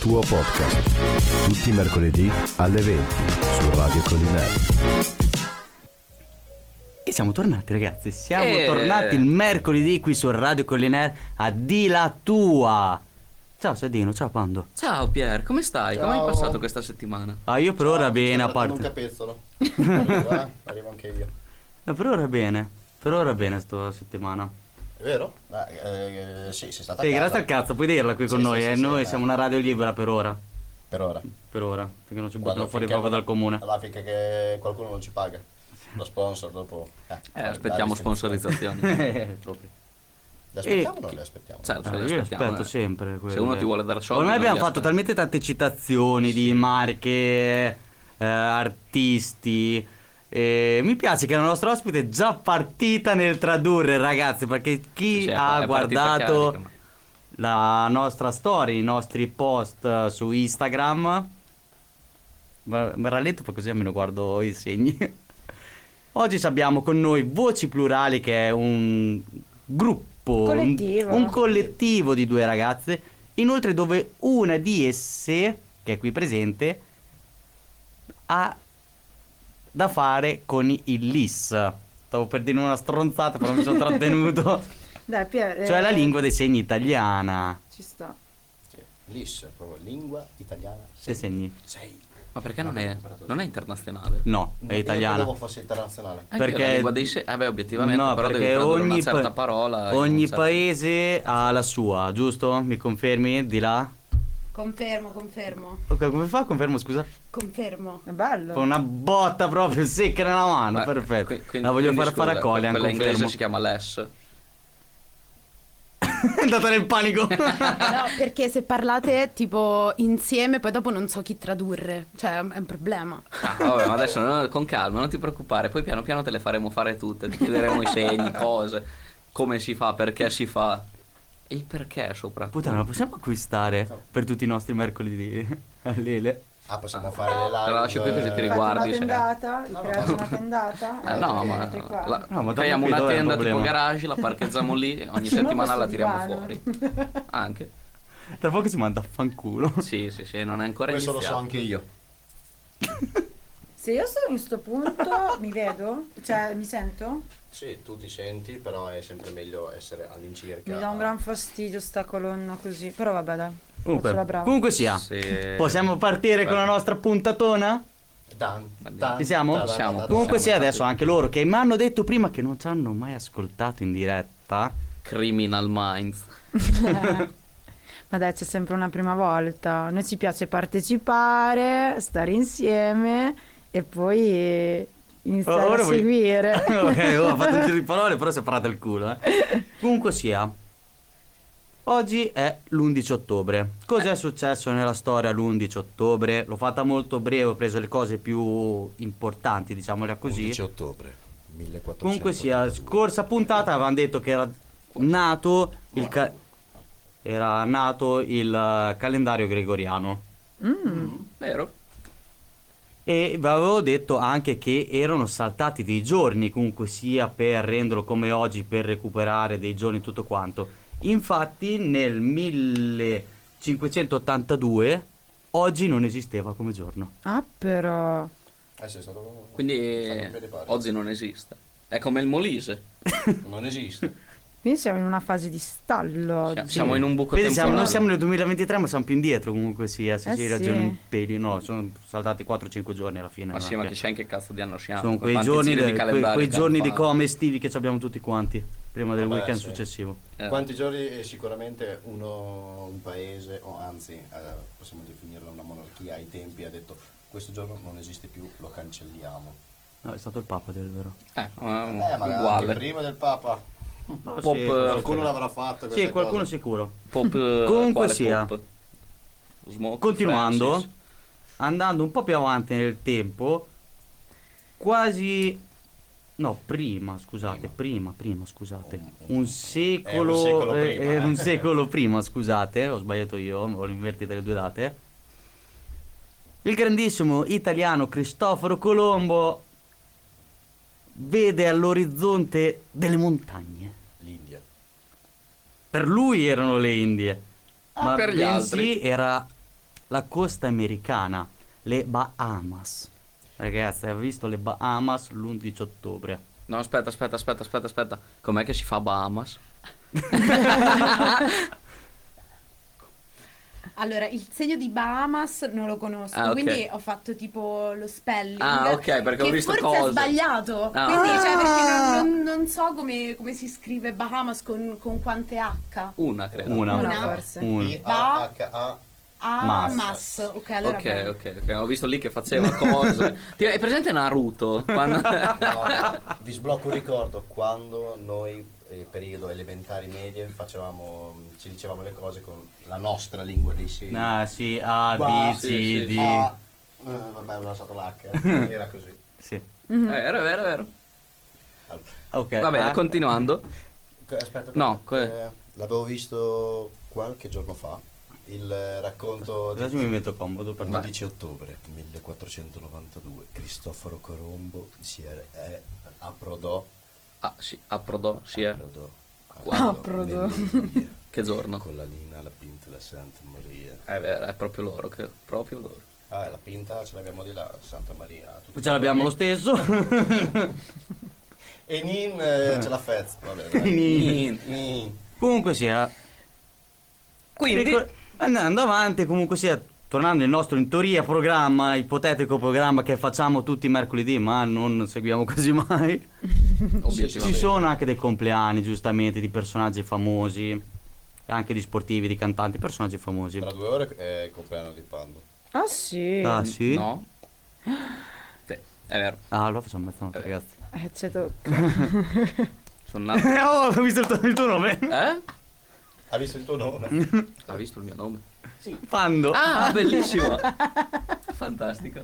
tuo podcast. Tutti i mercoledì alle 20 su Radio Collinelli. E siamo tornati ragazzi, siamo e... tornati il mercoledì qui su Radio Collinaire a Di la tua. Ciao Sadino, ciao Pando. Ciao Pier, come stai? Come hai passato questa settimana? Eh, Ah, io per ciao, ora bene, a parte... Un capezzolo. arrivo, eh? arrivo anche io. No, Eh, per ora bene, per ora bene sta settimana. È vero? Eh, eh, sì, sei stata sì, grazie al cazzo, puoi dirla qui con sì, noi, sì, eh? noi siamo una radio libera per ora. Per ora? Per ora, perché non ci buttano fuori proprio dal comune. Alla finché che qualcuno non ci paga lo sponsor dopo eh, eh, aspettiamo sponsorizzazioni eh, le aspettiamo o non le aspettiamo? Certo, eh, le aspettiamo, aspetto sempre se uno ti vuole dare soldi ormai abbiamo fatto talmente tante citazioni di marche eh, artisti mi piace che la nostra ospite è già partita nel tradurre ragazzi perché chi sì, ha guardato chiarica, ma... la nostra story i nostri post eh, su Instagram mi rallento poi così almeno guardo i segni Oggi abbiamo con noi Voci Plurali, che è un gruppo, collettivo. Un, un, collettivo di due ragazze, inoltre dove una di esse, che è qui presente, ha da fare con il LIS. Stavo per dire una stronzata, però mi sono trattenuto. Dai, Pier, eh, cioè la lingua dei segni italiana. Ci sta. Sì. LIS, proprio lingua italiana. Sei segni. Sei. Ma perché non è, non è, internazionale? No, è italiana. Io fosse internazionale. Anche perché la lingua dei segni, vabbè, obiettivamente, no, però devi ogni pa- parola. Ogni paese certo. ha la sua, giusto? Mi confermi di là? Confermo, confermo. Ok, come fa? Confermo, scusa. Confermo. È bello. Con una botta proprio secca nella Ah, mano, Ma, perfetto. Qui, quindi, la voglio far fare a Colian, quella confermo. inglese si chiama Less. è andata nel panico. no, perché se parlate tipo insieme, poi dopo non so chi tradurre. Cioè, è un problema. Ah, vabbè, ma adesso no, con calma, non ti preoccupare. Poi piano piano te le faremo fare tutte. Ti chiederemo i segni, cose, come si fa, perché si fa. E il perché soprattutto. Puttana, la possiamo acquistare per tutti i nostri mercoledì a Lele? Ah, possiamo ah, fare le live. eh, Te la lascio qui così ti riguardi. Una tendata, cioè. No, una tendata. Eh, no, ma, la, no, ma creiamo una tenda tipo garage, la parcheggiamo lì, ogni settimana la tiriamo vano. fuori. Anche. Tra poco si manda a fanculo. Sì, sì, sì, non è ancora Questo iniziato. lo so anche io. Se io sono in sto punto, mi vedo? Cioè, mi sento? Sì, tu ti senti, però è sempre meglio essere all'incirca. Mi dà un gran fastidio sta colonna così, però vabbè dai. Comunque, comunque, sia, sì. possiamo partire Beh. con la nostra puntatona? Dan, dan, ci siamo? Dan, siamo. comunque sia, adesso anche loro che mi hanno detto prima che non ci hanno mai ascoltato in diretta. Criminal Minds. Ma dai, c'è sempre una prima volta. A noi ci piace partecipare, stare insieme e poi iniziare allora a voi... seguire. ok, ho fatto un giro di parole, però separate il culo. Eh. comunque sia, Oggi è l'11 ottobre. Cos'è eh. successo nella storia l'11 ottobre? L'ho fatta molto breve, ho preso le cose più importanti, diciamola così. 11 ottobre 1400. Comunque sia, scorsa puntata avevano detto che era nato il, ca- era nato il eh, calendario gregoriano. Mm, vero. E vi avevo detto anche che erano saltati dei giorni, comunque sia, per renderlo come oggi, per recuperare dei giorni tutto quanto. Infatti nel 1582 oggi non esisteva come giorno. Ah però... Eh, sì, stato... Quindi oggi non esiste. È come il Molise. non esiste. Quindi siamo in una fase di stallo. Siamo, Cioè, siamo in un buco Quindi siamo, temporale. non siamo nel 2023 ma siamo più indietro comunque sia. Se eh si sì. ragiona un peli, no, sono saltati 4-5 giorni alla fine. Ma sì, ma che c'è anche cazzo di anno siamo. Sono quei giorni, de, quei, quei giorni di come estivi che abbiamo tutti quanti prima del Vabbè, weekend sì. successivo. Eh. Quanti giorni sicuramente uno, un paese, o anzi eh, possiamo definirlo una monarchia, ai tempi ha detto questo giorno non esiste più, lo cancelliamo. No, è stato il Papa, del vero? Eh, eh ma uguale. prima del Papa. No, pop, sì, eh, qualcuno l'avrà fatto. Eh, Sì, qualcuno cose. sicuro. Pop, eh, Comunque sia, continuando, Francis. andando un po' più avanti nel tempo, quasi No, prima, scusate, prima, prima, prima scusate. Un secolo, un secolo eh, prima, eh. un secolo prima, scusate, ho sbagliato io, ho invertito le due date. Il grandissimo italiano Cristoforo Colombo vede all'orizzonte delle montagne. L'India. Per lui erano le Indie, ah, ma per gli altri era la costa americana, le Bahamas. Ragazzi, ho visto le Bahamas l'11 ottobre. No, aspetta, aspetta, aspetta, aspetta, aspetta. Com'è che si fa Bahamas? Allora, il segno di Bahamas non lo conosco, Ah, ok. quindi ho fatto tipo lo spelling. Ah, ok, perché ho che visto forse cose. è sbagliato. Ah. Quindi, cioè, perché Ah. non, non- non so come, come si scrive Bahamas con, con quante H. Una, credo. Una. Una. forse. Un- A-H-A. Ah, mas. Ok, allora. Ok, bene. ok, ok. Ho visto lì che faceva cose. Ti- Hai presente Naruto? Quando- No, vi sblocco un ricordo quando noi eh, periodo elementari medie facevamo ci dicevamo le cose con la nostra lingua dei segni Ah, sì, A, Qua, B, C, sì, sì, D. sì. Ah, eh, vabbè ho lasciato l'H era così Sì. Eh, Vero, vero, vero. Allora, Mhm. Ok. Va bene, eh? continuando. co- aspetta No, co- eh, l'avevo visto qualche giorno fa il eh, racconto di Adesso mi metto comodo per me. 11 ottobre 1492 Cristoforo Colombo si era- eh, approdò Ah, sì, approdò, sì, eh. approdò Approdò. nell'India Ah, Che giorno? con la lina alla pinta della Santa Maria È vero, è proprio loro, che- proprio loro. ah la pinta ce l'abbiamo di là Santa Maria tutto. Ce l'abbiamo lo stesso. e Nin eh, ce l'ha Fez vabbè dai. Quindi- Nin comunque sia. Ricor- andando avanti, comunque sia. Tornando al nostro in teoria programma, ipotetico programma che facciamo tutti i mercoledì, ma non seguiamo quasi mai. Mhm. Ci obiettivamente. sono anche dei compleanni, giustamente, di personaggi famosi, anche di sportivi, di cantanti, personaggi famosi. tra due ore è il compleanno di Pando Ah sì. Ah, sì? Mm, No? Sì, è vero. Ah, allora facciamo mezzanotte, Eh. ragazzi. Eh, c'è tocca. Sono nato. oh, ho visto il tuo, il tuo nome. Eh? ha visto il tuo nome Ha visto il mio nome? Fando. Ah, bellissimo! Fantastico.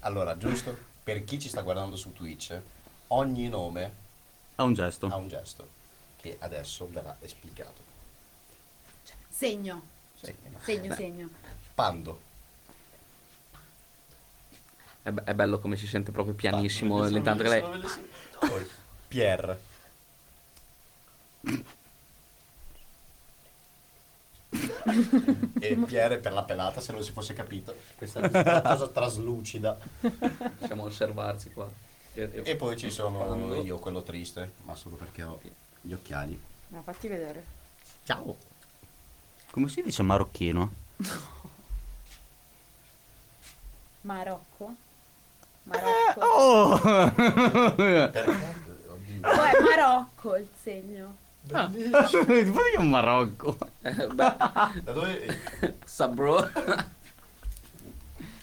allora giusto per chi ci sta guardando su Twitch ogni nome Ha un gesto. ha un gesto che adesso verrà esplicato Segno, segno, segno. Pando È, be- è bello come si sente proprio pianissimo ogni tanto che lei... Poi, Pierre e Pierre per la pelata se non si fosse capito questa è una cosa traslucida Possiamo osservarci qua. e poi ci sono io quello triste ma solo perché ho gli occhiali Ma fatti vedere. ciao Come si dice marocchino? Marocco. Ah. Marocco. Oh! Poi Marocco il segno. Poi un marocco. da dove Sabro.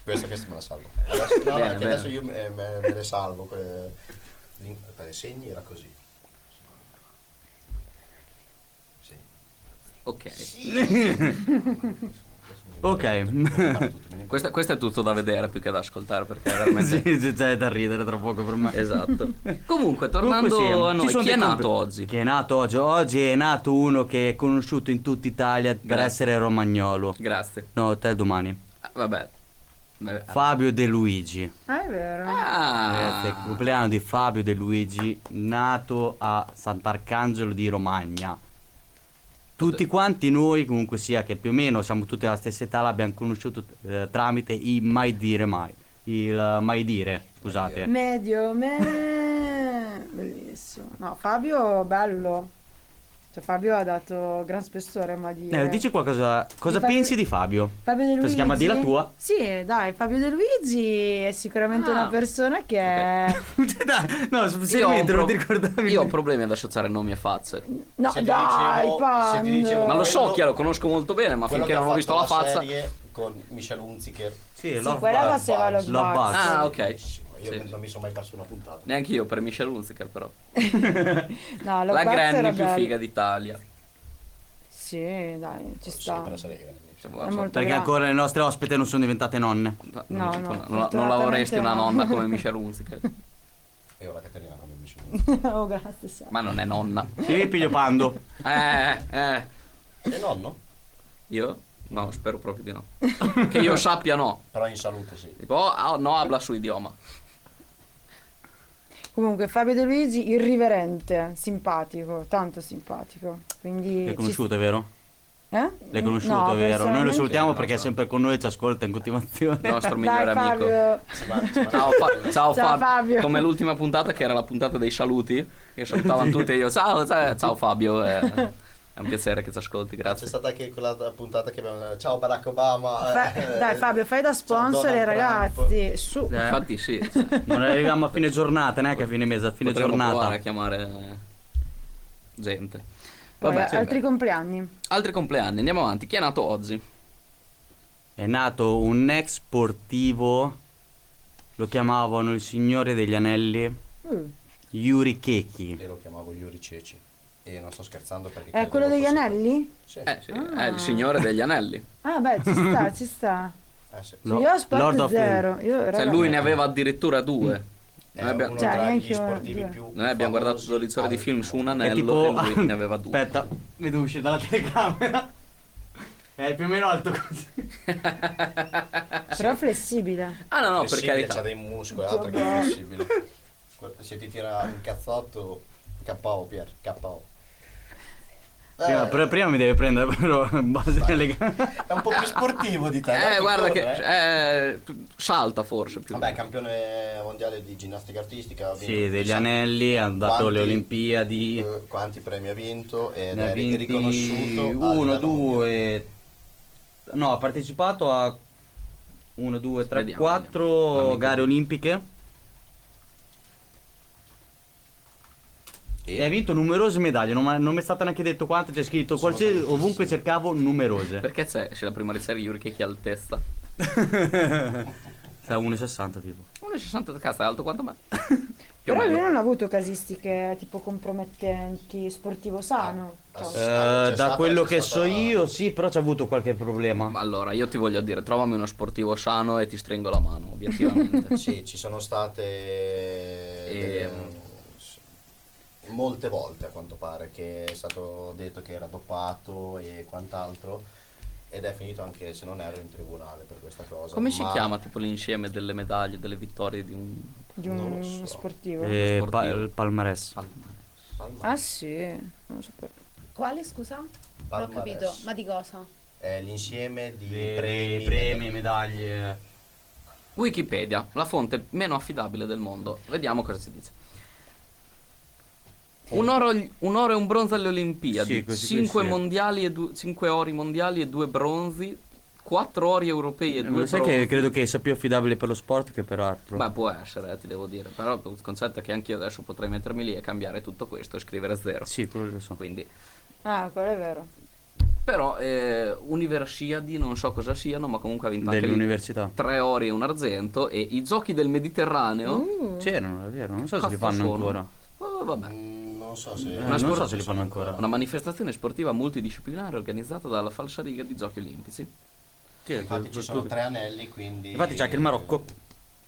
questa, questa me la salvo adesso, no, Bene, perché bene. adesso io me, me- me le salvo que- lin- per i segni era così sì. ok. Eh, Ok. Questa- questo è tutto da vedere più che da ascoltare perché è sì, veramente... c'è- c'è da ridere tra poco per me. Esatto. Comunque, Comunque tornando sì, a ci noi, sono chi è dei nato compl- oggi? Chi è nato oggi? Oggi è nato uno che è conosciuto in tutta Italia per Grazie. essere romagnolo. Grazie. No, te domani. Ah, Vabbè. Vabbè. Fabio De Luigi. Ah, è vero. Ragazzi, è il Ah, compleanno di Fabio De Luigi, nato a Sant'Arcangelo di Romagna. Tutti quanti noi, comunque sia che più o meno siamo tutti alla stessa età, l'abbiamo conosciuto eh, tramite i Mai Dire Mai. Il eh, Mai Dire, scusate. Eh, Medio me. Bellissimo. No, Fabio bello. Cioè Fabio ha dato gran spessore, ma di. Eh, dici qualcosa, cosa Di Fabio- pensi di Fabio? Cioè, Fabio De Luigi. Si chiama Di la tua? Sì, dai, Fabio De Luigi è sicuramente Ah. una persona che è. Cioè, dai, no, io, ho un semplicemente non pro- ti ricordavi. io ho problemi ad associare nomi e facce. No, eh, Se ti dai, dicevo- se ti dicevo- Pando. Ma lo so Quello- chi è, lo conosco molto bene, ma Quello finché che ha non ho visto la fatto faccia. serie con Michel Hunziker Sì, Sì, Love quella Bug. faceva lo Love Bug. sbaglio. Ah, ok. Bellissimo, io Sì, sì. non mi sono mai perso una puntata Neanche io per Michel Hunziker, però. No, lo la Buzz era granny più bello. figa d'Italia. Sì, dai, ci sta. Sempre la serie grande. Cioè, È so- molto Perché grande. ancora le nostre ospite non sono diventate nonne. no, No, non, no, non- non, fortunatamente lavoresti una no. nonna come Michel Hunziker. e ora Caterina non mi dice oh, grazie. Sara. ma non è nonna. Sì, piglio Pando. Eh, eh. e nonno Io? No, spero proprio di no. che io sappia no. però in salute sì Tipo, oh, ah, no, habla su idioma. Comunque, Fabio De Luigi, irriverente, simpatico, tanto simpatico. Quindi. È ci- conosciuto, è vero? Eh? L'hai conosciuto, No, vero? Noi lo personalmente- salutiamo Sì, perché no, è sempre con noi e ci ascolta in continuazione. Il nostro migliore Dai Fabio. amico. Eh, Ciao, Fa- ciao, Ciao, Fab- Fabio. Come l'ultima puntata, che era la puntata dei saluti, che salutavano tutti e io. Ciao, ciao, ciao Fabio. eh, È un piacere che ci ascolti, C'è grazie. stata anche quella puntata che abbiamo... Ciao Barack Obama! Fa- eh, dai Fabio, fai da ciao sponsor ai Donald Trump. ragazzi. Su. Eh, Infatti, sì. cioè, non arriviamo a fine giornata, neanche a fine mese, a fine potremmo provare a giornata. chiamare eh, gente. Poi, Vabbè, eh, certo. altri compleanni. altri compleanni, andiamo avanti. Chi è nato oggi? È nato un ex sportivo, lo chiamavano il signore degli anelli, Mm. Yuri Keki. E lo chiamavo Yuri Ceci. E non sto scherzando perché... credevo È Eh, quello degli fosse- anelli? Sì. Eh, sì, Ah. È il signore degli anelli. Ah, beh, ci sta, ci sta. Eh, sì. No, Io ho sport Lord of zero. Io, Cioè, raga, lui ne aveva addirittura due. È Noi abbiamo- Eh, uno eh, Cioè, tra neanche gli io- sportivi due. più... Noi abbiamo guardato 12 ore di film su un È anello e lui ne aveva due. Aspetta, vedo uscire dalla telecamera. È più o meno alto così. Eh. Però flessibile. Ah no, no, per Flessibile, carità. C'ha dei muscoli, altro che Vabbè. possibile. Se ti tira un cazzotto, KO Pier, KO. Prima, Eh, pr- prima mi deve prendere però in base alle gambe. È un po' più sportivo di te. dai, Eh, ti guarda corre, che eh. eh, salta forse più. Vabbè, campione mondiale di ginnastica artistica. ha Sì, vinto degli chissà anelli, ha dato le quanti- Olimpiadi. eh, Quanti premi ha vinto ed Ne è ha ri- vinti riconosciuto. a uno, livello mondiale. due. No, ha partecipato a 1, 2, 3, Vediamo, vediamo. 4 Fammi gare olimpiche. E ha vinto numerose medaglie, non, ma- non mi è stato neanche detto quante, c'è scritto Sono qualsiasi- tantissime. ovunque cercavo numerose. Perché c'è, c'è la prima riserva di Yurke che ha altezza? Sta a 1,60 tipo. 1,60 di casa, è alto quanto me. più o Però lui meno. non ha avuto casistiche tipo compromettenti, sportivo sano. Ah, Cioè, sì. C'è Eh, da stata- quello c'è che so stata- io, sì, però c'è avuto qualche problema. Ma Allora, io ti voglio dire, trovami uno sportivo sano e ti stringo la mano, obiettivamente. Sì, ci sono state delle- ehm, s- molte volte a quanto pare che è stato detto che era doppato e quant'altro ed è finito anche se non ero in tribunale per questa cosa. Come si ma- chiama tipo l'insieme delle medaglie, delle vittorie di un... di non lo un so. sportivo. Eh, sportivo. pa- il palmarès. Palma- Ah sì, non lo sapevo. Quale scusa? Non ho Palmarès. capito, ma di cosa? È l'insieme di Premi, premi, premi, medaglie. Wikipedia, la fonte meno affidabile del mondo. Vediamo cosa si dice. Un oro, un oro e un bronzo alle Sì, Olimpiadi, questi qui 5 sì. mondiali e du- cinque ori mondiali e 2 bronzi, 4 ori europei e 2 Lo bronzi. Eh, sai che credo che sia più affidabile per lo sport che per altro. Beh, può essere, eh, ti devo dire, però il concetto è che anch'io adesso potrei mettermi lì e cambiare tutto questo e scrivere zero. Sì, quello lo so. Quindi, Ah, quello è vero. però, eh, Universiadi, non so cosa siano, ma comunque ha vinto anche lì Dell'università. 3 ori e un argento e i giochi del Mediterraneo. Mm. C'erano, è vero. Non so se li Cazzo fanno sono? ancora. Oh, vabbè. Mm, Non so se... Eh, non so se li fanno ancora. Una manifestazione sportiva multidisciplinare organizzata dalla falsariga di giochi olimpici. Infatti ci sono tre anelli, quindi... Infatti c'è anche il Marocco.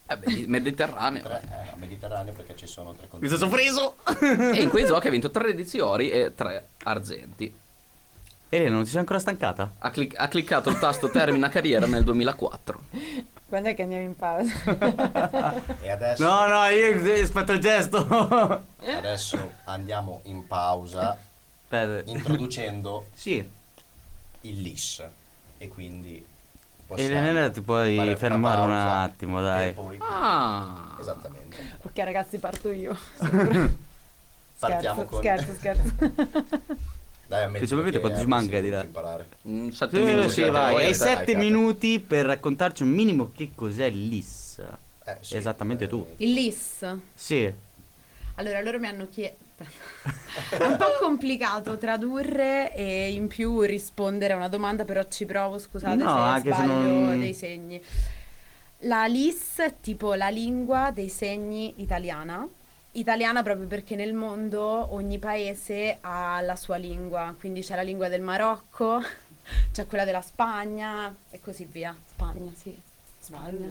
Eh beh, il Mediterraneo. Tre, eh, Mediterraneo perché ci sono Mi tre continenti. sono preso! eh. e in quei giochi ha vinto 13 ori e 3 argenti. Elena, non ti sei ancora stancata? Ha, clic- ha cliccato il tasto termina carriera nel 2004. Quando è che andiamo in pausa? E adesso... No, no, io aspetto il gesto. Adesso andiamo in pausa Aspetta. introducendo Sì. il LIS e quindi Elena, ti puoi fare una fermare un pausa attimo, dai. e poi- Ah, Esattamente. ok ragazzi, parto io. Partiamo Scherzo, con scherzo, scherzo. Dai, ammetto Che sapete che quanto ci eh, manca sì, di là? imparare. un 7 Sì, minuti. sì, dai, vai. dai, Hai dai, sette dai. minuti per raccontarci un minimo che cos'è l'IS. Eh, sì, Esattamente eh, tu. Il LIS. Sì. Allora, loro mi hanno chiesto. È un po' complicato tradurre e in più rispondere a una domanda, però ci provo, scusate No, se anche se sbaglio non- dei segni. La LIS è tipo la lingua dei segni italiana. Italiana proprio perché nel mondo ogni paese ha la sua lingua, quindi c'è la lingua del Marocco, c'è quella della Spagna e così via. Spagna, sì. Spagna.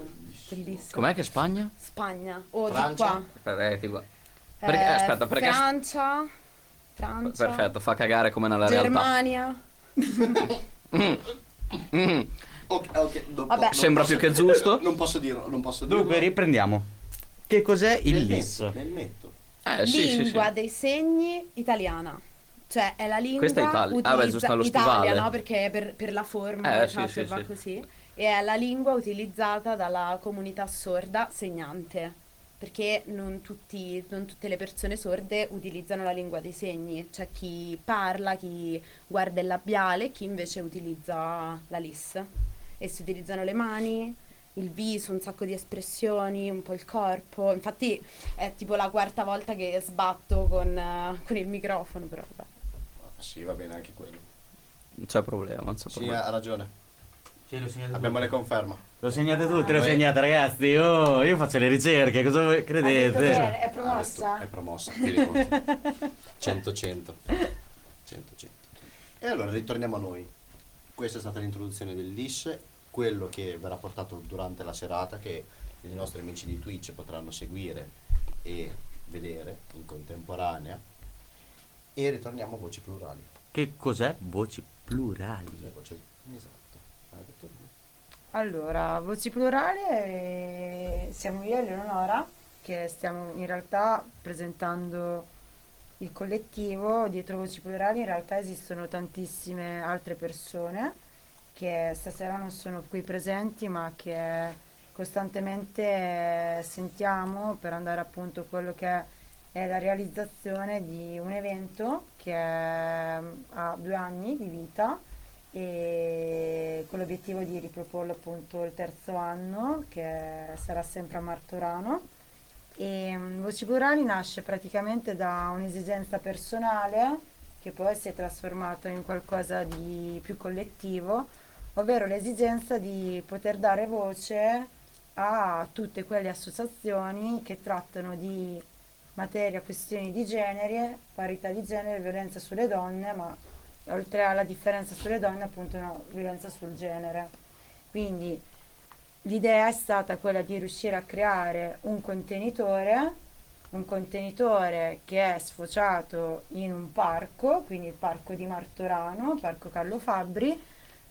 Bellissimo. Com'è che Spagna? Spagna. Oh, di Francia? qua. Aspetta, eh, tipo- Eh, Perché, aspetta, perché Francia, Francia, Perfetto, fa cagare come nella Germania. realtà. Mm, Ok, ok, non Vabbè. non Oh, Sembra più che giusto. Non posso dirlo, non posso dirlo. Dunque, riprendiamo. Che cos'è il Nel LIS? netto, nel netto. Eh, sì, sì, sì. Lingua dei segni italiana. Cioè, è la lingua Questa è Italia. Ah, beh, utilizza- giusto, allo Italia, stivale. no? Perché per, per la forma, Eh, esatto, sì, sì, va sì. così. E è la lingua utilizzata dalla comunità sorda segnante. Perché non, tutti- non tutte le persone sorde utilizzano la lingua dei segni. C'è chi parla, chi guarda il labiale, chi invece utilizza la LIS. E si utilizzano le mani, il viso, un sacco di espressioni, un po' il corpo. Infatti è tipo la quarta volta che sbatto con, eh, con il microfono, però vabbè. Ah, Sì, va bene anche quello. Non c'è problema, non c'è Sì, problema. ha ragione. Sì, lo segnate Abbiamo tutti. le conferma. Lo segnate tutti, lo Vabbè. segnate ragazzi. Oh, io faccio le ricerche, cosa voi Ha detto che credete? è Ha detto, È promossa. promossa, tieni conto. 100 100. 100 100. E allora ritorniamo a noi. Questa è stata l'introduzione del LIS, quello che verrà portato durante la serata che i nostri amici di Twitch potranno seguire e vedere in contemporanea. E ritorniamo a voci plurali. Che cos'è? Voci plurali. Le voci- Esatto. Hai detto bene. Allora, voci plurale, eh, siamo io e Leonora, che stiamo in realtà presentando il collettivo. Dietro voci plurali in realtà esistono tantissime altre persone che stasera non sono qui presenti, ma che costantemente eh, sentiamo per andare appunto a quello che è è la realizzazione di un evento che è- mm, ha due anni di vita e con l'obiettivo di riproporlo appunto il terzo anno che sarà sempre a Martorano. E mm, Voci Plurali nasce praticamente da un'esigenza personale che poi si è trasformata in qualcosa di più collettivo, ovvero l'esigenza di poter dare voce a tutte quelle associazioni che trattano di materia, questioni di genere, parità di genere, violenza sulle donne, ma oltre alla differenza sulle donne, appunto una violenza sul genere. Quindi l'idea è stata quella di riuscire a creare un contenitore, un contenitore che è sfociato in un parco, quindi il parco di Martorano, il parco Carlo Fabbri,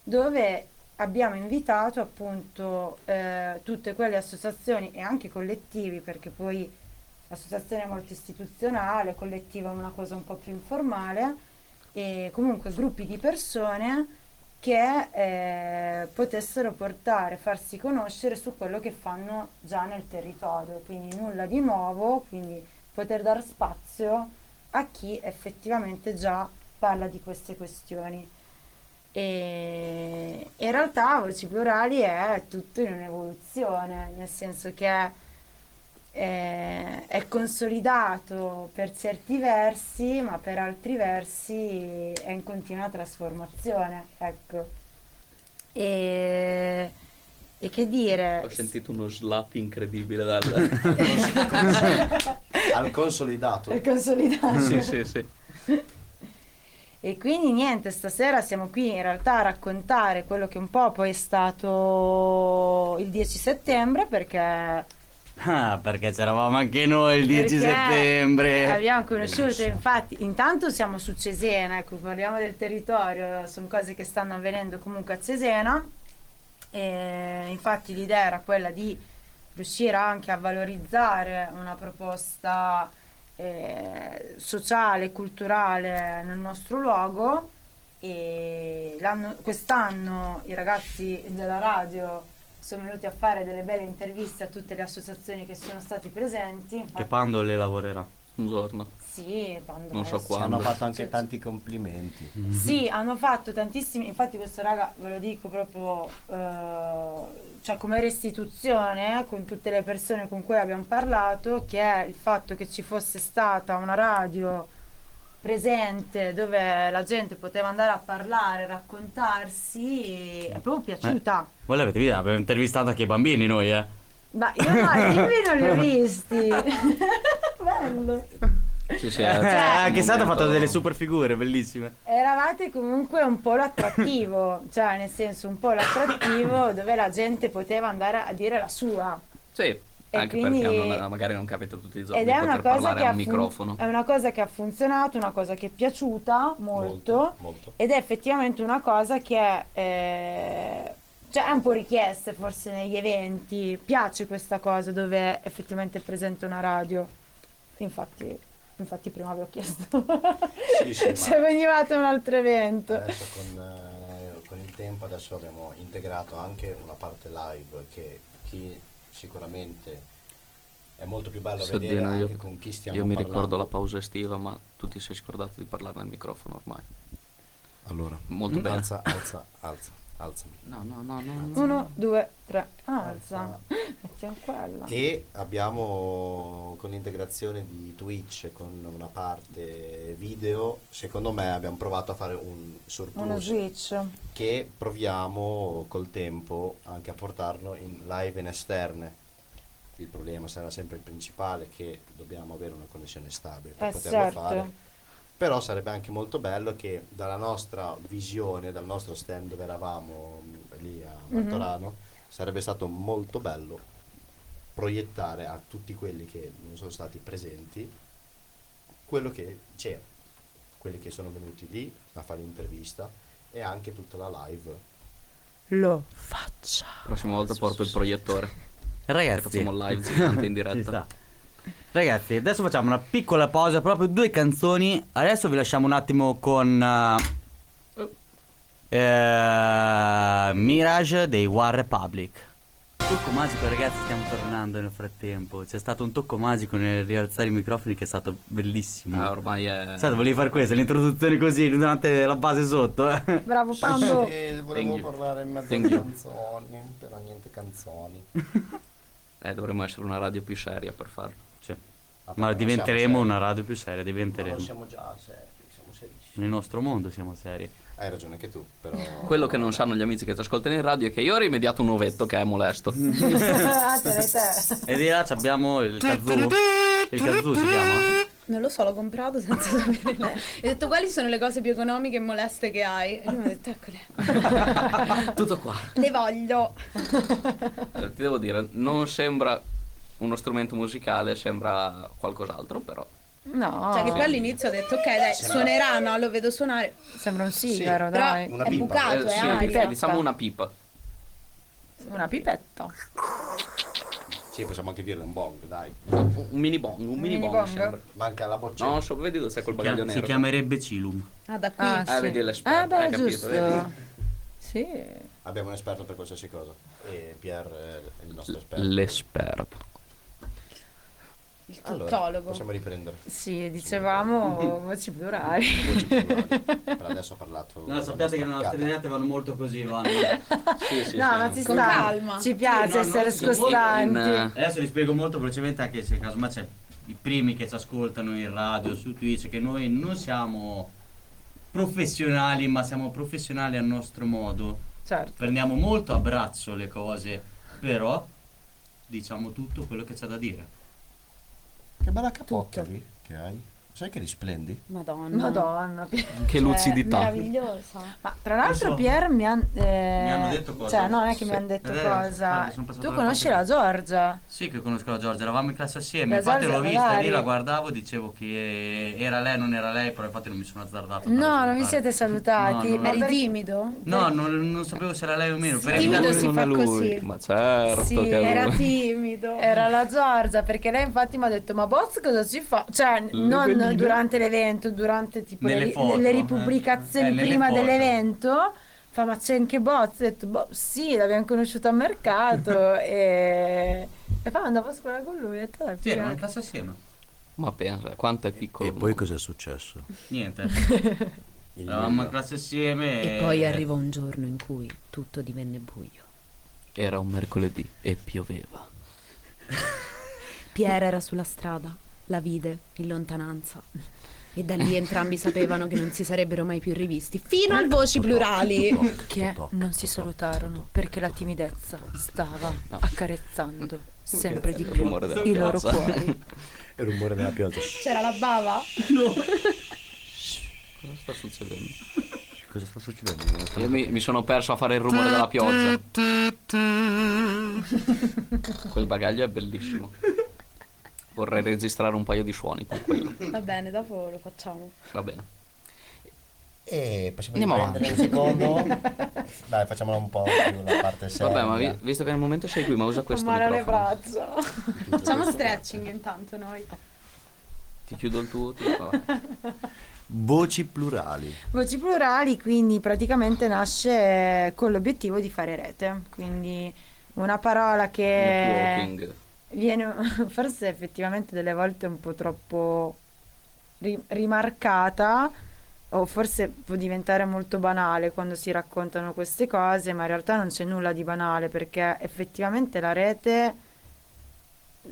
dove abbiamo invitato appunto eh, tutte quelle associazioni e anche collettivi, perché poi l'associazione è molto istituzionale, collettiva è una cosa un po' più informale, e comunque gruppi di persone che eh, potessero portare, farsi conoscere su quello che fanno già nel territorio, quindi nulla di nuovo, quindi poter dare spazio a chi effettivamente già parla di queste questioni. E in realtà Voci Plurali è tutto in un'evoluzione, nel senso che eh, è consolidato per certi versi, ma per altri versi è in continua trasformazione, ecco. E, e che dire? Ho sentito uno slap incredibile dal... Al consolidato. È consolidato. sì, sì, sì. E quindi niente, stasera siamo qui in realtà a raccontare quello che un po' poi è stato il 10 settembre perché Ah, perché c'eravamo anche noi il 10 Perché settembre. Abbiamo conosciuto, infatti, intanto siamo su Cesena, ecco, parliamo del territorio, sono cose che stanno avvenendo comunque a Cesena. E infatti l'idea era quella di riuscire anche a valorizzare una proposta eh, sociale, culturale nel nostro luogo. E l'anno- quest'anno i ragazzi della radio sono venuti a fare delle belle interviste a tutte le associazioni che sono state presenti. Che Infatti, quando le lavorerà? Un giorno. sì, quando- Non so sì. quando. Hanno fatto anche tanti complimenti. Sì, hanno fatto tantissimi, infatti questo raga ve lo dico proprio, eh, cioè come restituzione eh, con tutte le persone con cui abbiamo parlato, che è il fatto che ci fosse stata una radio presente dove la gente poteva andare a parlare, raccontarsi, è proprio piaciuta. Voi l'avete vista? Abbiamo intervistato anche i bambini noi, eh. Ma io no, i bimbi non li ho visti. Bello. Sì, sì, Certo. Eh, anche Sata ha momento- fatto delle super figure, bellissime. Eravate comunque un po' l'attrattivo, cioè nel senso un po' l'attrattivo dove la gente poteva andare a dire la sua. Sì, E anche quindi- perché non- magari non capita tutti i giorni Ed Esatto, di è poter una, cosa parlare che Eh. a ha un fun- microfono. è una cosa che ha funzionato, una cosa che è piaciuta molto, molto. ed è effettivamente una cosa che è, eh, cioè è un po' richiesta forse negli eventi, piace questa cosa dove effettivamente è presente una radio. Infatti Infatti prima avevo chiesto Sì, sì, se ma- venivate a un altro evento. Adesso con, eh, con il tempo adesso abbiamo integrato anche una parte live che chi sicuramente è molto più bello Sì, vedere Dino, anche io, con chi stiamo io mi parlando. ricordo la pausa estiva, ma tu ti sei scordato di parlare al microfono ormai. Allora, Molto bene. alza, alza, alza, alza. No, no, no, no. no. Uno, due, tre. Alza. Mettiamo quella. E abbiamo con l'integrazione di Twitch e con una parte video, secondo me abbiamo provato a fare un Uno surplus switch. che proviamo col tempo anche a portarlo in live in esterne. Il problema sarà sempre il principale che dobbiamo avere una connessione stabile per Eh, poterlo certo. fare. Però sarebbe anche molto bello che dalla nostra visione, dal nostro stand dove eravamo mh, lì a Mhm. Martorano, sarebbe stato molto bello proiettare a tutti quelli che non sono stati presenti quello che c'era, quelli che sono venuti lì a fare l'intervista e anche tutta la live. Lo faccia. La prossima volta porto il proiettore. Ragazzi, Facciamo un live gigante in diretta. Ci sta. Ragazzi, adesso facciamo una piccola pausa, proprio due canzoni. Adesso vi lasciamo un attimo con eh, eh, Mirage dei War Republic. Tocco magico, ragazzi, stiamo tornando nel frattempo. C'è stato un tocco magico nel rialzare i microfoni che è stato bellissimo. Ah, ormai è... Sai, volevi fare questo, l'introduzione così, durante la base sotto. eh. Bravo Pando. E Thank you. volevo parlare in mezzo Thank alle you. canzoni, però niente canzoni. Eh, dovremmo essere una radio più seria per farlo. Cioè, Vabbè, ma non siamo diventeremo seri. una radio più seria, Ma non diventeremo. siamo già seri, siamo serissimi. Nel nostro mondo siamo seri. Hai ragione anche tu, però... Quello che non sanno gli amici che ti ascoltano in radio è che io ho rimediato un ovetto che è molesto. Ah, te l'hai te. E di là ci abbiamo il kazoo. Il kazoo si chiama? Non lo so, l'ho comprato senza sapere. niente. E ho detto quali sono le cose più economiche e moleste che hai. E lui mi ha detto eccole. Tutto qua. Le voglio. Cioè, Eh, Ti devo dire, non sembra uno strumento musicale, sembra qualcos'altro, però. No. Cioè che poi all'inizio ho detto ok dai suonerà, no? Lo vedo suonare. Sembra un sigaro, Sì. dai. Però Una è pipa. bucato, Eh, Ah, cioè, è sì, aria. pipetta. diciamo una pipa. Una pipetta. Sì, possiamo anche dirle un bong, dai. Un un mini bong, un mini mini bong bong? sembra. Manca la boccetta. No, so, vedi dove c'è col bagaglio Si nero. chiamerebbe Cilum. Ah, da qui. Ah, Eh, sì. vedi le Ah, spalle, hai beh, capito, giusto. vedi? Sì. Abbiamo un esperto per qualsiasi cosa. E Pier eh, è il nostro esperto. L'esperto. Il Allora, tuttologo. possiamo riprendere. Sì, dicevamo voci plurali. Voci plurali. Per adesso ha parlato. No, sappiate che le nostre Gabri. lineate vanno molto così, vanno. Sì, sì, No, sì. ma ci Con sta. calma. Ci piace Sì, no, essere no, sì, molto in, scostanti. Adesso vi spiego molto velocemente anche se casomai c'è i primi che ci ascoltano in radio, su Twitch, che noi non siamo professionali, ma siamo professionali a nostro modo. Certo. Prendiamo molto a braccio le cose, però diciamo tutto quello che c'è da dire. Che bella capocchia lì che hai. Sai che risplendi? Madonna. Madonna. Pier. cioè, Che lucidità. Meravigliosa. Ma tra l'altro Lo so. Pier mi, han- eh, Mi hanno detto cosa. Cioè, no, non è che mi Sì. hanno detto Eh, cosa. guarda, sono passato Tu dalle conosci la parti. Giorgia? Sì, che conosco la Giorgia, eravamo in classe assieme, La infatti Giorgia l'ho vista lì, Valari. la guardavo, dicevo che era lei, non era lei, però infatti non mi sono azzardato. a farla No, non vi siete salutare. salutati. No, no. Ma Eri perché- timido? No, non, non sapevo se era lei o meno. per Timido evitare- si fa così. Ma certo Sì, che era Era lui. timido. Era la Giorgia, perché lei infatti mi ha detto, ma Boz cosa ci fa? Cioè, non durante l'evento, durante tipo le, Nelle ri- foto, le eh. ripubblicazioni Eh, nelle prima foto. dell'evento. Fa, ma c'è anche Boz? Ho detto, boh, sì, l'abbiamo conosciuto al mercato. e... e poi andavo a scuola con lui. Ho detto, dai, Sì, eravamo in figata. classe assieme. Ma pensa, quanto è piccolo. E poi cos'è successo? Niente. Il Eravamo in classe assieme. E Eh. poi arrivò un giorno in cui tutto divenne buio. Era un mercoledì e pioveva. Piera era sulla strada, la vide in lontananza. E da lì entrambi sapevano che non si sarebbero mai più rivisti, fino al voci plurali. Che non si salutarono perché la timidezza stava accarezzando sempre di più rumore della i loro piazza. cuori. Il rumore della pioggia. C'era la bava? Cosa sta succedendo? Cosa sta succedendo? Io mi, mi sono perso a fare il rumore della pioggia. Quel bagaglio è bellissimo. Vorrei registrare un paio di suoni con quello. Va bene, dopo lo facciamo. Va bene. E possiamo Andiamo riprendere un secondo. Dai, facciamola un po' più la parte seria. Vabbè, ma vi- visto che al momento sei qui, ma usa questo Male alle microfono. braccia. Facciamo stretching intanto noi. Ti chiudo il tuo, ti fa. Voci plurali. Voci plurali, quindi praticamente nasce eh, con l'obiettivo di fare rete. Quindi una parola che Networking. viene forse effettivamente delle volte un po' troppo ri- rimarcata o forse può diventare molto banale quando si raccontano queste cose, ma in realtà non c'è nulla di banale perché effettivamente la rete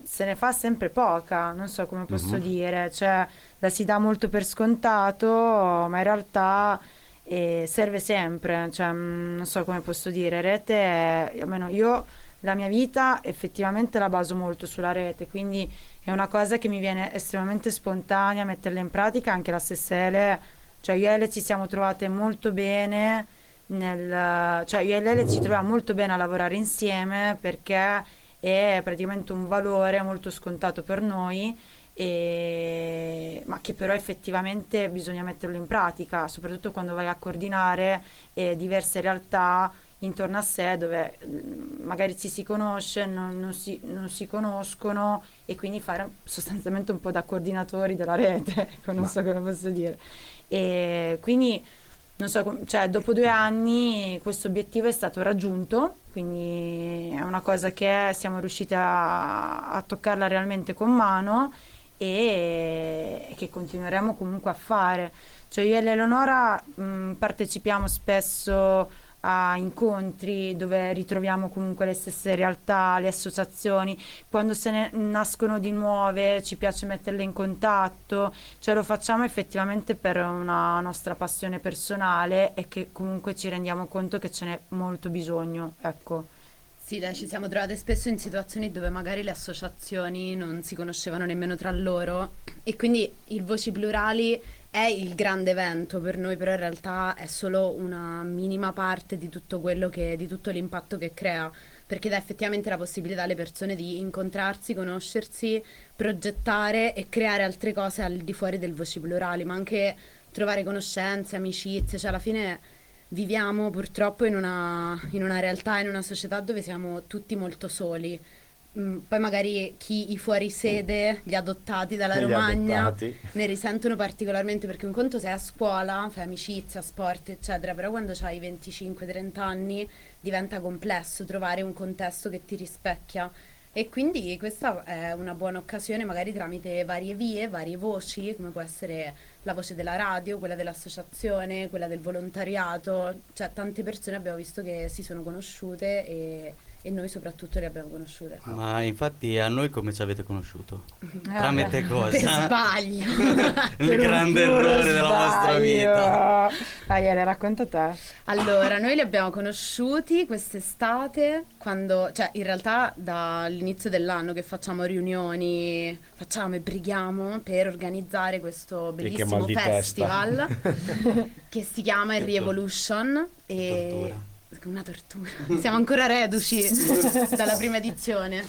se ne fa sempre poca, non so come posso dire, cioè la si dà molto per scontato, ma in realtà eh, serve sempre, cioè, mh, non so come posso dire, rete, è- almeno io la mia vita effettivamente la baso molto sulla rete, quindi è una cosa che mi viene estremamente spontanea metterla in pratica, anche la stessa Ele, cioè io e Ele ci siamo trovate molto bene, nel, cioè io e Ele ci troviamo molto bene a lavorare insieme perché è praticamente un valore molto scontato per noi, e- ma che però effettivamente bisogna metterlo in pratica, soprattutto quando vai a coordinare eh, diverse realtà intorno a sé dove mm, magari ci si conosce, non, non si, non si conoscono e quindi fare sostanzialmente un po' da coordinatori della rete, ecco, non so come posso dire. E quindi non so, com- cioè, dopo due anni questo obiettivo è stato raggiunto, quindi è una cosa che siamo riusciti a, a toccarla realmente con mano e che continueremo comunque a fare. Cioè io e l'Eleonora mh, partecipiamo spesso a incontri dove ritroviamo comunque le stesse realtà, le associazioni, quando se ne nascono di nuove ci piace metterle in contatto, cioè lo facciamo effettivamente per una nostra passione personale e che comunque ci rendiamo conto che ce n'è molto bisogno, ecco. Sì, dai, ci siamo trovate spesso in situazioni dove magari le associazioni non si conoscevano nemmeno tra loro e quindi il Voci Plurali è il grande evento per noi, però in realtà è solo una minima parte di tutto quello che, di tutto l'impatto che crea, perché dà effettivamente la possibilità alle persone di incontrarsi, conoscersi, progettare e creare altre cose al di fuori del Voci Plurali, ma anche trovare conoscenze, amicizie, cioè alla fine viviamo purtroppo in una, in una realtà, in una società dove siamo tutti molto soli. Mm, Poi magari chi i fuorisede, gli adottati dalla Gli Romagna, adottati. ne risentono particolarmente perché un conto sei a scuola, fai amicizia, sport, eccetera, però quando hai 25-30 anni diventa complesso trovare un contesto che ti rispecchia. E quindi questa è una buona occasione, magari tramite varie vie, varie voci, come può essere la voce della radio, quella dell'associazione, quella del volontariato, cioè tante persone abbiamo visto che si sono conosciute e, e noi soprattutto le abbiamo conosciute. Ma infatti a noi come ci avete conosciuto? Tramite Per cosa? sbaglio. Eh, Il grande errore della vostra vita. Dai, Ale, racconta te. Allora, noi li abbiamo conosciuti quest'estate, quando, cioè in realtà dall'inizio dell'anno che facciamo riunioni, facciamo e brighiamo per organizzare questo che bellissimo mal di festival che si chiama il Revolution. E... Una tortura. Siamo ancora reduci dalla prima edizione.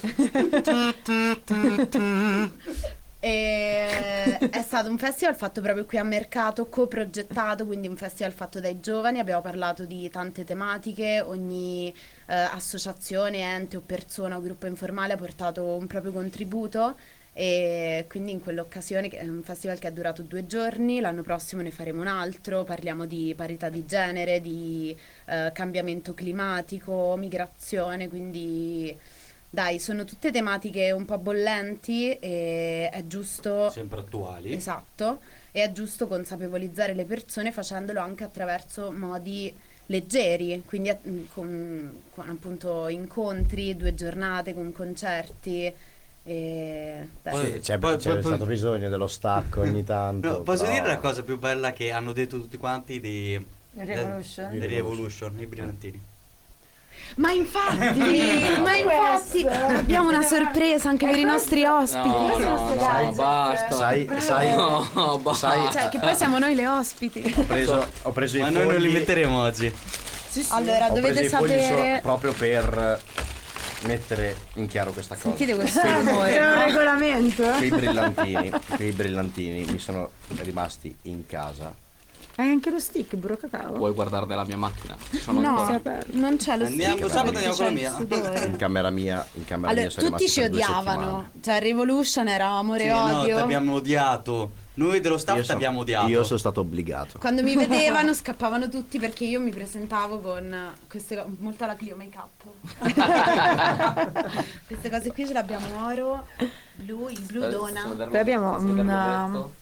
E è stato un festival fatto proprio qui a mercato, coprogettato, quindi un festival fatto dai giovani. Abbiamo parlato di tante tematiche, ogni eh, associazione, ente o persona o gruppo informale ha portato un proprio contributo. E quindi in quell'occasione, che è un festival che è durato due giorni, l'anno prossimo ne faremo un altro, parliamo di parità di genere, di eh, cambiamento climatico, migrazione, quindi dai, sono tutte tematiche un po' bollenti e è giusto... Sempre attuali. Esatto, e è giusto consapevolizzare le persone facendolo anche attraverso modi leggeri, quindi eh, mh, con, con appunto incontri, due giornate con concerti. E... beh, Poi- Sì, c'è, Poi- c'è poi- poi- stato bisogno dello stacco ogni tanto. No, posso però- dire la cosa più bella che hanno detto tutti quanti di eh, Revolution? di Revolution, i brillantini. Ma infatti, ma infatti, abbiamo una sorpresa anche per i nostri ospiti. No, sono no, sedate, no, basta. Sai, sai, No, basta. sai, Cioè, che poi siamo noi le ospiti. ho preso, ho preso i Ma fogli. noi non li metteremo oggi. Allora, ho preso dovete i fogli so- sapere... proprio per mettere in chiaro questa cosa. Sentite questo rumore. È un regolamento? Quei brillantini, quei brillantini mi sono rimasti in casa Hai anche lo stick, burro cacao? Vuoi guardare la mia macchina? Ci Sono si è No, ancora. aperto. non c'è lo Andiamo, stick, sabato perché andiamo c'è con la il mia. sudore. In camera mia, in camera Allora, mia sono tutti rimasto ci per due odiavano. settimane. Cioè, Revolution era amore Sì, e no, ti odio. abbiamo odiato. Noi dello staff Io ti sono- abbiamo odiato. Io sono stato obbligato. Quando mi vedevano scappavano tutti perché io mi presentavo con queste cose, molto alla Clio Make Up. queste cose qui ce l'abbiamo oro, blu, il blu Adesso Eh, dona. sono Ma Berlusconi, Poi abbiamo sono una- um, Berlusconi.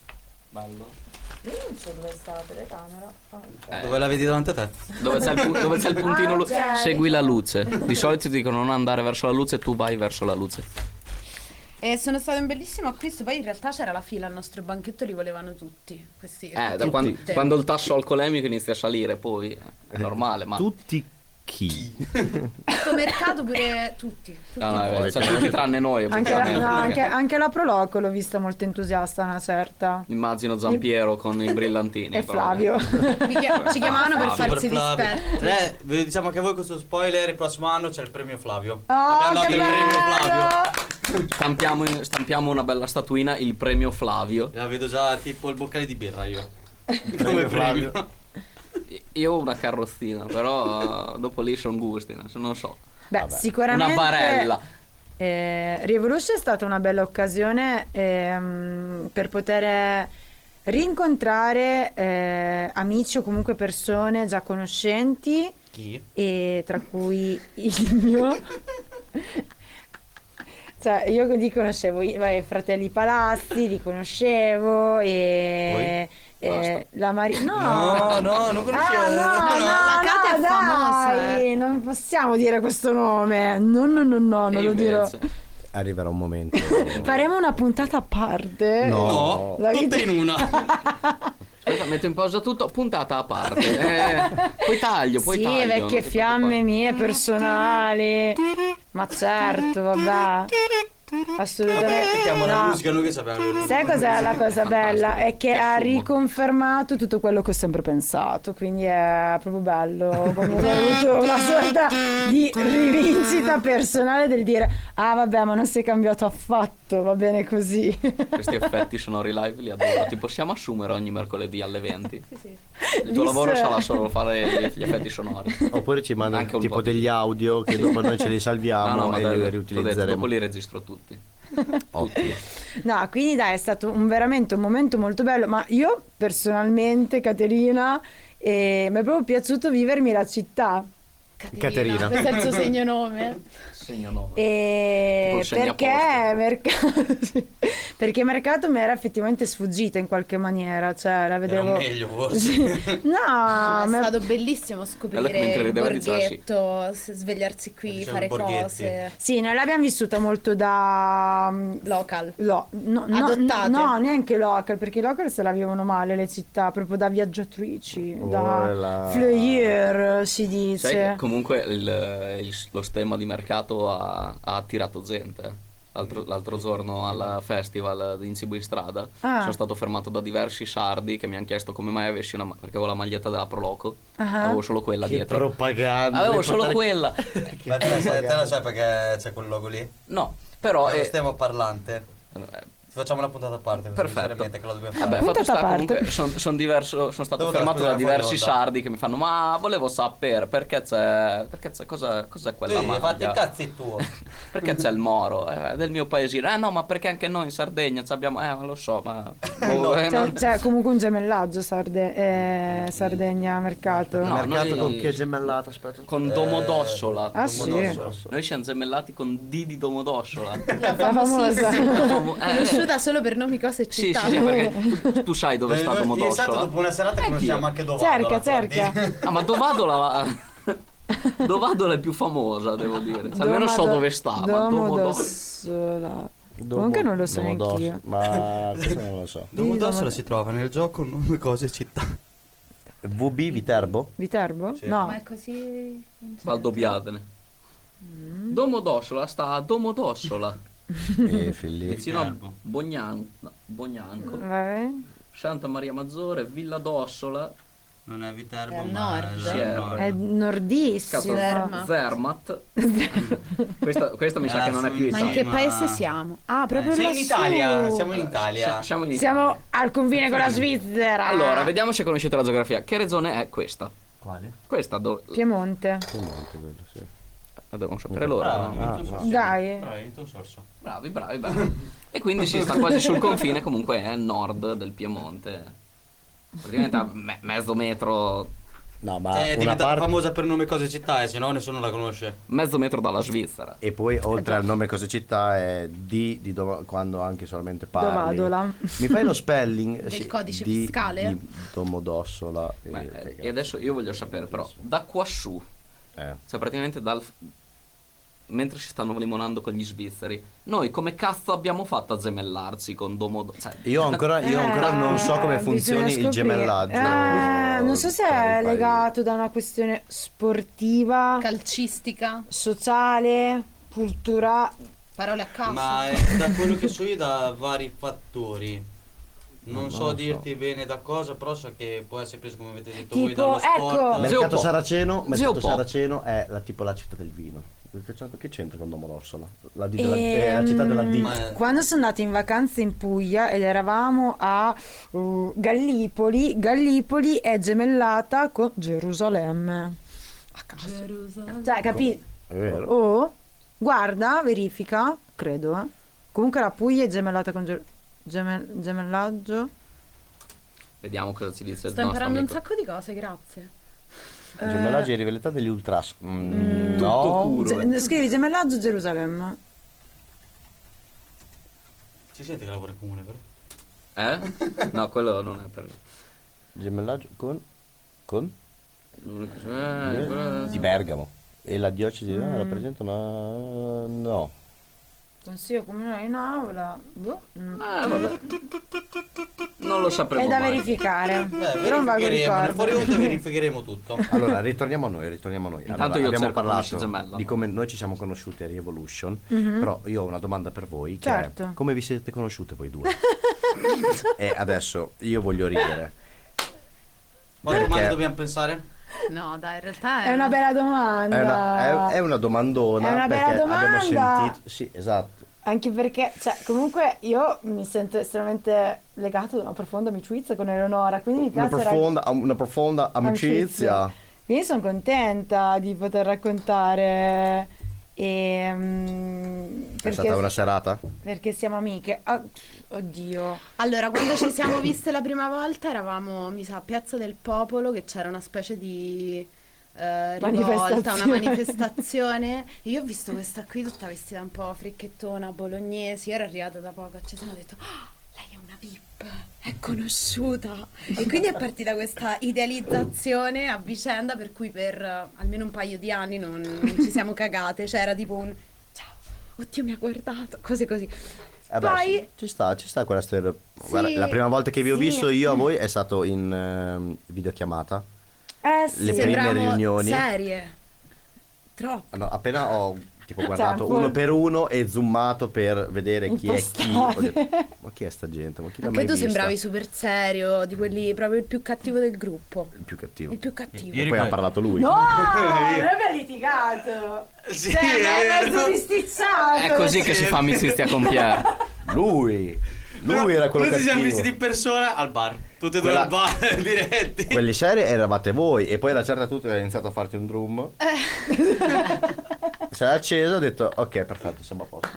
Bello. Io non so dove sta la telecamera. Ah, Eh, Dove la vedi davanti a te? Dove c'è il, pu- dove c'è il puntino Ah, lu- ok. segui la luce. Di solito ti dicono non andare verso la luce, tu vai verso la luce. E sono stato un bellissimo acquisto, poi in realtà c'era la fila al nostro banchetto, li volevano tutti. Questi Eh, da quando, quando il tasso alcolemico inizia a salire, poi è normale, ma Tutti chi? Questo mercato pure tutti. No, no, è vero, cioè, tutti tranne noi, Anche la, effettivamente, no, perché anche, anche la Proloco l'ho vista molto entusiasta, una certa. immagino Zampiero con i brillantini. E però, Flavio. eh. Mi chia- ci chiamavano per Fabio, farsi Ah, Flavio. dispetto. Eh, ve lo diciamo che voi questo spoiler, il prossimo anno c'è il premio Flavio. Oh, Abbiamo dato che il premio Flavio. bello! eh, Stampiamo, in- stampiamo una bella statuina, il premio Flavio. La vedo già tipo il boccale di birra io. Come premio premio. Io ho una carrozzina, però eh, dopo lì sono gusti, no? non so. Beh, Vabbè. sicuramente... Una barella. Eh, Revolution è stata una bella occasione ehm, per poter rincontrare eh, amici o comunque persone già conoscenti, Chi? e tra cui il mio. Cioè, io li conoscevo, i vabbè, i fratelli Palazzi, li conoscevo e... Voi? e Basta. la Maria... No! No, no, non conoscevo. Ah, no, no, La Cata è no, famosa, eh. dai, non possiamo dire questo nome. No, no, no, no, non E lo dirò. invece- Arriverà un momento. Faremo una puntata a parte. No. No, La tutta vita- in una. Aspetta, metto in pausa tutto, puntata a parte. Eh, poi taglio, poi Sì, taglio. non vecchie ti fiamme preoccupare. mie personali. Ma certo, vabbè. Assolutamente. Mettiamo la No. musica noi che sappiamo. Sai cos'è la cosa bella? È Che che ha fumo. riconfermato tutto quello che ho sempre pensato, quindi è proprio bello. Comunque ho avuto una sorta di rivincita personale del dire ah vabbè ma non sei cambiato affatto, va bene così. Questi effetti sonori live li adoro. Ti possiamo assumere ogni mercoledì alle 20. Il Visto- tuo lavoro sarà solo fare gli, gli effetti sonori. Oppure ci mandano Anche un tipo po' di- degli audio che dopo noi ce li salviamo dai, e li t'ho detto, riutilizzeremo. dopo li registro tutti. Ottimo. No, quindi dai, è stato un, veramente un momento molto bello, ma io personalmente, Caterina, eh, mi è proprio piaciuto vivermi la città. Caterina. Questo è il suo segno nome. Segno 9. Tipo E il perché, segnaposto. mercato, perché mercato mi era effettivamente sfuggita in qualche maniera, cioè la Era vedevo... meglio forse. Sì. No, è Ah, ma- stato bellissimo Allora, mentre scoprire il rideva, diceva sì. borghetto, s- svegliarsi qui, Diceva fare i borghetti. cose. sì, noi l'abbiamo vissuta molto da... Local. No, no, no, Adottate. no, neanche local, perché i local se la vivono male le città, proprio da viaggiatrici, da Voilà. flyer si dice. Sai che comunque il- il- lo stemma di mercato ha, ha attirato gente. L'altro, l'altro giorno al festival di Incibo in strada Ah. sono stato fermato da diversi sardi che mi hanno chiesto come mai avessi una ma- perché avevo la maglietta della Proloco, Ah. avevo solo quella Che dietro. propaganda. Avevo solo quella. Ma te, te la sai perché c'è quel logo lì? No, eh. però Lo è stiamo parlando. eh, Facciamo una puntata a parte. così Perfetto. Eh, seriamente, che la dobbiamo fare. Vabbè, Puntata fatto a sta parte. comunque sono stato Dove fermato trascorre da la diversi fuori onda? sardi che mi fanno "Ma volevo sapere perché c'è perché c'è cosa cos'è quella Sì, fatti maglia?" i cazzi tuo. Perché c'è il Moro? Eh, del mio paesino. Eh no, ma perché anche noi in Sardegna ci abbiamo. Eh, ma lo so, ma. boh, eh, Cioè, non- c'è comunque un gemellaggio Sarde- eh, Sardegna mercato. No, mercato noi- con chi è gemellato, aspetta. Con Domodossola. Ah, sì? Domodossola. Noi siamo gemellati con Didi Domodossola. La famosa. Eh, eh. Conosciuta solo per nomi, cose e Sì, sì, città. sì, perché tu, tu sai dove sta Io esatto, Domodossola. dopo una serata che non siamo anche dove. Cerca, cerca. Ah, ma Dovadola. Dovadola è più famosa, devo dire. Cioè, almeno so Domado- dove sta. Ma Domodossola. Domodossola. Comunque non lo so Domodosso- neanch'io. Ma questo non lo so. Domodossola si trova nel gioco nome, cose, città. VB Viterbo? Viterbo? Sì. No. Ma Oh, è così. Valdobbiadene. Mm. Domodossola sta a Domodossola. Eh, figli. Vicino a Bognan- no, Bognanco. Vai. Santa Maria Maggiore, Villa d'Ossola, Non è Viterbo, È al ma nord. è Sì, è al Ah, nord. È Cazzo, nordissimo. Zerma. Zermatt. questo, questo mi sa Eh, che non è più sì, Ma sì, in Italia. che ma- paese siamo? Ah, proprio Eh, siamo in lassù. Italia, siamo in Italia. Siamo in Italia. Siamo al confine con la Svizzera. Allora, vediamo se conoscete la geografia. Che regione è questa? Quale? Questa dove... Piemonte. Piemonte, credo, sì. La devono sapere loro. no? Ah, Dai. Dai, il tuo sorso. Bravi, bravi, bravi. e quindi si sta quasi sul confine, comunque è a nord del Piemonte. Praticamente a me- mezzo metro, Eh, No, È ma Ah, una diventata parte... famosa per nome cose città e se no nessuno la conosce. mezzo metro dalla Svizzera. E poi oltre al nome cosa città è D di dova- quando anche solamente parli. Dovadola. Mi fai lo spelling? Del Sì, codice di- fiscale? Di Domodossola. e- Beh, eh, ragazzi, e adesso io voglio sapere però, da qua su, eh. cioè praticamente dal... Mentre ci stanno limonando con gli svizzeri, noi come cazzo abbiamo fatto a gemellarci con Domodo? Cioè, Io ancora, Eh, io ancora non so come Eh, funzioni bisogna il scoprire. gemellaggio. Eh, non so se tra i è paesi. legato da una questione sportiva, Calcistica, sociale, culturale. parole a caso. Ma è da quello che so io da vari fattori. Non, so dirti bene da cosa, però so che può essere preso come avete detto voi Tipo, dallo ecco! sport. Zio Mercato Po. Saraceno, mercato Zio Po. Saraceno è la, tipo la città del vino. Che c'entra, che c'entra con Domodossola? La, D della- Ehm, eh, la città della D. Ma- Quando sono andata in vacanza in Puglia ed eravamo a uh, Gallipoli, Gallipoli è gemellata con Gerusalemme. A caso. Cioè, capito? È vero? Oh, guarda, verifica, credo. eh. Comunque la Puglia è gemellata con Ger- gemel- gemellaggio. Vediamo cosa ci dice il Sto nostro imparando un amico. sacco di cose, grazie. Gemellaggio e rivalità degli ultras. Mm, Ehm, eh. Tutto no. puro. Ge- scrivi gemellaggio Gerusalemme. Ci sente che lavora in comune, vero? Eh? No, quello non è per... Gemellaggio con... con? Eh, quello- di Bergamo. E la diocesi di Mm. Milano rappresenta una... no. Consiglio comunale in aula. Boh, mm. Eh, vabbè. Non lo sapremo È da mai. Eh, verificare. Beh, Però non vago verificheremo, nel fuori ricordo. onda verificheremo tutto. Allora, ritorniamo a noi, ritorniamo a noi. Intanto Allora, io abbiamo cerco Conosci parlato Gemello. Mhm. di come noi ci siamo conosciuti a Revolution, però io ho una domanda per voi, che Certo. è come vi siete conosciute voi due? e adesso io voglio ridere. Quante domande dobbiamo pensare? No, dai, in realtà è, È una bella domanda. È una, è- è una domandona È una bella perché abbiamo domanda. sentito... Sì, esatto. Anche perché, cioè, comunque io mi sento estremamente legato ad una profonda amicizia con Eleonora, quindi mi Una piace rag- profonda, una profonda amicizia. Quindi sono contenta di poter raccontare ehm, È perché, stata una serata? perché siamo amiche. Ah, oddio. Allora, quando ci siamo viste la prima volta eravamo, mi sa, a Piazza del Popolo, che c'era una specie di eh, rivolta, una Manifestazione. manifestazione. E io ho visto questa qui tutta vestita un po' fricchettona, bolognese, io ero arrivata da poco a Cesena ho detto, "Ah, lei è una VIP, è conosciuta. E quindi è partita questa idealizzazione a vicenda per cui per eh, almeno un paio di anni non, non ci siamo cagate, cioè era tipo un... Ciao, oddio mi ha guardato, cose così. Eh beh, Poi... sì, ci sta, ci sta quella storia. Guarda, la prima volta che vi ho sì. visto io a voi è stato in ehm, videochiamata. Eh sì. Le prime Sembravo riunioni. serie. Troppo. No, appena ho tipo guardato Certo. uno per uno e zoomato per vedere chi è chi. Ho Impostare. detto, ma chi è sta gente? Ma chi l'ha Anche mai tu vista?" sembravi super serio, di quelli proprio il più cattivo del gruppo. il più cattivo. Il più cattivo. E poi ha parlato lui. No, noi abbiamo litigato. Sì, Cioè, mi hai è mezzo vero. È bisticciato. così che si fa amicizia con Pierre. Lui! Lui era quello Noi ci siamo cattivo. visti di persona al bar. Tutti e due Quella- al bar, diretti. Quelli seri eravate voi e poi la certa tutto ha iniziato a farti un drum. Si è acceso, ho detto ok, perfetto, siamo a posto.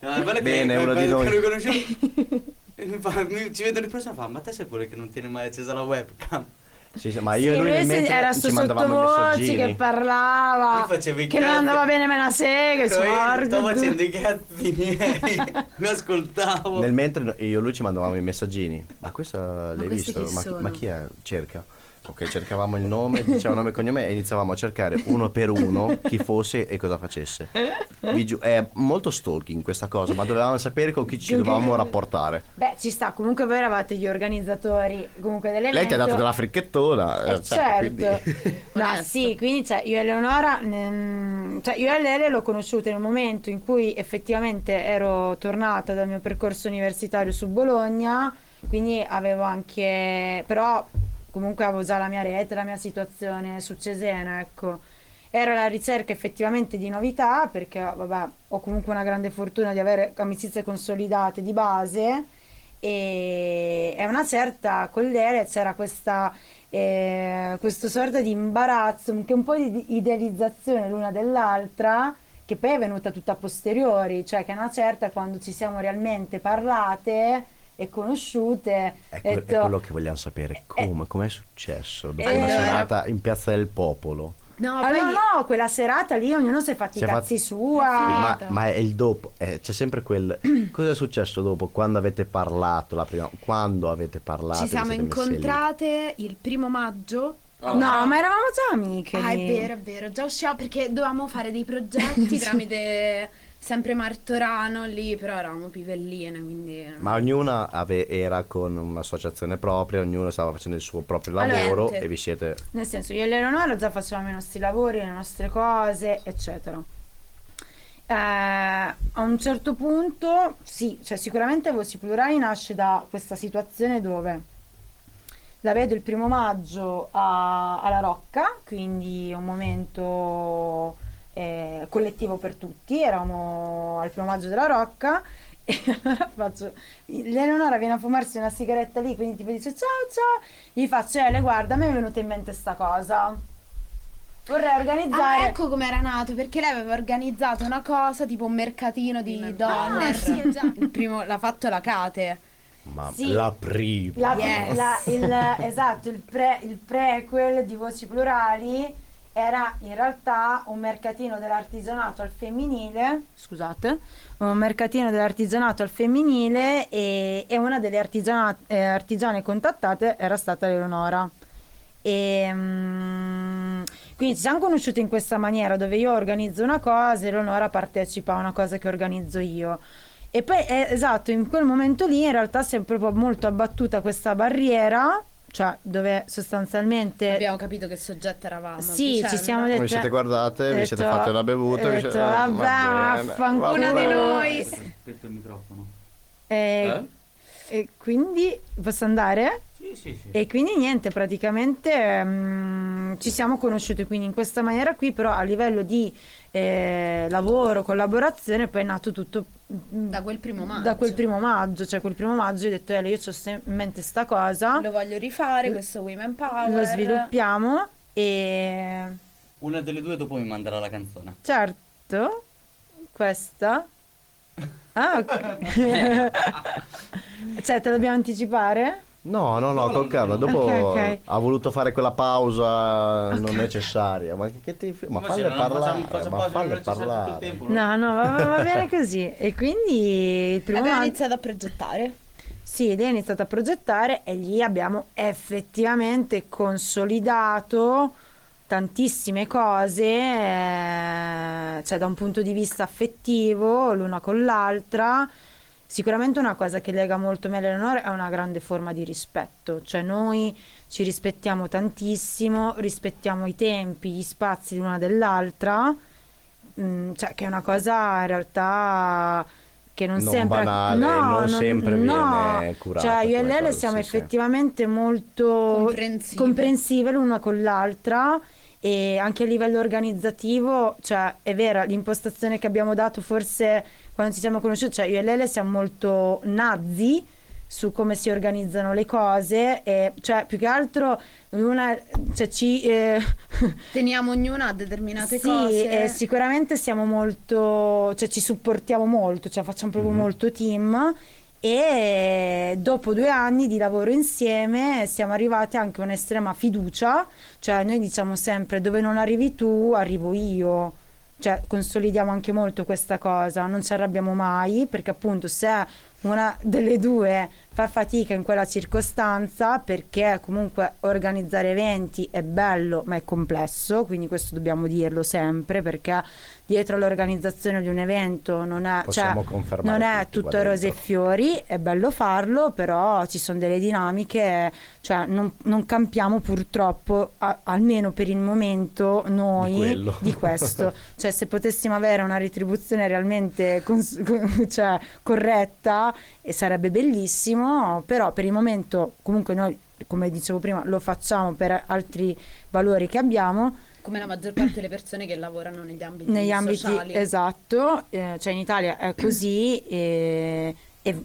No, è bello Bene, Ah, che, uno è di bello noi. che lo conoscevo. E mi fa- mi- ci vedo di persona e fa, ma te sei quello che non tiene mai accesa la webcam? Sì, sì, ma Sì, io e lui lui nel se- mentre era ci su mandavamo i sottovoce messaggini. che parlava Lui faceva i che non cazzi. andava bene me la sega, Però io sordo. stavo facendo i cazzi miei, lo ascoltavo. Nel mentre io e lui ci mandavamo i messaggini. Ma questa l'hai questi visto? chi Ma, sono? ma chi è? Cerca. Ok, cercavamo il nome, diceva nome e cognome e iniziavamo a cercare uno per uno chi fosse e cosa facesse. Vi giu- è molto stalking questa cosa, ma dovevamo sapere con chi ci dovevamo rapportare. Beh, ci sta, comunque voi eravate gli organizzatori comunque dell'evento. Lei ti ha dato della fricchettona. Eh, eh, certo, quindi- no, Onesto. sì, quindi cioè, io e Eleonora, mm, cioè, io e Lele l'ho conosciuta nel momento in cui effettivamente ero tornata dal mio percorso universitario su Bologna, quindi avevo anche, però comunque avevo già la mia rete, la mia situazione su Cesena, ecco. Era la ricerca effettivamente di novità, perché vabbè, ho comunque una grande fortuna di avere amicizie consolidate di base e a una certa collera c'era questa, eh, questo sorta di imbarazzo, anche un po' di idealizzazione l'una dell'altra, che poi è venuta tutta a posteriori, cioè che a una certa quando ci siamo realmente parlate e conosciute... Ecco, È, ho que- è detto, quello che vogliamo sapere. Come? Com'è successo? Dopo Eh, una serata in Piazza del Popolo. No, "Ah, poi no, no, quella serata lì ognuno si è fatti Si i è cazzi fatti- sua. Ma, ma è il dopo, eh, c'è sempre quel. Cosa è successo dopo? Quando avete parlato la prima. Quando avete parlato? Ci vi siamo siete messi lì? incontrate il primo maggio. No, ma eravamo già amiche Ah, è lì. vero, è vero. Già usciamo perché dovevamo fare dei progetti tramite sempre Martorano lì, però eravamo pivelline, quindi... Ma ognuna ave- era con un'associazione propria, ognuno stava facendo il suo proprio Allora, lavoro niente. e vi siete. Nel senso, io e l'Eleonora già facevamo i nostri lavori, le nostre cose, eccetera. Eh, a un certo punto, sì, cioè sicuramente Voci Plurali nasce da questa situazione dove la vedo il primo maggio a- alla Rocca, quindi un momento eh, collettivo per tutti, eravamo al primo maggio della Rocca e allora faccio, l'Eleonora viene a fumarsi una sigaretta lì, quindi tipo dice ciao ciao, gli faccio Ele guarda, mi è venuta in mente sta cosa, vorrei Ah, organizzare... ecco com'era nato, perché lei aveva organizzato una cosa, tipo un mercatino di donne. Ah, sì, esatto. Il primo l'ha fatto la Cate. Ma Sì. la prima. La- Yes. la- il, esatto, il, pre- il prequel di Voci Plurali era in realtà un mercatino dell'artigianato al femminile, scusate, un mercatino dell'artigianato al femminile e, e una delle artigiana- eh, artigiane contattate era stata Eleonora. E, mm, quindi ci siamo conosciuti in questa maniera dove io organizzo una cosa e Eleonora partecipa a una cosa che organizzo io. E poi, eh, esatto, in quel momento lì in realtà si è proprio molto abbattuta questa barriera, cioè dove sostanzialmente... Abbiamo capito che soggetto eravamo. a Eh, Sì, vicenda. ci siamo Vi detti... siete guardate, vi siete fatte una bevuta. vi Ho siete- detto, ah, vabbè, va bene, vaffanculo va Una di bene." noi. Aspetta il microfono. E, e quindi posso andare? Sì, sì, sì. E quindi niente, praticamente mm, ci siamo conosciuti quindi in questa maniera qui, però a livello di eh, lavoro, collaborazione, poi è nato tutto mm, Da quel primo maggio. da quel primo maggio, cioè quel primo maggio io ho detto, "Ele, io ho in mente sta cosa, Lo voglio rifare, questo Women Power. lo sviluppiamo e Una delle due dopo mi manderà la canzone. certo, questa... Ah, ok. cioè, te dobbiamo anticipare? No, no, no, con Carlo. Dopo Ok, ok. ha voluto fare quella pausa non necessaria. Ma che ti fri- Ma falle parlare, ma falle parlare. No, no, va, va- va bene così. E quindi il primo Abbiamo maggio... iniziato a progettare. Sì, lei ha iniziato a progettare e lì abbiamo effettivamente consolidato tantissime cose, eh, cioè da un punto di vista affettivo, l'una con l'altra. Sicuramente una cosa che lega molto me e Eleonora è una grande forma di rispetto, cioè noi ci rispettiamo tantissimo, rispettiamo i tempi, gli spazi l'una dell'altra, mm, cioè che è una cosa in realtà che non, Non sempre banale, no, non sempre no. viene curata Cioè, io e come Lele cosa, siamo sì, sì. effettivamente molto Comprensive. comprensive l'una con l'altra e anche a livello organizzativo, cioè è vera l'impostazione che abbiamo dato forse quando ci siamo conosciuti, cioè io e Lele siamo molto nazi su come si organizzano le cose e cioè più che altro l'una cioè ci eh, Teniamo ognuna a determinate sì, cose. eh, sicuramente siamo molto, cioè ci supportiamo molto, cioè facciamo proprio molto team e dopo due anni di lavoro insieme siamo arrivati anche a un'estrema fiducia, cioè noi diciamo sempre dove non arrivi tu arrivo io, cioè consolidiamo anche molto questa cosa, non ci arrabbiamo mai perché appunto se una delle due fa fatica in quella circostanza perché comunque organizzare eventi è bello ma è complesso, quindi questo dobbiamo dirlo sempre perché dietro all'organizzazione di un evento non è, cioè, Possiamo confermare non è tutti qua tutto rose e dentro. fiori, è bello farlo, però ci sono delle dinamiche, cioè non, non campiamo purtroppo, a- almeno per il momento, noi Di quello. di questo. cioè se potessimo avere una retribuzione realmente cons- con- eh, cioè, corretta e sarebbe bellissimo, però per il momento comunque noi come dicevo prima, lo facciamo per altri valori che abbiamo, Come la maggior parte delle persone che lavorano negli ambiti negli ambiti sociali. esatto, eh, cioè in Italia è così e, e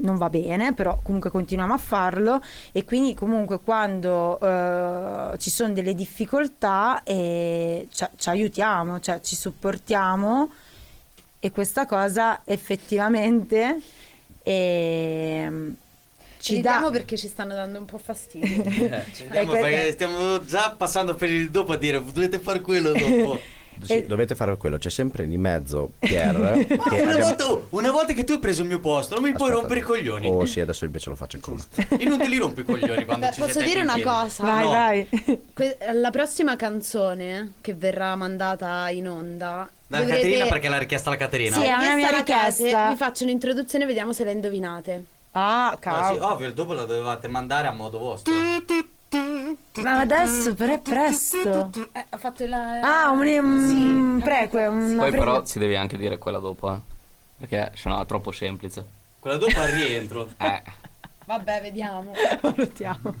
non va bene, però comunque continuiamo a farlo e quindi comunque quando eh, ci sono delle difficoltà eh, ci, ci aiutiamo, cioè ci supportiamo e questa cosa effettivamente ehm, Ci ci dà... diamo perché ci stanno dando un po' fastidio. Stiamo, Eh, perché stiamo già passando per il dopo a dire dovete fare quello dopo. Eh, Sì, E- Dovete fare quello, c'è sempre in mezzo Pierre. che Ma una, abbiamo- volta, oh, una volta che tu hai preso il mio posto, non mi puoi Aspetta. rompere i coglioni. Oh sì, adesso invece lo faccio con E non te li rompi i coglioni quando Beh, ci posso sei dire te una in piedi. cosa? Vai, No. vai. Que- la prossima canzone che verrà mandata in onda. Da dovrete- Caterina perché l'ha richiesta la Caterina. Sì, è una mia ragazze, richiesta. Vi faccio un'introduzione e vediamo se la indovinate. Ah, Ah, sì, cavolo. ovvio, dopo la dovevate mandare a modo vostro. Ma adesso però è presto. Eh, ho fatto la. Ah, un, un preque, una Poi preque. però ci devi anche dire quella dopo, eh. Perché sennò è troppo semplice. Quella dopo al rientro. Ah, Eh. Vabbè, vediamo. Valutiamo.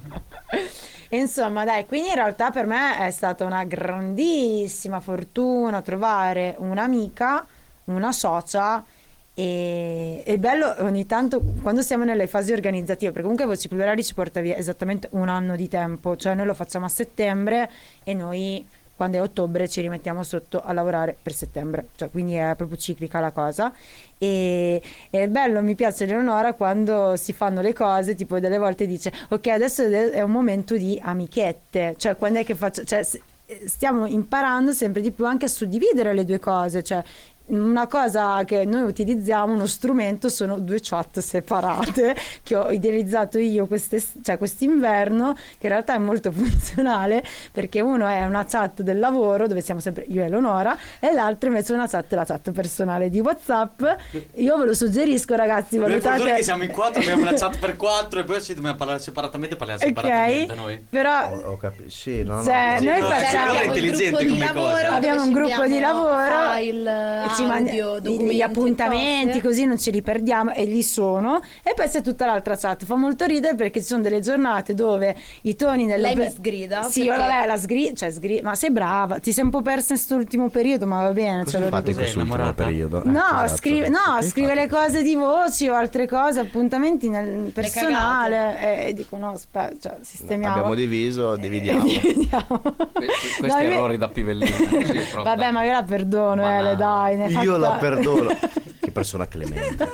E Insomma, dai, quindi in realtà per me è stata una grandissima fortuna trovare un'amica, una socia e è bello ogni tanto quando siamo nelle fasi organizzative, perché comunque Voci Plurali ci porta via esattamente un anno di tempo, cioè noi lo facciamo a settembre e noi quando è ottobre ci rimettiamo sotto a lavorare per settembre, cioè quindi è proprio ciclica la cosa e è bello, mi piace Leonora quando si fanno le cose, tipo delle volte dice ok adesso de- è un momento di amichette, cioè quando è che faccio, cioè s- eh, stiamo imparando sempre di più anche a suddividere le due cose, cioè una cosa che noi utilizziamo, uno strumento, sono due chat separate che ho idealizzato io quest'es- cioè quest'inverno, che in realtà è molto funzionale perché uno è una chat del lavoro dove siamo sempre io e Eleonora e l'altro invece è una chat, la chat personale di Whatsapp. Io ve lo suggerisco ragazzi, Noi per fortuna valutate... che siamo in quattro, abbiamo una chat per quattro e poi ci dobbiamo parlare separatamente, parliamo separatamente Ok, noi. Ho, però ho capito. Sì, no, no. Cioè, no. noi no, facciamo- sicuramente abbiamo è intelligente gruppo come cosa. di lavoro. abbiamo un ci gruppo di abbiamo lavoro file, e ci manda- audio, gli- gli documenti, appuntamenti cose. così non ce li perdiamo e lì sono e poi c'è tutta l'altra chat fa molto ridere perché ci sono delle giornate dove i toni nella Lei mi sgrida, sì perché- io la, la sgri- cioè, sgri- ma sei brava ti sei un po' persa in quest'ultimo periodo ma va bene Cosa ce lo Eh, fate in Sei quest'ultimo innamorata? periodo? No, Eh, esatto. scrive, no, Che scrive fate? le cose di voci o altre cose, appuntamenti nel personale. E, e dico: no, aspetta, cioè, sistemiamo. Eh, Abbiamo diviso, dividiamo. Dividiamo. Questi, questi Dai, errori da pivellino. sì, proprio. Vabbè, ma io la perdono, Ma Ele, no. dai. ne Io la fatta- perdono. che persona clemente.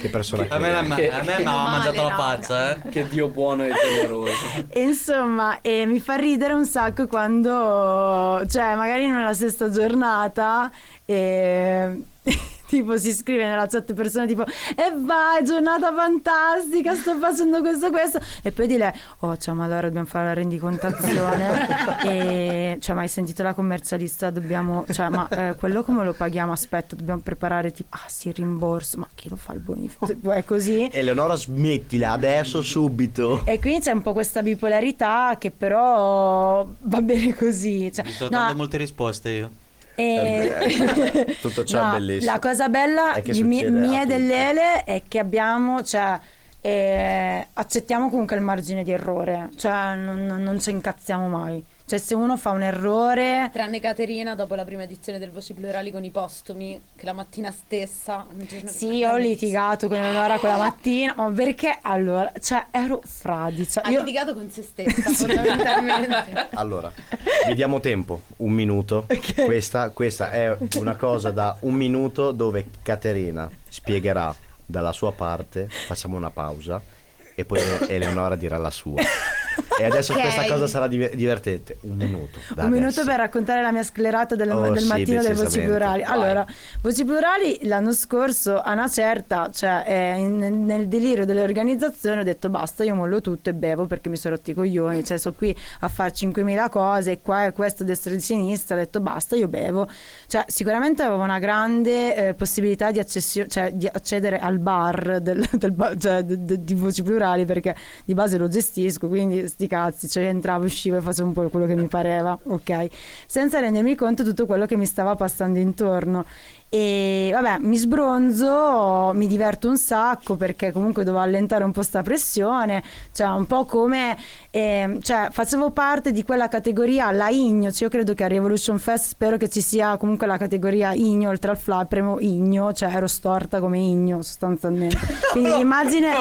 Che persona A me, clemente. a me mi ha mangiato la faccia, eh. Che Dio buono e generoso. E insomma, e mi fa ridere un sacco quando, cioè, magari nella sesta giornata, e, tipo si scrive nella chat persona tipo, e vai, giornata fantastica, sto facendo questo, questo, e poi di lei, oh, cioè, ma allora dobbiamo fare la rendicontazione, e, cioè, ma hai sentito la commercialista, dobbiamo, cioè, ma eh, quello come lo paghiamo? Aspetta, dobbiamo preparare, tipo, ah sì, il rimborso, ma chi lo fa il bonifico? Tipo, È così. Eleonora, smettila adesso, subito. E quindi c'è un po' questa bipolarità che però va bene così. Cioè, Mi sto no, dando molte risposte io. e- Tutto ciò è No, bellissimo. La cosa bella È che di mi- succede a mia e tutti. dell'Ele è che abbiamo, cioè, eh, accettiamo comunque il margine di errore, cioè non, non- non ci incazziamo mai. Cioè se uno fa un errore... Tranne Caterina, dopo la prima edizione del Voci Plurali con i postumi, che la mattina stessa. un giorno- Sì, ho litigato con Eleonora quella mattina, ma perché allora, cioè ero fradicia. Ha Io- litigato con se stessa, fondamentalmente. Allora, vi diamo tempo, un minuto. Questa, questa è una cosa da un minuto dove Caterina spiegherà dalla sua parte, facciamo una pausa e poi Eleonora dirà la sua. E adesso Ok. questa cosa sarà diver- divertente. Un minuto. da un minuto adesso. per raccontare la mia sclerata del, Oh, del sì, mattino delle voci decisamente. plurali. Vai. Allora, voci plurali l'anno scorso a una certa, cioè eh, in- nel delirio dell'organizzazione ho detto basta, io mollo tutto e bevo perché mi sono rotti i coglioni, cioè sono qui a fare 5.000 cose, e qua e questo a destra e a sinistra, ho detto basta, io bevo. Cioè sicuramente avevo una grande eh, possibilità di, accessio- cioè, di accedere al bar del- del ba- cioè, de- de- di voci plurali perché di base lo gestisco, quindi quindi sti cazzi, cioè entravo, uscivo e facevo un po' quello che mi pareva, ok? Senza rendermi conto di tutto quello che mi stava passando intorno. E vabbè, mi sbronzo, mi diverto un sacco perché comunque dovevo allentare un po' sta pressione, cioè un po' come, ehm, cioè facevo parte di quella categoria, la igno, cioè io credo che a Revolution Fest spero che ci sia comunque la categoria igno, oltre al flapremo igno, cioè ero storta come igno sostanzialmente. Quindi l'immagine,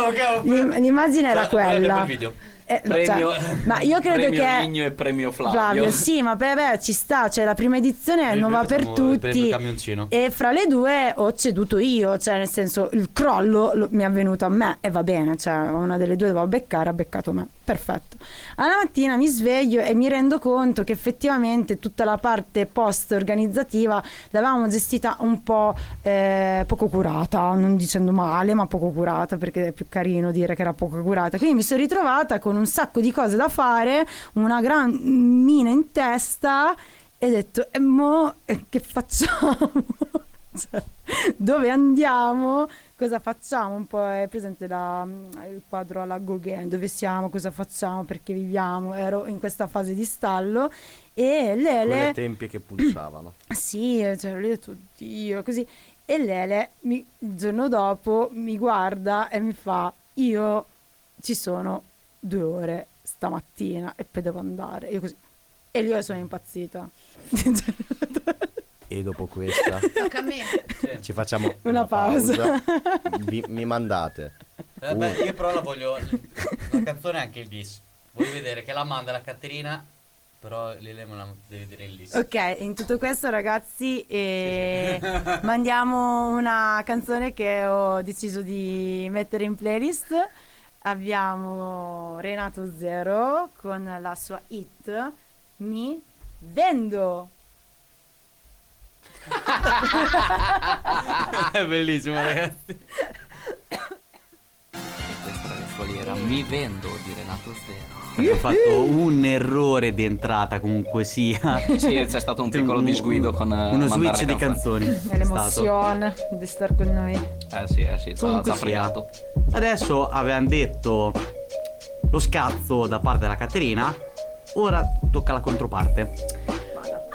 l'im- l'immagine era quella. Eh, Premio- cioè, ma io credo premio che Igno e premio Flavio. sì ma beh, beh, ci sta cioè la prima edizione Per il non va per primo- per il tutti camioncino. e fra le due ho ceduto io cioè nel senso il crollo lo- mi è avvenuto a me e va bene cioè una delle due dovevo beccare ha beccato me perfetto alla mattina mi sveglio e mi rendo conto che effettivamente tutta la parte post organizzativa l'avevamo gestita un po' eh, poco curata, non dicendo male, ma poco curata perché è più carino dire che era poco curata. Quindi mi sono ritrovata con un sacco di cose da fare, una gran mina in testa e ho detto, e mo eh, che facciamo? Cioè, dove andiamo? Cosa facciamo? Un po' è presente la- mm, il quadro alla Gauguin, dove siamo, cosa facciamo, perché viviamo. Ero in questa fase di stallo e Lele... Quelle tempie che pulsavano. Sì, cioè, lì ho detto, Dio, così. E Lele mi- il giorno dopo mi guarda e mi fa, io ci sono due ore stamattina e poi devo andare. Io così. E lì io sono impazzita. E dopo questa Tocca a me. ci facciamo una, Una pausa. pausa. Vi- mi mandate. Vabbè, Eh, io però la voglio. La canzone è anche il bis. Voglio vedere che la manda la Caterina. Però Lele me la deve dire il bis. ok, in tutto questo ragazzi eh, mandiamo una canzone che ho deciso di mettere in playlist. Abbiamo Renato Zero con la sua hit Mi Vendo. è bellissimo, ragazzi. Questa era mi vendo di Renato Zero. Ho fatto un errore di entrata comunque sia. Sì, c'è stato un piccolo Un- disguido con eh, uno mandare switch di canzoni. È È stato. l'emozione di star con noi. Eh sì, eh sì, Comunque l'ha sia. fregato. Eh, Adesso avevamo detto lo scazzo da parte della Caterina. Ora tocca la controparte.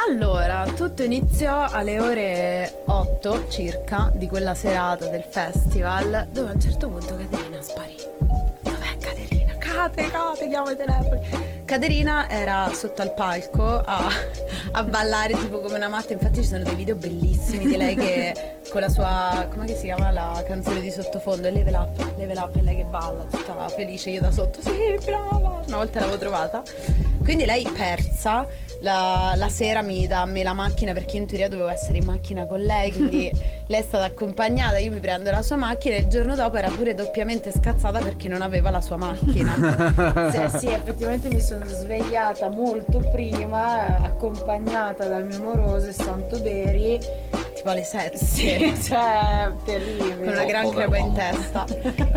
Allora, tutto iniziò alle ore 8 circa di quella serata del festival, dove a un certo punto Caterina sparì. Dov'è Caterina? Cate, cate, chiamo i telefoni. Caterina era sotto al palco a, a ballare tipo come una matta, infatti ci sono dei video bellissimi di lei che con la sua, come si chiama la canzone di sottofondo, Level Up, Level Up è lei che balla, tutta felice, io da sotto, sì, brava, una volta l'avevo trovata. Quindi lei persa, la, la sera mi dà a me la macchina perché io in teoria dovevo essere in macchina con lei, quindi lei è stata accompagnata, io mi prendo la sua macchina e il giorno dopo era pure doppiamente scazzata perché non aveva la sua macchina. Sì, sì, effettivamente mi sono svegliata molto prima, eh, accompagnata dal mio moroso e Santo Beri. tipo alle 7. cioè, con una terribile. gran povero crepa in uomo. testa.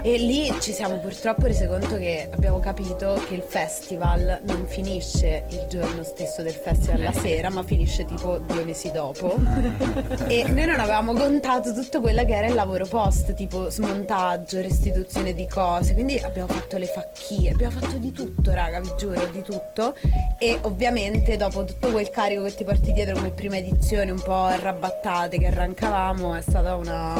e lì ci siamo purtroppo resi conto che abbiamo capito che il festival non finisce il giorno stesso del festival la sera, ma finisce tipo due mesi dopo. e noi non avevamo contato tutto quello che era il lavoro post, tipo smontaggio, restituzione di cose. Quindi abbiamo fatto le facchie, abbiamo fatto di tutto, raga, vi giuro, di tutto. E ovviamente dopo tutto quel carico che ti porti dietro come prima edizione, un po' arrabattate che arrancavamo, è stata una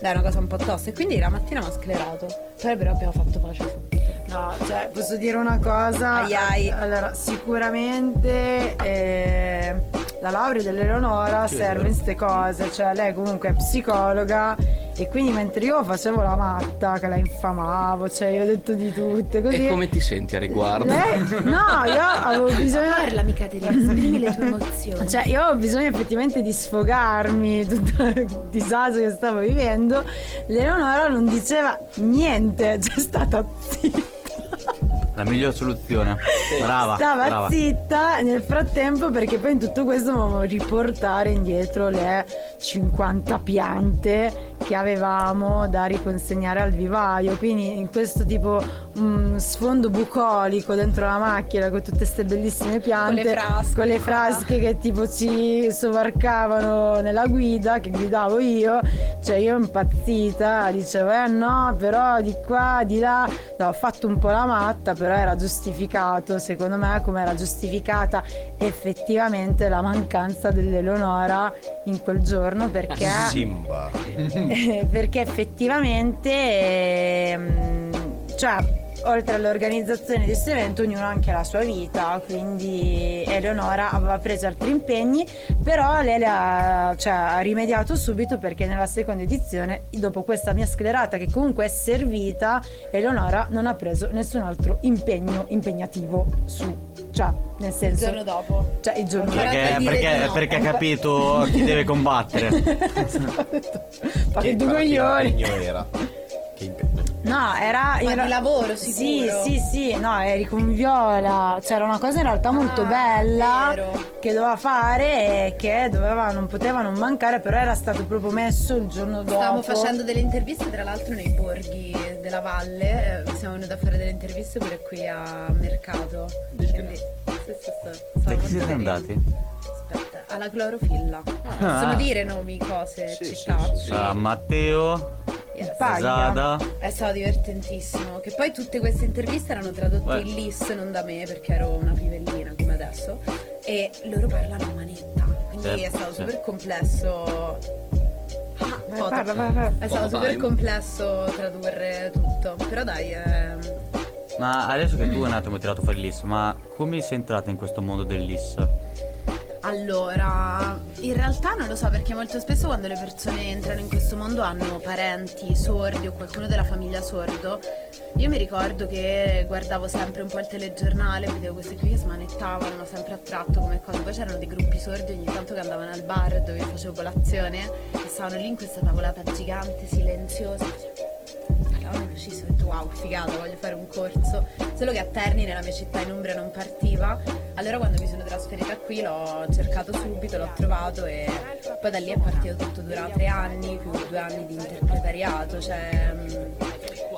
dai, è una cosa un po' tosta. E quindi la mattina mi ha sclerato. Poi però abbiamo fatto pace subito. No, cioè, posso dire una cosa? Ai ai. Allora, sicuramente eh, la laurea dell'Eleonora serve in ste cose, cioè lei comunque è psicologa e quindi mentre io facevo la matta, che la infamavo, cioè io ho detto di tutte, così... E come ti senti a riguardo? Lei- no, io avevo bisogno... Parlami, Caterina, esprimi le tue emozioni. Cioè, io ho bisogno effettivamente di sfogarmi tutto il disagio che stavo vivendo. L'Eleonora non diceva niente, c'è stata zitta. La miglior soluzione. Brava. Stava brava. zitta nel frattempo perché poi in tutto questo dovevo riportare indietro le 50 piante che avevamo da riconsegnare al vivaio. Quindi in questo tipo un sfondo bucolico dentro la macchina con tutte queste bellissime piante, Con le frasche. con le frasche che tipo ci sovarcavano nella guida, che guidavo io, cioè io impazzita, dicevo eh no, però di qua, di là, no, ho fatto un po' la matta, però era giustificato, secondo me come era giustificata effettivamente la mancanza dell'Eleonora in quel giorno perché... Simba. Eh, perché effettivamente ehm, cioè, oltre all'organizzazione di questo evento ognuno ha anche la sua vita quindi Eleonora aveva preso altri impegni però lei le ha, cioè, ha rimediato subito perché nella seconda edizione dopo questa mia sclerata che comunque è servita Eleonora non ha preso nessun altro impegno impegnativo su cioè nel Il senso giorno dopo. cioè il giorno Ancora Perché, per dire perché- di no. perché ha capito chi deve combattere. Fate due guarda che coglioni impegno era? Che impegno. No, era Ma era- di lavoro, Sì, sicuro? sì, sì, no, eri con Viola. C'era una cosa in realtà molto Ah, bella vero. che doveva fare e che doveva, non poteva non mancare, però era stato proprio messo il giorno dopo. Stavamo facendo delle interviste, tra l'altro, nei borghi della valle. eh, Siamo venuti a fare delle interviste pure qui a mercato. Quindi, sì, sì, sì, stavamo Da chi siete molto andati? bene. Aspetta, alla clorofilla. Possiamo dire nomi, cose, Sì, sì, città. sì, sì. Sarà Matteo, Yes. Paglia. Zada. È stato divertentissimo. Che poi tutte queste interviste erano Beh. tradotte in LIS, non da me, perché ero una pivellina come adesso. E loro parlano a manetta. Quindi Certo, è stato sì. super complesso. Ah, Vai, foto. Eh, parla, vai, vai. È stato Foto super time. complesso tradurre tutto. Però dai, ehm, Ma adesso che tu un attimo hai tirato fuori l'IS, ma come sei entrata in questo mondo dell'IS? Allora, in realtà non lo so perché molto spesso quando le persone entrano in questo mondo hanno parenti sordi o qualcuno della famiglia sordo. Io mi ricordo che guardavo sempre un po' il telegiornale, vedevo questi qui che smanettavano, ma sempre attratto come cosa. Poi c'erano dei gruppi sordi ogni tanto che andavano al bar dove io facevo colazione e stavano lì in questa tavolata gigante, silenziosa. Allora mi è uscito e ho detto wow, figata, voglio fare un corso. Solo che a Terni, nella mia città in Umbria, non partiva. Allora quando mi sono trasferita qui l'ho cercato subito, l'ho trovato e poi da lì è partito tutto, dura tre anni, più due anni di interpretariato, cioè mm,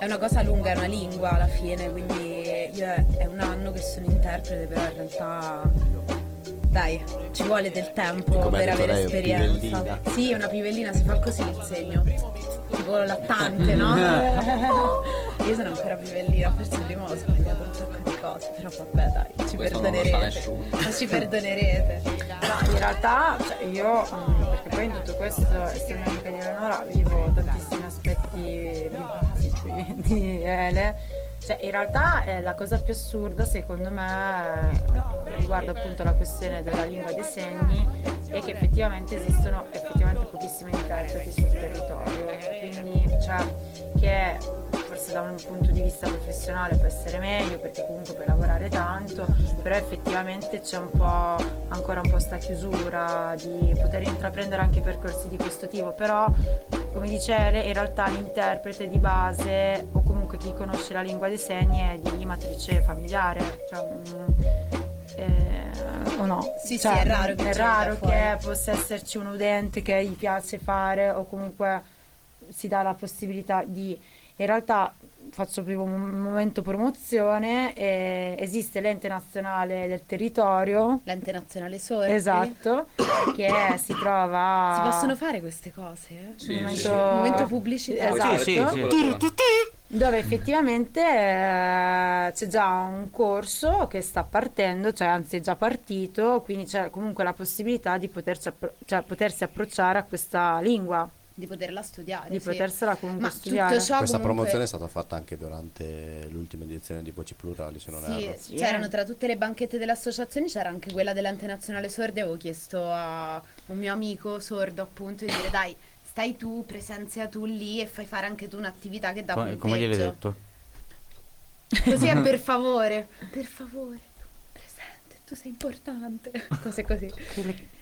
è una cosa lunga, è una lingua alla fine, quindi io è è un anno che sono interprete, però in realtà dai, ci vuole del E tempo come ha per detto avere lei, è esperienza. pivellina. Sì, una pivellina si fa così il segno. Tipo lattante, no? Io sono ancora pivellina, forse prima ho sbagliato un sacco di cose, però vabbè dai, Questo ci non lo sa perdonerete. nessuno. Ma ci perdonerete. No, in realtà cioè, io, mm, perché poi in tutto questo, essendo amica di Eleonora, vivo tantissimi aspetti di, di Ele. Cioè, in realtà eh, la cosa più assurda, secondo me, eh, riguarda appunto la questione della lingua dei segni, è che effettivamente esistono effettivamente pochissimi interpreti sul territorio. Quindi, cioè, che forse da un punto di vista professionale può essere meglio, perché comunque puoi lavorare tanto, però effettivamente c'è un po' ancora un po' sta chiusura di poter intraprendere anche percorsi di questo tipo, però come dice Ale, in realtà l'interprete di base o comunque chi conosce la lingua dei segni è di matrice familiare, cioè, mm, eh, o no? Sì, sì, Cioè, è raro che è ce ne raro da fuori. che possa esserci un udente che gli piace fare o comunque si dà la possibilità di... In realtà faccio prima un momento promozione, eh, esiste l'ente nazionale del territorio, L'ente nazionale sordi. esatto, che si trova... Si possono fare queste cose? Cioè, Sì, Eh. momento- sì. Momento pubblicità. Esatto. Sì, sì, sì. Dove effettivamente eh, c'è già un corso che sta partendo, cioè anzi è già partito, quindi c'è comunque la possibilità di poterci appro- cioè, potersi approcciare a questa lingua, Di poterla studiare. di sì. potersela comunque Ma studiare. tutto ciò Questa comunque- promozione è stata fatta anche durante l'ultima edizione di Voci Plurali, se non erro. Sì, c'erano tra tutte le banchette delle associazioni c'era anche quella dell'Ente Nazionale Sordi. Avevo chiesto a un mio amico sordo, appunto, di dire dai, stai tu, presenzia tu lì e fai fare anche tu un'attività che dà Come, punteggio. come gliel'hai detto? Così è per favore. Per favore, tu presente, tu sei importante. Cose così.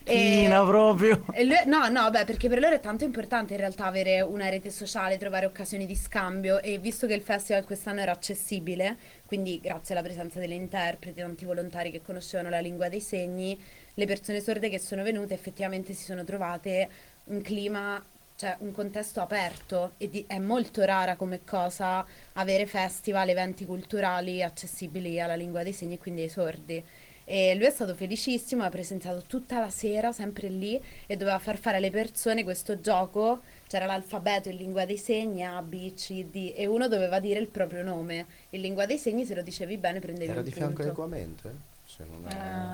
Eh, Tina proprio. E lui- no, no, beh, perché per loro è tanto importante in realtà avere una rete sociale, trovare occasioni di scambio e visto che il festival quest'anno era accessibile, quindi grazie alla presenza delle interpreti, tanti volontari che conoscevano la lingua dei segni, le persone sorde che sono venute effettivamente si sono trovate un clima cioè, un contesto aperto e di- è molto rara come cosa avere festival, eventi culturali accessibili alla lingua dei segni e quindi ai sordi. E lui è stato felicissimo, ha presentato tutta la sera, sempre lì, e doveva far fare alle persone questo gioco. C'era l'alfabeto in lingua dei segni, A, B, C, D, e uno doveva dire il proprio nome. In lingua dei segni, se lo dicevi bene, prendevi Era un di fianco punto. equamente? Se non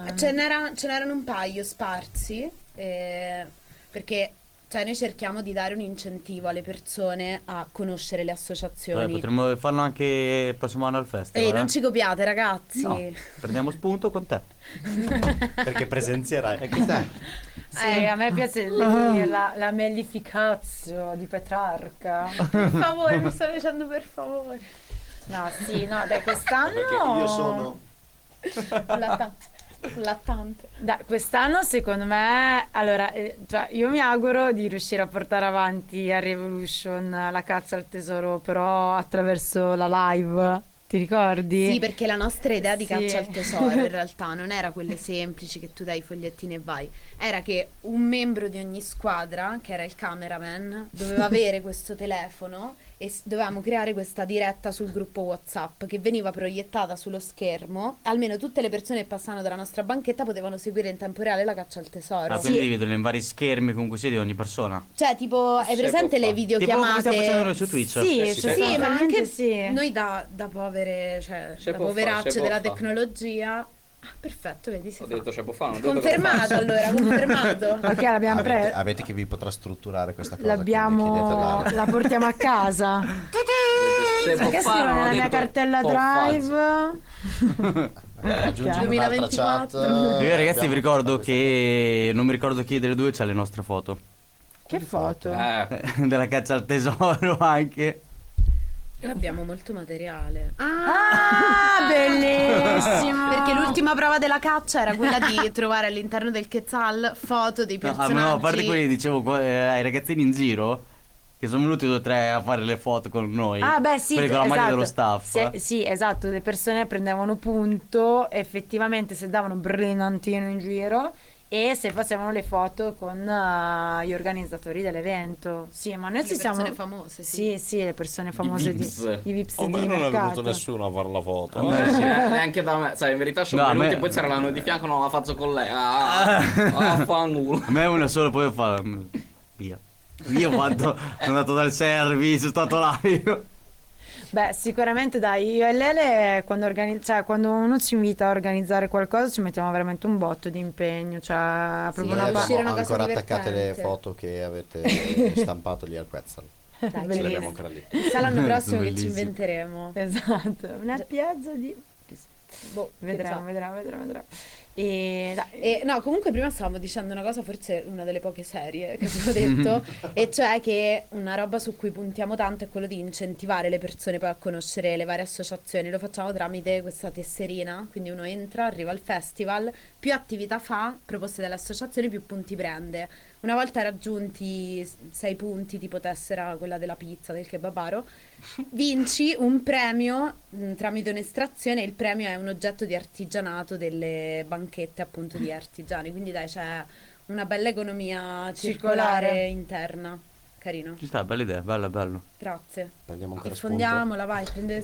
è... Eh, Ce, n'era- ce n'erano un paio sparsi, eh, perché cioè, noi cerchiamo di dare un incentivo alle persone a conoscere le Vabbè, associazioni. potremmo farlo anche il prossimo anno al festival. Ehi, eh? non ci copiate, ragazzi! No, prendiamo spunto con te. Ah, Perché presenzierai. Eh, a me piace le- la, la mellificazio di Petrarca. Per favore, mi sto dicendo per favore. No, sì, no, dai, Perché quest'anno... io sono Lattante. Lattante. Da, quest'anno secondo me, allora, eh, cioè, io mi auguro di riuscire a portare avanti a Revolution eh, la caccia al tesoro, però attraverso la live, ti ricordi? Sì, perché la nostra idea di Sì. caccia al tesoro in realtà non era quelle semplici che tu dai i fogliettini e vai, era che un membro di ogni squadra, che era il cameraman, doveva avere questo telefono e s- dovevamo creare questa diretta sul gruppo WhatsApp che veniva proiettata sullo schermo. Almeno tutte le persone che passavano dalla nostra banchetta potevano seguire in tempo reale la caccia al tesoro. Ah, quindi vedono in vari schermi con cui si di ogni persona. Cioè, tipo, hai Sì, può presente le fare. Tipo come stiamo facendo noi videochiamate? su Twitch. Sì, sì, cioè, Sì, ma anche sì. noi da, da povere, cioè, Se da può fa- poveracce se può della fa. tecnologia. Ah, perfetto, vedi, si Ho fa. detto c'è Bofano. ho detto che lo Confermato faccio. allora, confermato. Ok, l'abbiamo Avete, presa. avete che vi potrà strutturare questa cosa. quindi L'abbiamo, chiedetela. la portiamo a casa. Se Perché sì, Bofano, ho nella mia detto cartella Bofano. drive. Aggiungere Ok. un'altra 2024. chat. Io ragazzi Eh, Abbiamo vi ricordo fatto questa- che non mi ricordo chi delle due c'ha le nostre foto. Che foto. Eh, Eh, Della caccia al tesoro anche. Noi abbiamo molto materiale. Ah, bellissimo. Perché l'ultima prova della caccia era quella di trovare all'interno del Quetzal foto dei No, personaggi. almeno a parte quelli dicevo qua- eh, ai ragazzini in giro che sono venuti due o tre a fare le foto con noi. Ah, beh, sì, Quelli con la maglia esatto. dello staff. eh. Se- sì, esatto, le persone prendevano punto, effettivamente se davano brillantino in giro e se facevano le foto con eh, gli organizzatori dell'evento. Sì, ma noi Le ci siamo persone famose, sì. Sì, sì, le persone famose di Vips. i Vips A me di non è venuto mercato. nessuno a fare la foto. Eh, sì, eh, neanche da me, sai, in verità sono No, a venuti me- e poi c'era l'anno di fianco, non la faccio con lei. Ah, ah, fanculo. A me una sola poi fa mm, via. Io quando sono andato dal service, sono stato là io. Beh, sicuramente dai, io e Lele quando, organi- cioè, quando uno ci invita a organizzare qualcosa ci mettiamo veramente un botto di impegno, cioè Sì, proprio Noi una riuscire abbiamo una cosa ancora attaccate le divertente. foto che avete stampato lì al Quetzal. Dai, Ce le bellissimo. abbiamo ancora lì. Sarà l'anno prossimo che ci Bellissimo. inventeremo. Esatto, una piazza di Boh, che Vedremo, ne so. vedremo, vedremo, vedremo. E, dai, E, no, comunque prima stavamo dicendo una cosa, forse una delle poche serie che avevo detto, e cioè che una roba su cui puntiamo tanto è quello di incentivare le persone poi a conoscere le varie associazioni. Lo facciamo tramite questa tesserina, quindi uno entra, arriva al festival, più attività fa, proposte dalle associazioni, più punti prende. Una volta raggiunti s- sei punti, tipo tessera quella della pizza, del kebabaro, vinci un premio mh, tramite un'estrazione. Il premio è un oggetto di artigianato delle banchette appunto di artigiani. Quindi dai, c'è una bella economia circolare, Circolare. interna. Carino, Ci sta, bella idea, bella, bello. grazie. Prendiamo ancora spunto. Diffondiamola, vai, prendete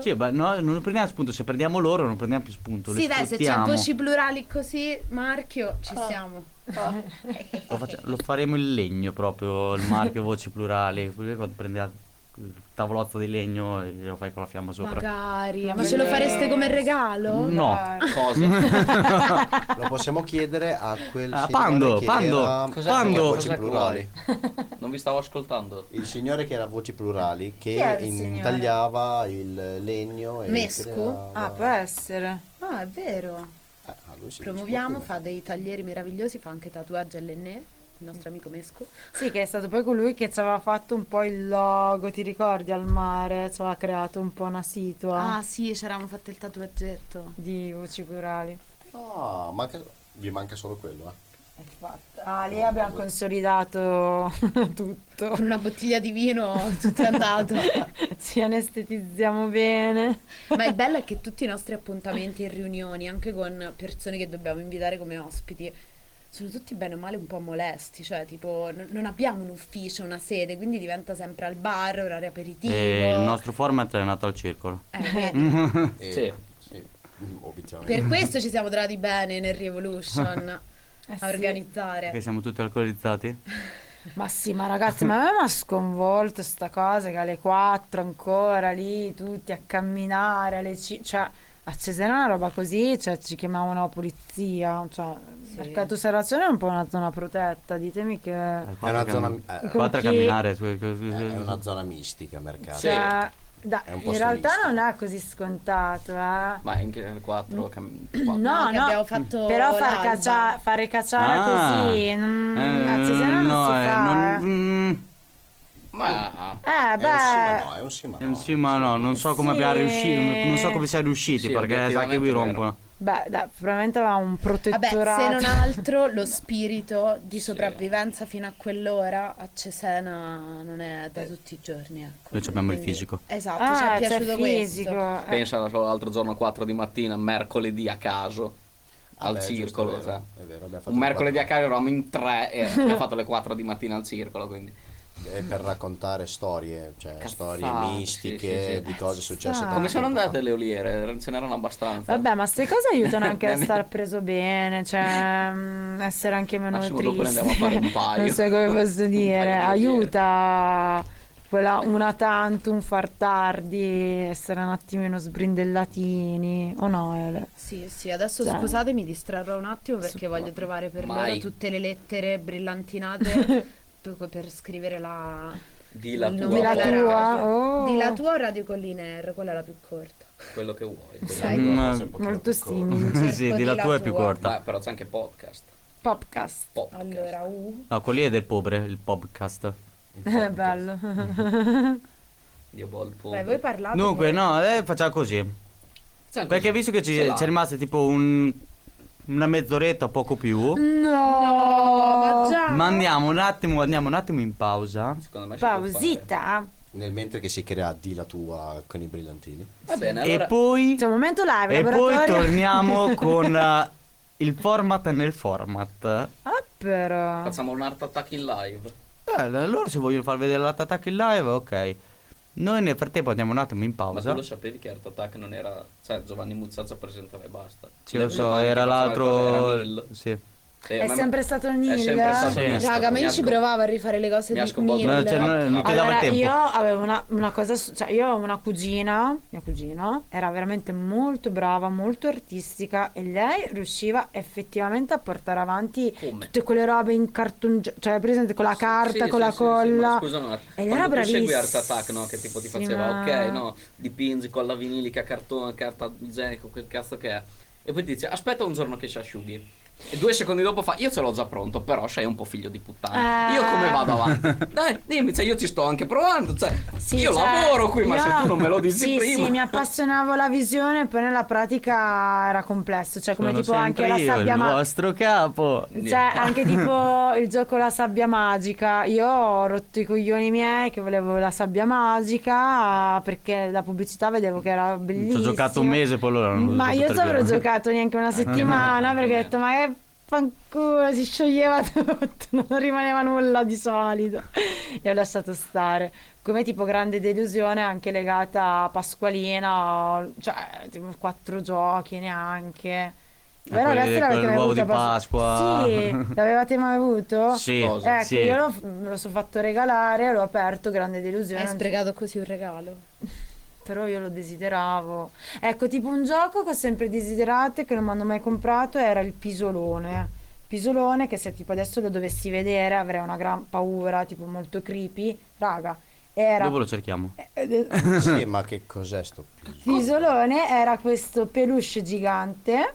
Sì, beh, no, non prendiamo spunto, se prendiamo loro non prendiamo più spunto. le Sì, dai, se c'è sfruttiamo. Ah. voci plurali così, marchio, ci siamo. Lo, faccia- lo faremo in legno proprio, il marchio voci plurali. Quello Quando prendi la- il tavolozzo di legno e lo fai con la fiamma sopra. Magari, ma ah, ce lo fareste come regalo? No, eh, Cosa? Lo possiamo chiedere a quel Ah, signore Pando, che Pando, era- cos'è? che era Pando. voci Cos'è plurali. Non vi stavo ascoltando. Il signore che era a voci plurali che era il signore? intagliava il legno e Mescu? creava- ah, può essere. Ah, è vero. Eh, ah, lui si Promuviamo, dice fa dei taglieri meravigliosi, fa anche tatuaggi all'enne, il nostro amico Mesco. Sì, che è stato poi colui che ci aveva fatto un po' il logo, ti ricordi, al mare, ci aveva creato un po' una situa Ah sì, ci eravamo fatto il tatuaggetto. di voci plurali. come- Ah, manca- vi manca solo quello, eh. Ah, lì abbiamo consolidato tutto. Con una bottiglia di vino tutto è andato. Ci anestetizziamo bene. Ma il bello è che tutti i nostri appuntamenti e riunioni, anche con persone che dobbiamo invitare come ospiti, sono tutti bene o male un po' molesti, cioè tipo n- non abbiamo un ufficio, una sede, quindi diventa sempre al bar, orario aperitivo. Eh, E il nostro format è nato al circolo. Eh, vedi. E- Sì. sì, mm, obiettivamente. per questo ci siamo trovati bene nel Revolution Eh sì. a organizzare. Perché siamo tutti alcolizzati? Ma sì, ma ragazzi, ma a me mi ha sconvolto sta cosa che alle 4 ancora lì tutti a camminare, alle 5, cioè a Cesena una roba così, cioè ci chiamavano la polizia, cioè il mercato osservazione è un po' una zona protetta, ditemi che... Al È una quattro zona- cam- eh, al quattro a Con chi? camminare. su- su- su- Mm-hmm. È una zona mistica, mercato. Cioè, da- È un po' in realtà solista. non è così scontato, eh. Ma anche nel 4 cam- Mm. No, che no, abbiamo fatto Però far l'alba. caccia- fare cacciare Ah. così, mm, a Eh, Cesena non si eh, fa, non- eh. mm, Ma Eh, È un sì, ma eh, no, è un sì, ma beh... no. sì, ma no, non so come Sì. abbiamo riuscito, non so come siamo riusciti Sì, perché sai che vi obiettivamente è vero. rompono. Beh, dai, probabilmente aveva un Vabbè, protettorato. se non altro lo spirito di sopravvivenza fino a quell'ora a Cesena non è da tutti i giorni, ecco. Noi ci abbiamo il Quindi- fisico. Esatto, ci Ah, è c'è piaciuto fisico. questo. eh. pensa solo l'altro giorno 4 di mattina, mercoledì a caso, al Vabbè, circolo. Ah, giusto, è vero, cioè. è vero, abbiamo fatto Un le mercoledì a quattro- caso eravamo in tre e abbiamo fatto le 4 di mattina al circolo, quindi... Ah, eh, per raccontare storie, cioè Cazzate, storie mistiche sì, sì, sì. di cose successe. Ah. tanto Come sono tempo fa. andate le oliere? Ce n'erano abbastanza. Vabbè, ma queste cose aiutano anche a star preso bene, cioè mm, essere anche meno Massimo, dopo ne triste. andiamo a fare un paio. Non so come posso Un dire, paio di aiuta quella una tantum, far tardi, essere un attimino sbrindellatini, o no Ele? Sì, sì, adesso Cioè- scusatemi, distrarrò un attimo perché voglio trovare per Mai. loro tutte le lettere brillantinate per, per scrivere la... Di la il tua, nome Di la della povera tua, casa, oh. Di la tua o Radio Collina R, quella è la più corta. quello che vuoi. Sai. Quella Mm, cosa è un pochino molto più corta. simili. Ecco, sì, di la tua è più corta. Dai, però c'è anche podcast. Podcast, Podcast. Allora, U. No, quelli è del pobre, il podcast. è bello. Dio bol pobre. Vai, Eh, voi Ah, parlate. Dunque, no, eh, facciamo così. Sai cosa- Perché visto che ci, Ce l'ha. ci è rimasto tipo un- una mezz'oretta, poco più, No, ma già. ma andiamo un attimo, andiamo un attimo in pausa. Secondo me ci può fare. pausita. Nel mentre che si crea di la tua con i brillantini. Va bene, e allora... poi, C'è un momento live, e poi Cioè, laboratorio. torniamo con eh, il format nel format. Ah, però. Facciamo un art attack in live. Eh, allora se vogliono far vedere la Attack in live, eh, ok. Noi nel frattempo andiamo un attimo in Ma pausa. tu lo sapevi che Art Attack non era... Cioè, Giovanni Muzzazza presentava e basta. Sì, lo Le so, domande era che faceva l'altro... era Neil. Sì. Sì, È ma- sempre stato è Neil. sempre stato Sì. Neil. eh? Raga, ma io Mi ci ha- provavo a rifare le cose mi ha di sconvolto Neil. No, cioè, non- non ti dava Allora, tempo. io avevo una, una cosa, su- cioè io avevo una cugina, mia cugina, era veramente molto brava, molto artistica e lei riusciva effettivamente a portare avanti Come? tutte quelle robe in cartone, cioè presente con la Sì, carta, sì, con la sì, sì, colla. sì, ma scusa un attimo, E lei era quando tu segui Art bravissima. Attack, no? Che tipo ti faceva, ok, no, dipingi con la vinilica, cartone, carta igienica, quel cazzo che è. E poi ti dice, aspetta un giorno che si asciughi. E due secondi dopo fa, io ce l'ho già pronto, però sei un po' figlio di puttana. Eh. Io come vado avanti? Dai, dimmi, cioè, io ci sto anche provando, cioè, Sì, io cioè, lavoro qui, ma io- se tu non me lo dici sì, prima... Sì, mi appassionavo alla visione, poi nella pratica era complesso, cioè come Sono tipo anche sempre la io, sabbia il ma- vostro capo. Cioè, anche tipo il gioco La sabbia magica. Io ho rotto i coglioni miei che volevo la sabbia magica perché la pubblicità vedevo che era Ci bellissima. ho giocato un mese, poi allora non l'ho Ma potuto io ci avrò terminare. giocato neanche una settimana perché ho detto, ma che fanculo, si scioglieva tutto, non rimaneva nulla di solido. E ho lasciato stare. Come tipo grande delusione anche legata a Pasqualina, cioè tipo quattro giochi neanche. Voi quelli- ragazzi l'avete quello mai l'uovo avuto? di Pasqua. Sì, l'avevate mai avuto? Sì, Cosa? Ecco, sì. io l'ho- me lo sono fatto regalare, l'ho aperto, grande delusione. Hai non- sprecato così un regalo. però io lo desideravo. Ecco, tipo un gioco che ho sempre desiderato e che non mi hanno mai comprato era il pisolone. Pisolone che se tipo adesso lo dovessi vedere avrei una gran paura, tipo molto creepy. Raga, era... Eh, Dopo lo cerchiamo. sì, ma che cos'è sto piso? Pisolone era questo peluche gigante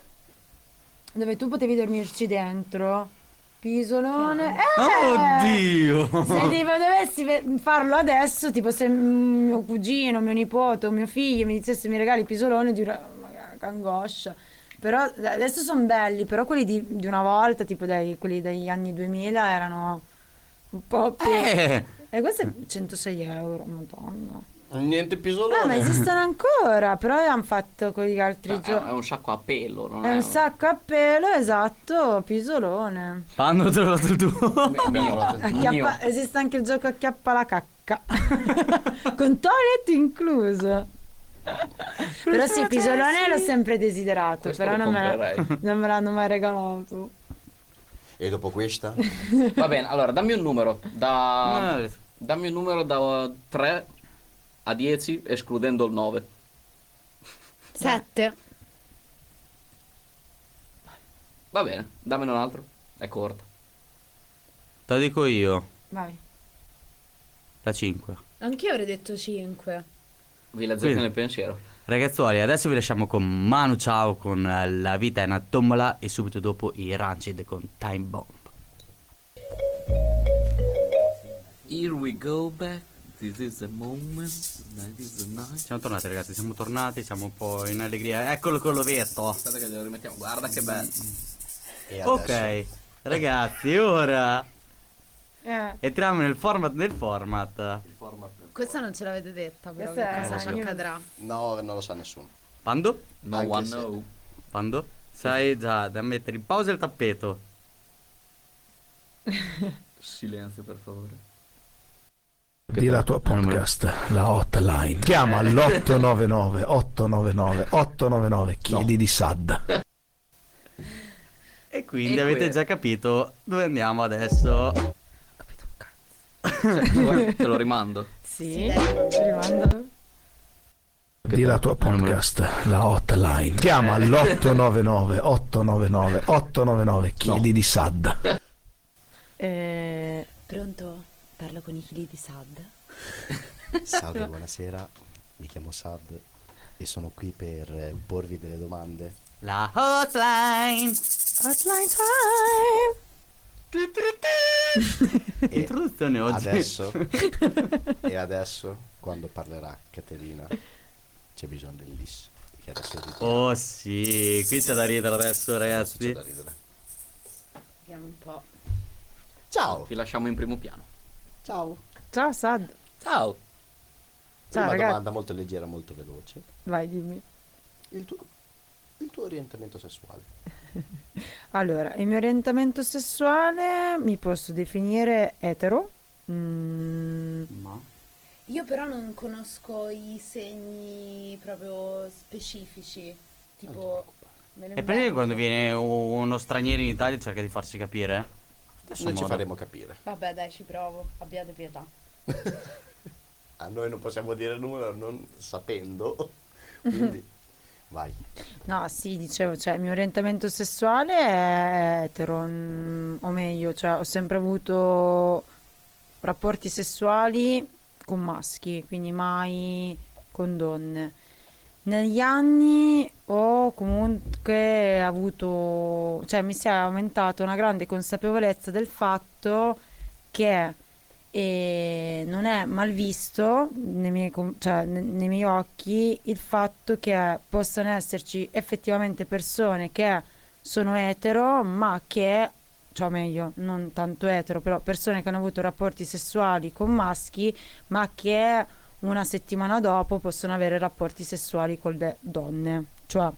dove tu potevi dormirci dentro. Pisolone... Eh! Ah, Oddio! Se tipo dovessi ve- farlo adesso, tipo se mm, mio cugino, mio nipote, o mio figlio mi dicesse mi regali il pisolone, direi "Ma che angoscia. Però eh, adesso sono belli, però quelli di, di una volta, tipo dai- quelli degli anni 2000 erano un po' più... Eh, E questo è 106 euro, madonna. Niente pisolone. Ah, ma esistono ancora, però hanno fatto con gli altri Cioè, è giorni. un sacco a pelo, non È un sacco a pelo, esatto, pisolone. Quando ho trovato tu. Acchiappa- esiste anche il gioco acchiappa la cacca. Con toilet incluso. però sì, pisolone l'ho sempre desiderato, Questo però lo non me, la- comprerei. non me l'hanno mai regalato. E dopo questa? Va bene, allora dammi un numero. Da... Eh, Dammi un numero da 3 a 10, escludendo il 9. 7. Eh. Va bene, dammene un altro. È corta. Te lo dico io. Vai. La 5. Anch'io avrei detto 5. Vi leggete Sì. nel pensiero. Ragazzuoli, adesso vi lasciamo con Manu Ciao con eh, La vita è una tombola e subito dopo i Rancid con Time Bomb. Here we go back. This is the moment. That is the night. Siamo tornati ragazzi, siamo tornati, siamo un po' in allegria. Eccolo con l'ovetto. Aspetta che lo rimettiamo. Guarda che bello. E adesso? Ok, ragazzi, ora Eh, entriamo nel format del format. Questa non ce l'avete detta, però Questa che è- cosa io- accadrà. No, non lo sa nessuno. Pando? No Anche one se- know. Pando? Sai già da mettere in pausa il tappeto. Silenzio, per favore. Di la tua podcast, la hotline. Chiama all'899 899 899. Chiedi di Sad. E quindi E avete que- già capito dove andiamo adesso. Cioè, te lo rimando. sì, ci rimando. Di la tua podcast, la hotline. Chiama all'899 899 899. Chiedi di Sad. Eh, Pronto? Parlo con i figli di Sad. Salve, buonasera. Mi chiamo Sad e sono qui per eh, porvi delle domande. La hotline. hotline time! E Introduzione oggi. adesso, e adesso, quando parlerà Caterina, c'è bisogno dell'IS. Perché adesso è tutto- Oh sì, qui c'è da ridere adesso adesso c'è ragazzi. da ridere. Vediamo un po'. Ciao, Vi lasciamo in primo piano. ciao. Ciao Sad. Ciao. Prima ragazzi. domanda molto leggera, molto veloce. Vai, dimmi. Il tuo, il tuo orientamento sessuale. Allora, il mio orientamento sessuale mi posso definire etero. Mm, Io però non conosco i segni proprio specifici, tipo... me ne E perché invento. quando viene u- uno straniero in Italia cerca di farsi capire? Adesso Noi ci modo. faremo capire. Vabbè dai, ci provo, abbiate pietà. A noi non possiamo dire nulla non sapendo. Quindi, vai. No, sì, dicevo, cioè, il mio orientamento sessuale è etero, mm, o meglio, cioè, ho sempre avuto rapporti sessuali con maschi, quindi mai con donne. Negli anni ho comunque avuto, cioè, mi si è aumentata una grande consapevolezza del fatto che eh, non è mal visto nei miei, com- cioè, ne- nei miei occhi il fatto che possano esserci effettivamente persone che sono etero, ma che, cioè o meglio, non tanto etero, però persone che hanno avuto rapporti sessuali con maschi, ma che una settimana dopo possono avere rapporti sessuali con le donne. Cioè,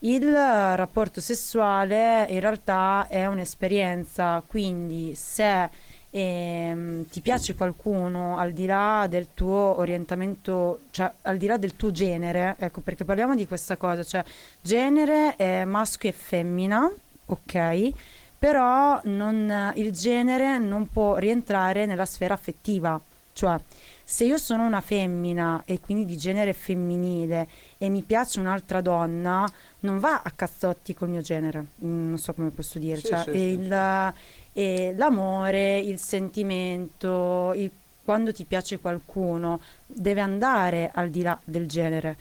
il rapporto sessuale in realtà è un'esperienza, quindi se ehm, ti piace qualcuno al di là del tuo orientamento, cioè al di là del tuo genere, ecco perché parliamo di questa cosa, cioè genere è maschio e femmina, ok? Però non- il genere non può rientrare nella sfera affettiva, cioè se io sono una femmina e quindi di genere femminile e mi piace un'altra donna, non va a cazzotti col mio genere, Mm, non so come posso dire, Sì, cioè, sì, e sì, il- e l'amore, il sentimento, il- quando ti piace qualcuno, deve andare al di là del genere.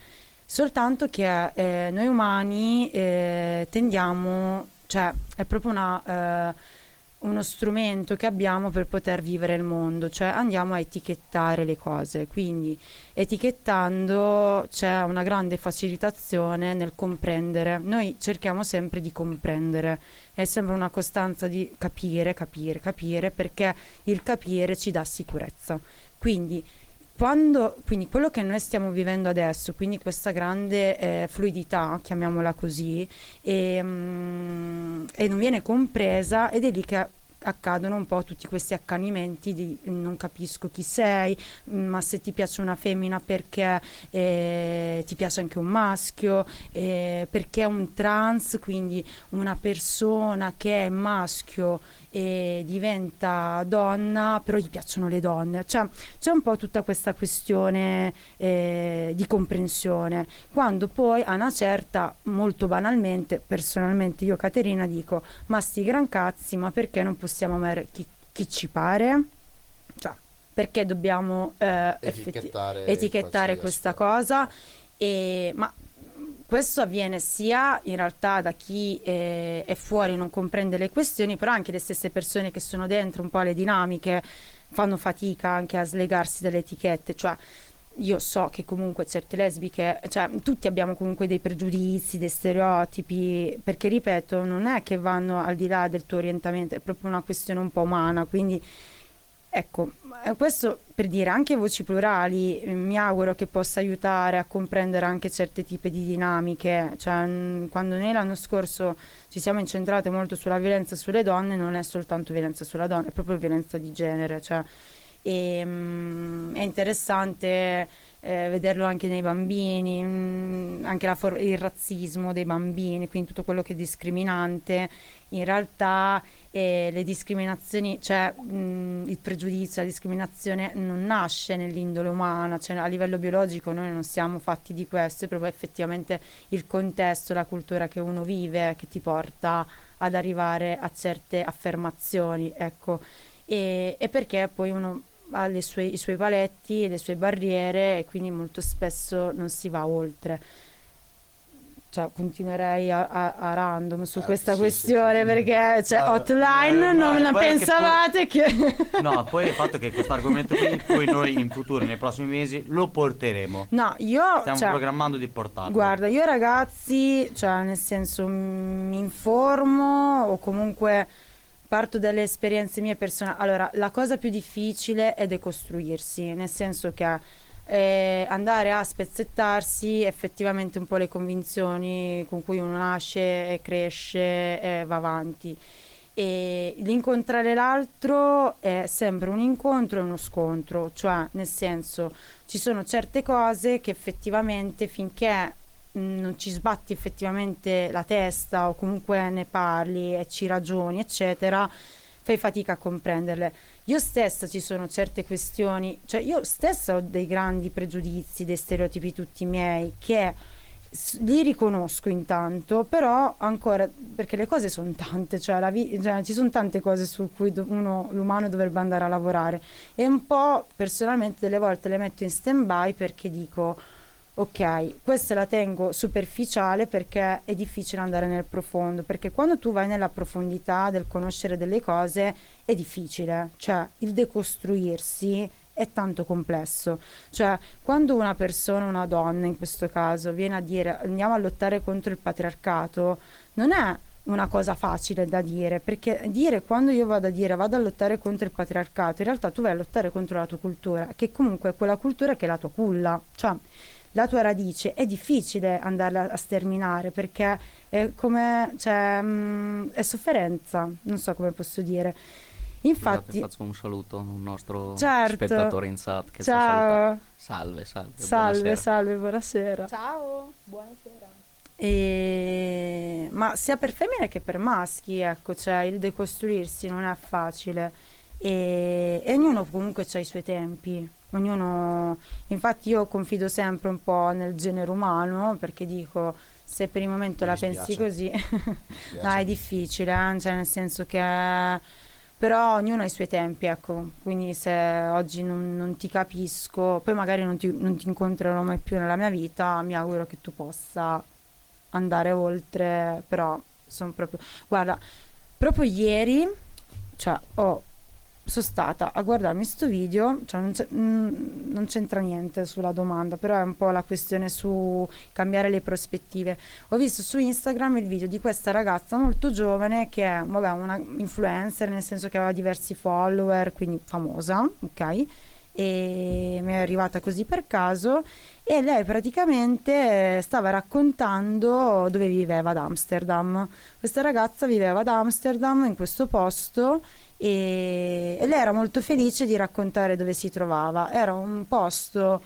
Soltanto che eh, noi umani eh, tendiamo, cioè è proprio una, eh, uno strumento che abbiamo per poter vivere il mondo, cioè andiamo a etichettare le cose, quindi etichettando c'è una grande facilitazione nel comprendere. Noi cerchiamo sempre di comprendere, è sempre una costanza di capire, capire, capire, perché il capire ci dà sicurezza. Quindi quando, quindi quello che noi stiamo vivendo adesso, quindi questa grande eh, fluidità, chiamiamola così, e, mm, e non viene compresa ed è lì che accadono un po' tutti questi accanimenti di non capisco chi sei, mm, ma se ti piace una femmina perché eh, ti piace anche un maschio, eh, perché un trans, quindi una persona che è maschio e diventa donna, però gli piacciono le donne. Cioè, c'è un po' tutta questa questione eh, di comprensione, quando poi a una certa, molto banalmente, personalmente io Caterina dico, ma sti gran cazzi, ma perché non possiamo amare chi, chi ci pare? Cioè, perché dobbiamo eh, Etichettare effetti- qualsiasi etichettare questa cosa? E, ma questo avviene sia in realtà da chi eh, è fuori e non comprende le questioni, però anche le stesse persone che sono dentro un po' le dinamiche fanno fatica anche a slegarsi dalle etichette, cioè io so che comunque certe lesbiche, cioè tutti abbiamo comunque dei pregiudizi, dei stereotipi, perché ripeto, non è che vanno al di là del tuo orientamento, è proprio una questione un po' umana, quindi Ecco, eh, questo per dire anche voci plurali eh, mi auguro che possa aiutare a comprendere anche certi tipi di dinamiche, cioè mh, quando noi l'anno scorso ci siamo incentrate molto sulla violenza sulle donne, non è soltanto violenza sulla donna, è proprio violenza di genere, cioè, e, mh, Ehm, è interessante eh, vederlo anche nei bambini, mh, anche la for- il razzismo dei bambini, quindi tutto quello che è discriminante, in realtà eh, le discriminazioni, cioè mh, il pregiudizio, la discriminazione non nasce nell'indole umana, cioè a livello biologico noi non siamo fatti di questo, è proprio effettivamente il contesto, la cultura che uno vive che ti porta ad arrivare a certe affermazioni, ecco, e, e perché poi uno ha le sue- i suoi paletti, le sue barriere e quindi molto spesso non si va oltre. Cioè, continuerei a, a- a random su questa questione perché cioè, Eh, hotline non la guarda che pensavate che, No, poi il fatto che questo argomento qui, poi noi in futuro, nei prossimi mesi, lo porteremo. no io Stiamo cioè, programmando di portarlo. Guarda, io ragazzi, cioè nel senso mm, mi informo o comunque parto dalle esperienze mie personali. Allora, la cosa più difficile è decostruirsi, nel senso che eh, andare a spezzettarsi effettivamente un po' le convinzioni con cui uno nasce, e cresce e va avanti. E l'incontrare l'altro è sempre un incontro e uno scontro, cioè nel senso ci sono certe cose che effettivamente finché mh, non ci sbatti effettivamente la testa o comunque ne parli e ci ragioni, eccetera, fai fatica a comprenderle. Io stessa ci sono certe questioni, cioè io stessa ho dei grandi pregiudizi, dei stereotipi tutti miei che s- li riconosco intanto, però ancora perché le cose sono tante, cioè, la vi- cioè, ci sono tante cose su cui do- uno, l'umano dovrebbe andare a lavorare e un po' personalmente delle volte le metto in stand by perché dico ok, questa la tengo superficiale perché è difficile andare nel profondo, perché quando tu vai nella profondità del conoscere delle cose è difficile, cioè il decostruirsi è tanto complesso, cioè quando una persona, una donna in questo caso, viene a dire andiamo a lottare contro il patriarcato, non è una cosa facile da dire, perché dire quando io vado a dire vado a lottare contro il patriarcato, in realtà tu vai a lottare contro la tua cultura, che comunque è quella cultura che è la tua culla, cioè la tua radice, è difficile andarla a sterminare perché è come, cioè, mh, è sofferenza, non so come posso dire. Infatti, Scusate, faccio un saluto a un nostro Certo. spettatore in chat che sta ciao, salutando. Salve, salve. salve, buonasera. salve, buonasera. Ciao, buonasera. E- Ma sia per femmine che per maschi, ecco, cioè il decostruirsi non è facile e, e ognuno comunque ha i suoi tempi, ognuno, infatti io confido sempre un po' nel genere umano perché dico se per il momento Mi la pensi così, dispiace. no, è difficile, eh, cioè nel senso che però ognuno ha i suoi tempi, ecco, quindi se oggi non, non ti capisco, poi magari non ti, non ti incontrerò mai più nella mia vita, mi auguro che tu possa andare oltre, però sono proprio... Guarda, proprio ieri, cioè, ho, sono stata a guardarmi sto video, cioè, non, c'è- mm, non c'entra niente sulla domanda, però è un po' la questione su cambiare le prospettive. Ho visto su Instagram il video di questa ragazza molto giovane che è, vabbè, una influencer, nel senso che aveva diversi follower, quindi famosa, ok? e mi è arrivata così per caso e lei praticamente eh, stava raccontando dove viveva ad Amsterdam. Questa ragazza viveva ad Amsterdam in questo posto e, e lei era molto felice di raccontare dove si trovava. Era un posto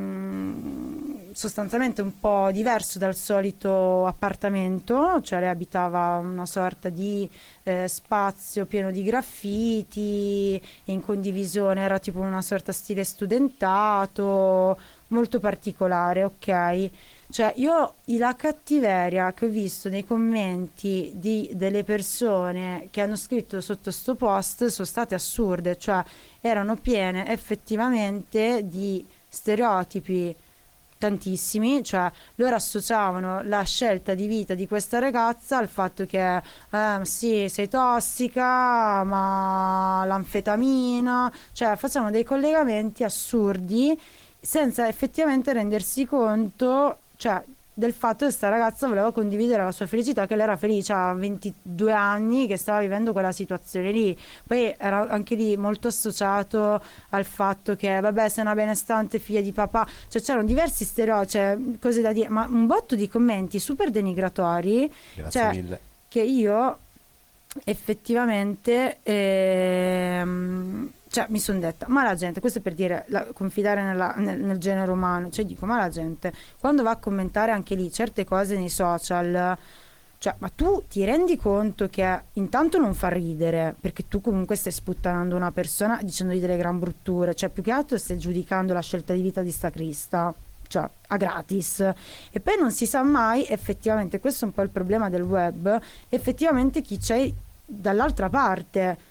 mh, sostanzialmente un po' diverso dal solito appartamento, cioè lei abitava una sorta di eh, spazio pieno di graffiti, in condivisione era tipo una sorta stile studentato, molto particolare, ok? Cioè io la cattiveria che ho visto nei commenti di, delle persone che hanno scritto sotto sto post sono state assurde, cioè erano piene effettivamente di stereotipi tantissimi, cioè loro associavano la scelta di vita di questa ragazza al fatto che eh, sì, sei tossica, ma l'anfetamina, cioè facciamo dei collegamenti assurdi senza effettivamente rendersi conto, cioè, del fatto che sta ragazza voleva condividere la sua felicità, che lei era felice a 22 anni, che stava vivendo quella situazione lì. Poi era anche lì molto associato al fatto che, vabbè, sei una benestante figlia di papà, cioè c'erano diversi stereotipi, cioè, cose da dire, ma un botto di commenti super denigratori, Grazie cioè, mille. che io effettivamente ehm, cioè, mi sono detta, ma la gente, questo è per dire, la- confidare nella- nel, nel genere umano, cioè dico, ma la gente quando va a commentare anche lì certe cose nei social, cioè, ma tu ti rendi conto che intanto non fa ridere, perché tu comunque stai sputtanando una persona dicendogli delle gran brutture, cioè più che altro stai giudicando la scelta di vita di sta crista, cioè a gratis. E poi non si sa mai, effettivamente, questo è un po' il problema del web, effettivamente chi c'è dall'altra parte.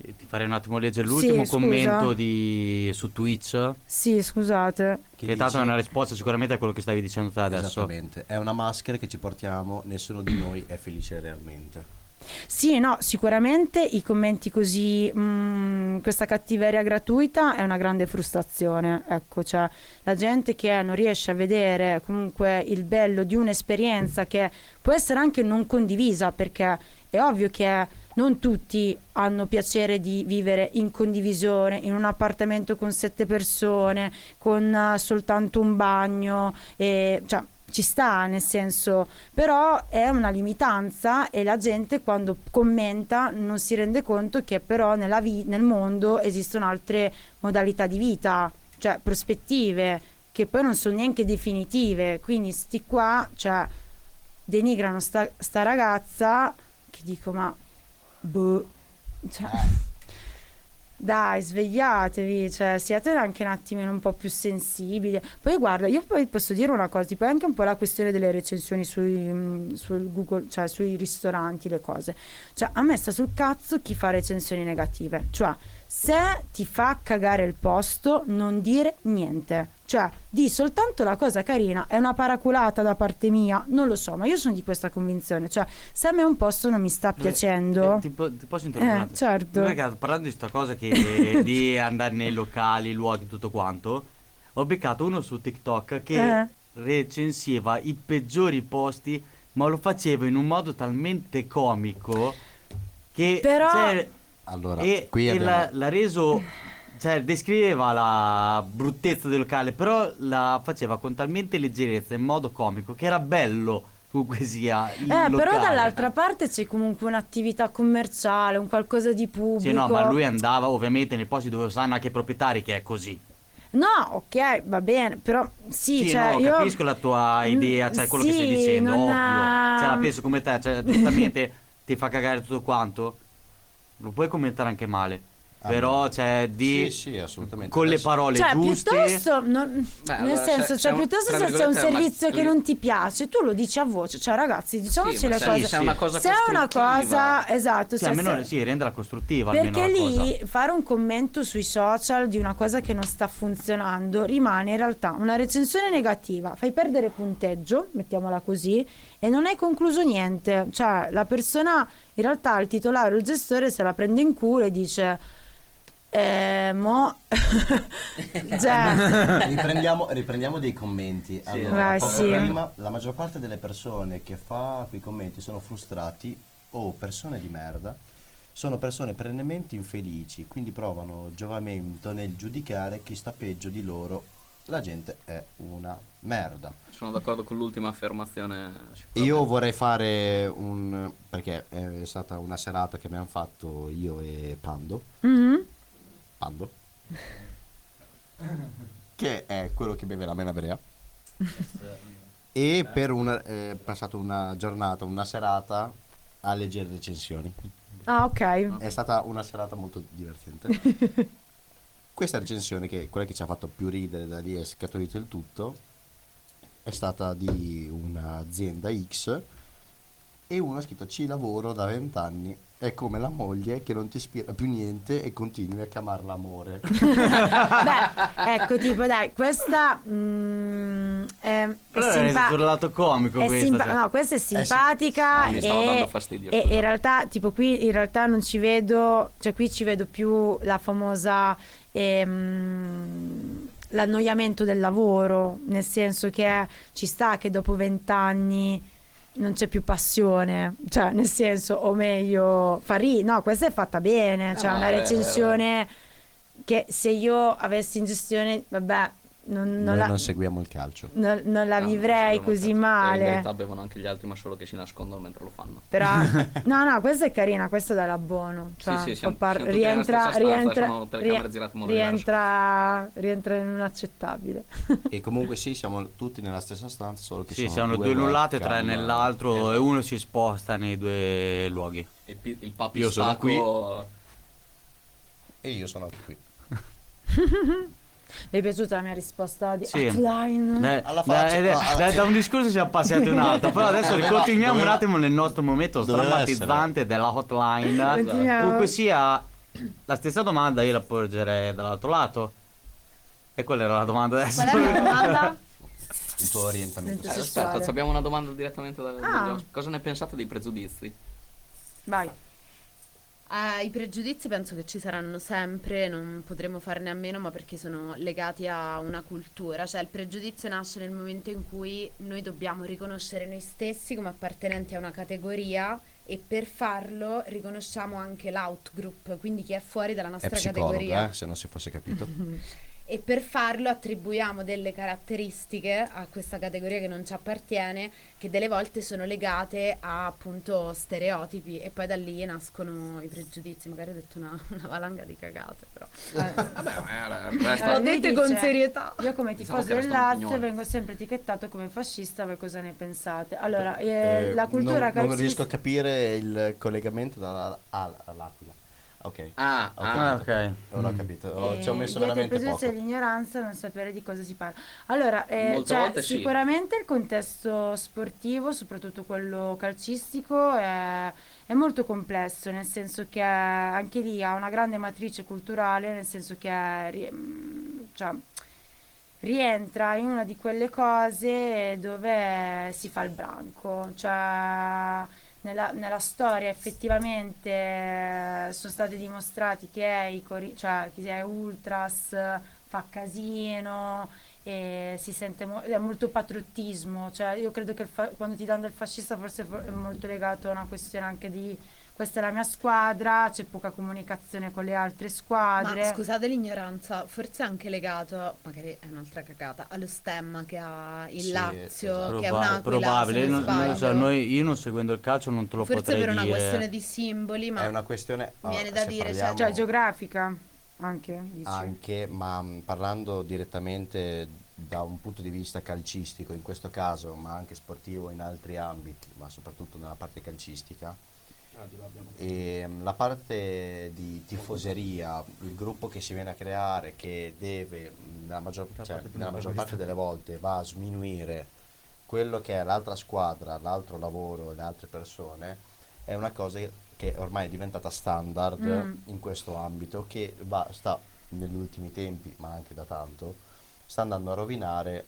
Ti farei un attimo leggere l'ultimo Sì, scusa. commento di- su Twitch. Sì, scusate. Che è dato una risposta sicuramente a quello che stavi dicendo te adesso. Esattamente. È una maschera che ci portiamo, nessuno di noi è felice realmente. Sì, no, sicuramente i commenti così, mh, questa cattiveria gratuita è una grande frustrazione, ecco, cioè la gente che non riesce a vedere comunque il bello di un'esperienza che può essere anche non condivisa, perché è ovvio che non tutti hanno piacere di vivere in condivisione, in un appartamento con sette persone, con eh, soltanto un bagno, e, cioè ci sta nel senso, però è una limitanza e la gente quando commenta non si rende conto che però nella vi- nel mondo esistono altre modalità di vita, cioè prospettive che poi non sono neanche definitive, quindi sti qua, cioè denigrano sta, sta ragazza che dico ma boh, cioè, dai svegliatevi, cioè, siate anche un attimino un po' più sensibili. Poi guarda, io poi posso dire una cosa, tipo è anche un po' la questione delle recensioni sui, mh, sul Google, cioè sui ristoranti, le cose. Cioè a me sta sul cazzo chi fa recensioni negative, cioè se ti fa cagare il posto non dire niente. Cioè, di soltanto la cosa carina è una paraculata da parte mia, non lo so, ma io sono di questa convinzione. Cioè, se a me un posto non mi sta piacendo. Eh, ti, po- ti posso interrompere? Eh, un attimo? certo. Guarda che parlando di sta cosa che, di andare nei locali, luoghi, tutto quanto, ho beccato uno su TikTok che Eh. recenseva i peggiori posti, ma lo faceva in un modo talmente comico che... Però- cioè, Allora, e, qui e abbiamo- l'ha, l'ha reso... Cioè, descriveva la bruttezza del locale, però la faceva con talmente leggerezza, in modo comico, che era bello comunque sia il Eh, però locale. dall'altra parte c'è comunque un'attività commerciale, un qualcosa di pubblico. Sì, no, ma lui andava ovviamente nei posti dove sanno anche i proprietari che è così. No, ok, va bene, però sì, Sì, cioè no, io... capisco la tua idea, cioè quello che stai sì, dicendo, non ovvio. ha- Cioè, la penso come te, cioè, giustamente ti fa cagare tutto quanto. Lo puoi commentare anche male. Però, cioè, di... Ah, Sì, sì, assolutamente. Con le Adesso- parole Cioè, giuste... piuttosto, non- Beh, nel allora, senso, se- cioè, se- piuttosto tra se c'è un virgolette, ma- servizio che non ti piace, tu lo dici a voce, cioè ragazzi, diciamoci Sì, ma le se- cose. se è una cosa se è una costruttiva. cosa, esatto, Cioè, cioè, almeno, se- sì, renderla costruttiva, Perché almeno la lì fare un commento sui social di una cosa che non sta funzionando rimane in realtà una recensione negativa, fai perdere punteggio, mettiamola così, e non hai concluso niente. Cioè la persona, in realtà il titolare o il gestore se la prende in culo e dice... Eh, mo... cioè, riprendiamo, riprendiamo dei commenti. Allora, Vai, poco sì. prima, la maggior parte delle persone che fa quei commenti sono frustrati o persone di merda sono persone perennemente infelici, quindi provano giovamento nel giudicare chi sta peggio di loro. La gente è una merda. Sono d'accordo con l'ultima affermazione. Io vorrei fare un... perché è stata una serata che abbiamo fatto io e Pando. Mhm. Pando. che è quello che beve la menabrea. e per una, è passato una giornata, una serata a leggere recensioni. Ah, ok. È stata una serata molto divertente. Questa recensione, che è quella che ci ha fatto più ridere, da lì è scaturito il tutto, è stata di un'azienda X e uno ha scritto ci lavoro da vent'anni, è come la moglie che non ti ispira più niente e continui a chiamarla amore. Beh, ecco, tipo, dai, questa mm, è, è Però è simpa- sul lato comico è questo. simpa- cioè. no, questa è simpatica sì, Eh Ah, mi stava dando e, fastidio, e- e in scusate. realtà, tipo, qui in realtà non ci vedo, cioè qui ci vedo più la famosa ehm, l'annoiamento del lavoro, nel senso che ci sta che dopo vent'anni non c'è più passione, cioè nel senso, o meglio, fa ri- no, questa è fatta bene, cioè no, è una vero, è recensione eh. che se io avessi in gestione, vabbè, non, non Noi la, non seguiamo il calcio. non- non la Ah, vivrei non così penso. male. E In realtà bevono anche gli altri, ma solo che si nascondono mentre lo fanno. Però, no, no, questa è carina, questa dà l'abbono. Cioè, Sì, sì, siamo- fa par- siamo tutti nella stessa rientra, stanza, rientra, sono telecamere rie- girate molto rientra, rientra in un accettabile. E comunque sì, siamo tutti nella stessa stanza, solo che Sì, sono sono due nullate, tre nell'altro e uno si sposta nei due luoghi. E pi- il papi Io sono stacco- qui. E io sono qui. Vi è piaciuta la mia risposta di Sì. Mm. hotline? Beh, Alla beh, faccia, ed è- alla- beh, da un discorso siamo passati a un altro, però adesso Doveva- continuiamo doveva- un attimo nel nostro momento doveva strammatizzante della hotline. Continuiamo. Comunque sia, la stessa domanda io la porgerei dall'altro lato. E quella era la domanda adesso. Qual è la domanda? Il tuo orientamento. Eh, sessuale. aspetta, abbiamo una domanda direttamente da... Ah. Cosa ne pensate dei pregiudizi? Vai. Eh, I pregiudizi penso che ci saranno sempre, non potremo farne a meno, ma perché sono legati a una cultura. Cioè, il pregiudizio nasce nel momento in cui noi dobbiamo riconoscere noi stessi come appartenenti a una categoria e per farlo riconosciamo anche l'outgroup, quindi chi è fuori dalla È nostra categoria. psicologa, eh, se non si fosse capito. E per farlo attribuiamo delle caratteristiche a questa categoria che non ci appartiene, che delle volte sono legate a appunto stereotipi e poi da lì nascono i pregiudizi. Magari ho detto una, una valanga di cagate, però. Eh, L'ho lui dette Eh, dice- con serietà. Io come Diciamo tifoso che del resta un Lazio pignolo. vengo sempre etichettato come fascista, voi cosa ne pensate? Allora, eh, la non, cultura non calcistica- riesco a capire il collegamento dalla- al- all'aquila. Ok. Ah, Ho ah, Ah, capito. ok. Non ho capito. Ho- Eh, Oh, ci ho messo dietro veramente il pregiudizio poco. e l'ignoranza non sapere di cosa si parla. Allora, eh, Molte cioè, volte sì. sicuramente il contesto sportivo, soprattutto quello calcistico, è, è molto complesso, nel senso che anche lì ha una grande matrice culturale, nel senso che è ri- mm, cioè, rientra in una di quelle cose dove si fa il branco, cioè nella, nella storia effettivamente eh, sono stati dimostrati che i cori- cioè, chi è ultras eh, fa casino, e si sente mo- è molto patriottismo, cioè io credo che il fa- quando ti danno il fascista forse fo- è molto legato a una questione anche di questa è la mia squadra, c'è poca comunicazione con le altre squadre. Ma scusate l'ignoranza, forse è anche legato, magari è un'altra cagata, allo stemma che ha il Sì, Lazio, esatto. che è Proba- un'aquila, probabile, se non non- non lo so, sbaglio. noi- io non seguendo il calcio non te lo Forse potrei per una dire. questione di simboli, ma È una questione... ah, Mi viene da se dire, parliamo Cioè geografica anche, dici. Anche, ma mh, parlando direttamente da un punto di vista calcistico in questo caso, ma anche sportivo in altri ambiti, ma soprattutto nella parte calcistica, e, mh, la parte di tifoseria, il gruppo che si viene a creare, che deve, mh, nella maggior, cioè, nella maggior parte delle volte, va a sminuire quello che è l'altra squadra, l'altro lavoro, le altre persone, è una cosa che ormai è diventata standard Mm. in questo ambito, che va, sta negli ultimi tempi, ma anche da tanto, sta andando a rovinare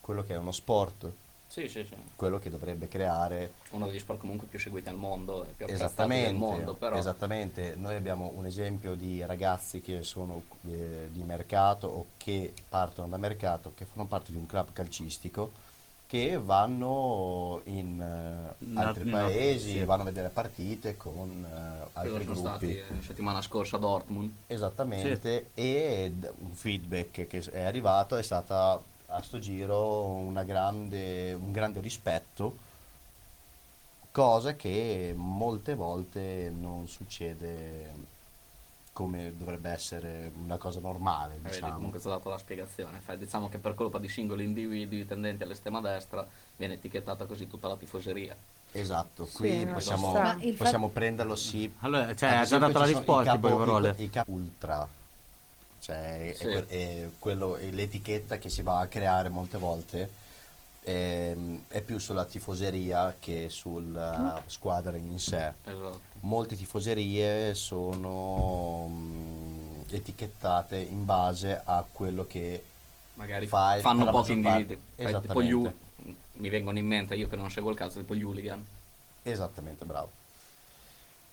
quello che è uno sport, Sì, sì, sì. quello che dovrebbe creare Uno degli sport comunque più seguiti al mondo, e più apprezzati Esattamente, Esatto. del mondo, però. esattamente. Noi abbiamo un esempio di ragazzi che sono eh, di mercato o che partono da mercato, che fanno parte di un club calcistico che vanno in eh, In altri altri- in altri- paesi, sì. vanno a vedere partite con eh, Dove sono altri gruppi. stati eh, settimana scorsa a Dortmund. Esattamente, e d- un feedback che è arrivato è stata a sto giro una grande, un grande rispetto, cosa che molte volte non succede come dovrebbe essere una cosa normale, Eh, diciamo. Comunque è stata data la spiegazione. Fa- Diciamo che per colpa di singoli individui tendenti all'estrema destra viene etichettata così tutta la tifoseria. Esatto, Sì, qui no, possiamo, ci sta. Ma il possiamo prenderlo sì. Allora, Eh, cioè, ha già dato la risposta, in poche parole. I capo ultra, cioè è Sì. que- è quello- è l'etichetta che si va a creare molte volte ehm, è più sulla tifoseria che sulla squadra in sé. Esatto. Molte tifoserie sono mm, etichettate in base a quello che Magari fai fanno la pochi maggior parte- individui. Fai Tipo Esattamente. gli u- mi vengono in mente, io che non seguo il calcio, tipo gli hooligan. Esattamente, bravo.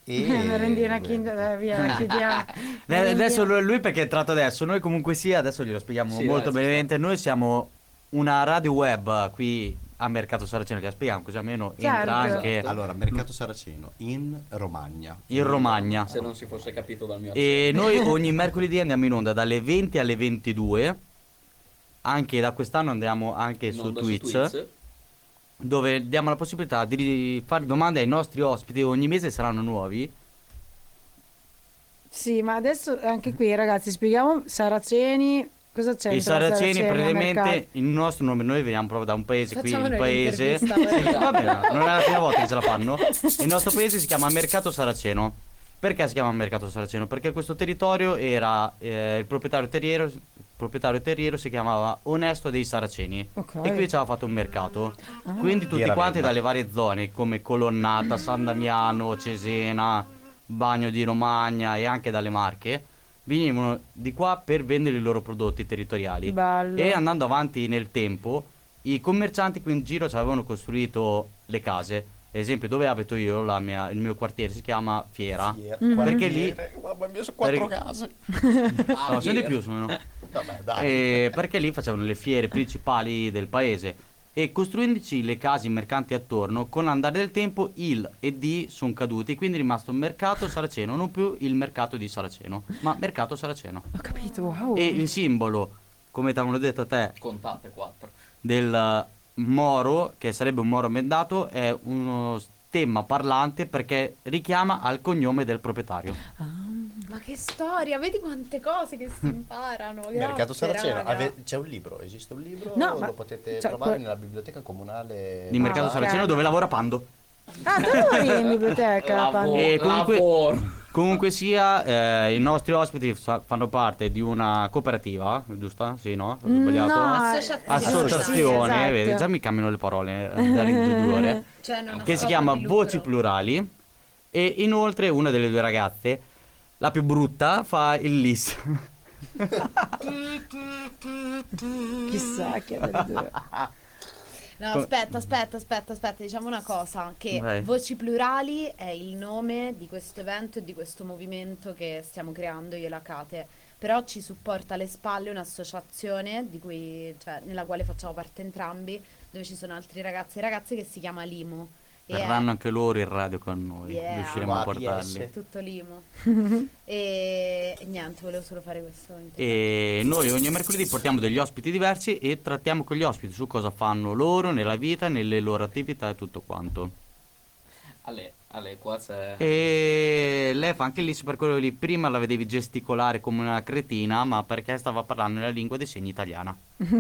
Rendina Kind- eh, via, la chiudiamo. Eh, Adesso lui lui perché è entrato adesso, noi comunque sia, adesso glielo spieghiamo Sì, molto dai, brevemente, noi siamo una radio web eh, qui a Mercato Saraceno, gliela spieghiamo così almeno Certo. entra anche Allora, Mercato Saraceno in Romagna. in Ah. Romagna. Se non si fosse capito dal mio E accento. noi ogni mercoledì andiamo in onda dalle 20 alle 22, anche da quest'anno andiamo anche In su onda su Twitch, Twitch. dove diamo la possibilità di fare domande ai nostri ospiti, ogni mese saranno nuovi. Sì, ma adesso anche qui ragazzi spieghiamo Saraceni, cosa c'è? I tra Saraceni, a mercato? praticamente il nostro nome, noi veniamo proprio da un paese Facciamo qui, il noi paese. l'intervista, Va bene, non è la prima volta che ce la fanno. Il nostro paese si chiama Mercato Saraceno. Perché si chiama Mercato Saraceno? Perché questo territorio era eh, il proprietario terriero, il proprietario terriero si chiamava Onesto dei Saraceni Ok. e qui ci aveva fatto un mercato. Ah. Quindi tutti Era quanti vero. dalle varie zone come Colonnata, San Damiano, Cesena, Bagno di Romagna e anche dalle Marche venivano di qua per vendere i loro prodotti territoriali. Bello. E andando avanti nel tempo, i commercianti qui in giro ci avevano costruito le case. Ad esempio, dove abito io, la mia- il mio quartiere si chiama Fiera. Mhm. eh. Perché lì. Mamma mia, sono quattro perché- case. No, sono di più, sono. Vabbè, dai. Eh, perché lì facevano le fiere principali del paese. E costruendoci le case mercanti attorno, con l'andare del tempo il e D sono caduti, quindi è rimasto un mercato saraceno, non più il mercato di Saraceno, ma mercato saraceno. Ho capito, wow. E il simbolo, come ti avevano detto a te, Contate 4. del moro, che sarebbe un moro bendato, è uno stemma parlante perché richiama al cognome del proprietario. Ma che storia, vedi quante cose che si imparano. grazie, Mm. Mercato Saraceno, raga. ave- c'è un libro, esiste un libro, No, lo ma- potete cioè, trovare poi- nella biblioteca comunale Ah, Di mercato certo. saraceno dove lavora Pando. Ah, tu lavori in biblioteca, Pando? E comunque, comunque sia, eh, i nostri ospiti fa- fanno parte di una cooperativa, giusto? Sì, no? Ho eh, sbagliato? No, Associazione. Associazione, Esatto. Eh, vedi, già mi cambiano le parole eh, Mm. dall'indulore. Cioè, non che si so, chiama di lucro. Voci Plurali e inoltre una delle due ragazze, la più brutta, fa il lis. Chissà chi è delle due. No, Come- aspetta, aspetta, aspetta, aspetta, diciamo una cosa, che Vai. Voci Plurali è il nome di questo evento e di questo movimento che stiamo creando io e la Cate, però ci supporta alle spalle un'associazione di cui, cioè, nella quale facciamo parte entrambi, dove ci sono altri ragazzi e ragazze che si chiama Limo. E è- Verranno anche loro in radio con noi, Yeah. riusciremo a portarli. Tutto Limo. e e niente, volevo solo fare questo. E noi ogni mercoledì portiamo degli ospiti diversi e trattiamo con gli ospiti su cosa fanno loro nella vita, nelle loro attività e tutto quanto. Ale, Ale, qua c'è... E lei fa anche lì per quello lì. Prima la vedevi gesticolare come una cretina, ma perché stava parlando nella lingua dei segni italiana. Questa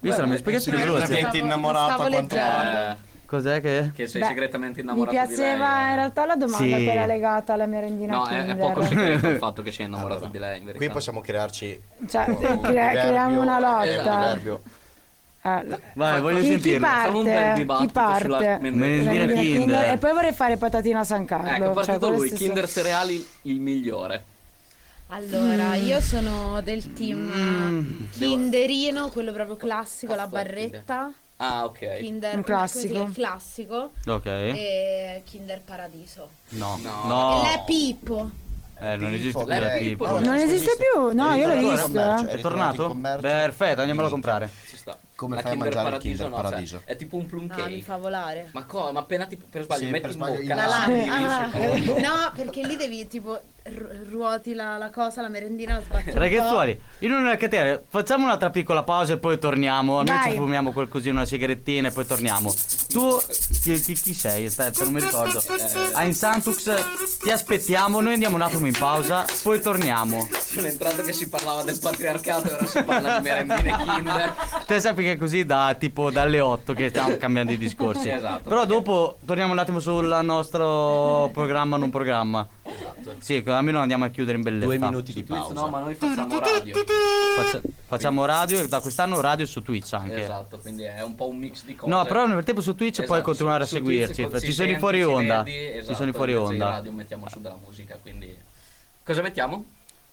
è la mia Eh, Ah, spiegazione veloce. Eh, Cos'è che? Che sei Beh, segretamente Mi innamorato di lei. piaceva in realtà la domanda Sì. che era legata alla merendina No, è, è Kinder. poco segreto il fatto che sei innamorato Allora, di lei, in verità. Qui possiamo crearci Cioè, un cre- diverbio, creiamo una lotta. eh, un diverbio. Ah, l- Vai, voglio chi, chi sentirlo. Facciamo un bel parte? dibattito Chi parte? sulla merendina Merendina Kinder. Kinder. E poi vorrei fare patatina a San Carlo. Ecco, è cioè, partito quello lui, stesso. Kinder Cereali il migliore. Allora, Mm. io sono del team Kinderino, quello proprio classico, la barretta. Ah, ok. Kinder Un classico. così, il classico. Ok. E Kinder Paradiso. No, no, E lei Eh, è Pippo. Eh, non esiste più lei la è Pippo. Pippo. Non esiste più, no, io l'ho visto. eh. È tornato? Perfetto, andiamolo a comprare. Ci sta. Come la fai a Kinder mangiare il Paradiso Kinder no, cioè, Paradiso? è tipo un plum No, cake. mi fa volare. Ma cosa? Ma appena tipo, per sbaglio, Sì, metti per in sbaglio bocca il La Ah, latte. sì, Ah, sì, sì. no, perché lì devi tipo ru- ruoti la, la cosa, la merendina, la sbatti. un po'. Ragazzuoli, in una catena, facciamo un'altra piccola pausa e poi torniamo. Noi Vai. ci fumiamo qualcosina, una sigarettina e poi torniamo. Tu, chi, chi- chi sei? Aspetta, non mi ricordo. Eh, Ein Santux, ti aspettiamo, noi andiamo un attimo in pausa, poi torniamo. Sono entrato che si parlava del patriarcato e ora si parla di merendine Kinder. Te sappi che è così da tipo dalle 8 che stiamo cambiando i discorsi. Sì, esatto. Però dopo torniamo un attimo sul nostro programma non programma. Esatto. Sì, almeno andiamo a chiudere in bellezza. Due minuti di Twitch pausa. no, ma noi facciamo radio. Faccia- facciamo radio e da quest'anno radio su Twitch anche. Esatto, quindi è un po' un mix di cose. No, però nel frattempo su Twitch Esatto, puoi continuare su- a su Twitch seguirci. con- ci si sono i sente, fuori si onda. vedi, ci esatto, sono i fuori invece in onda. radio mettiamo su della musica, quindi... Cosa mettiamo?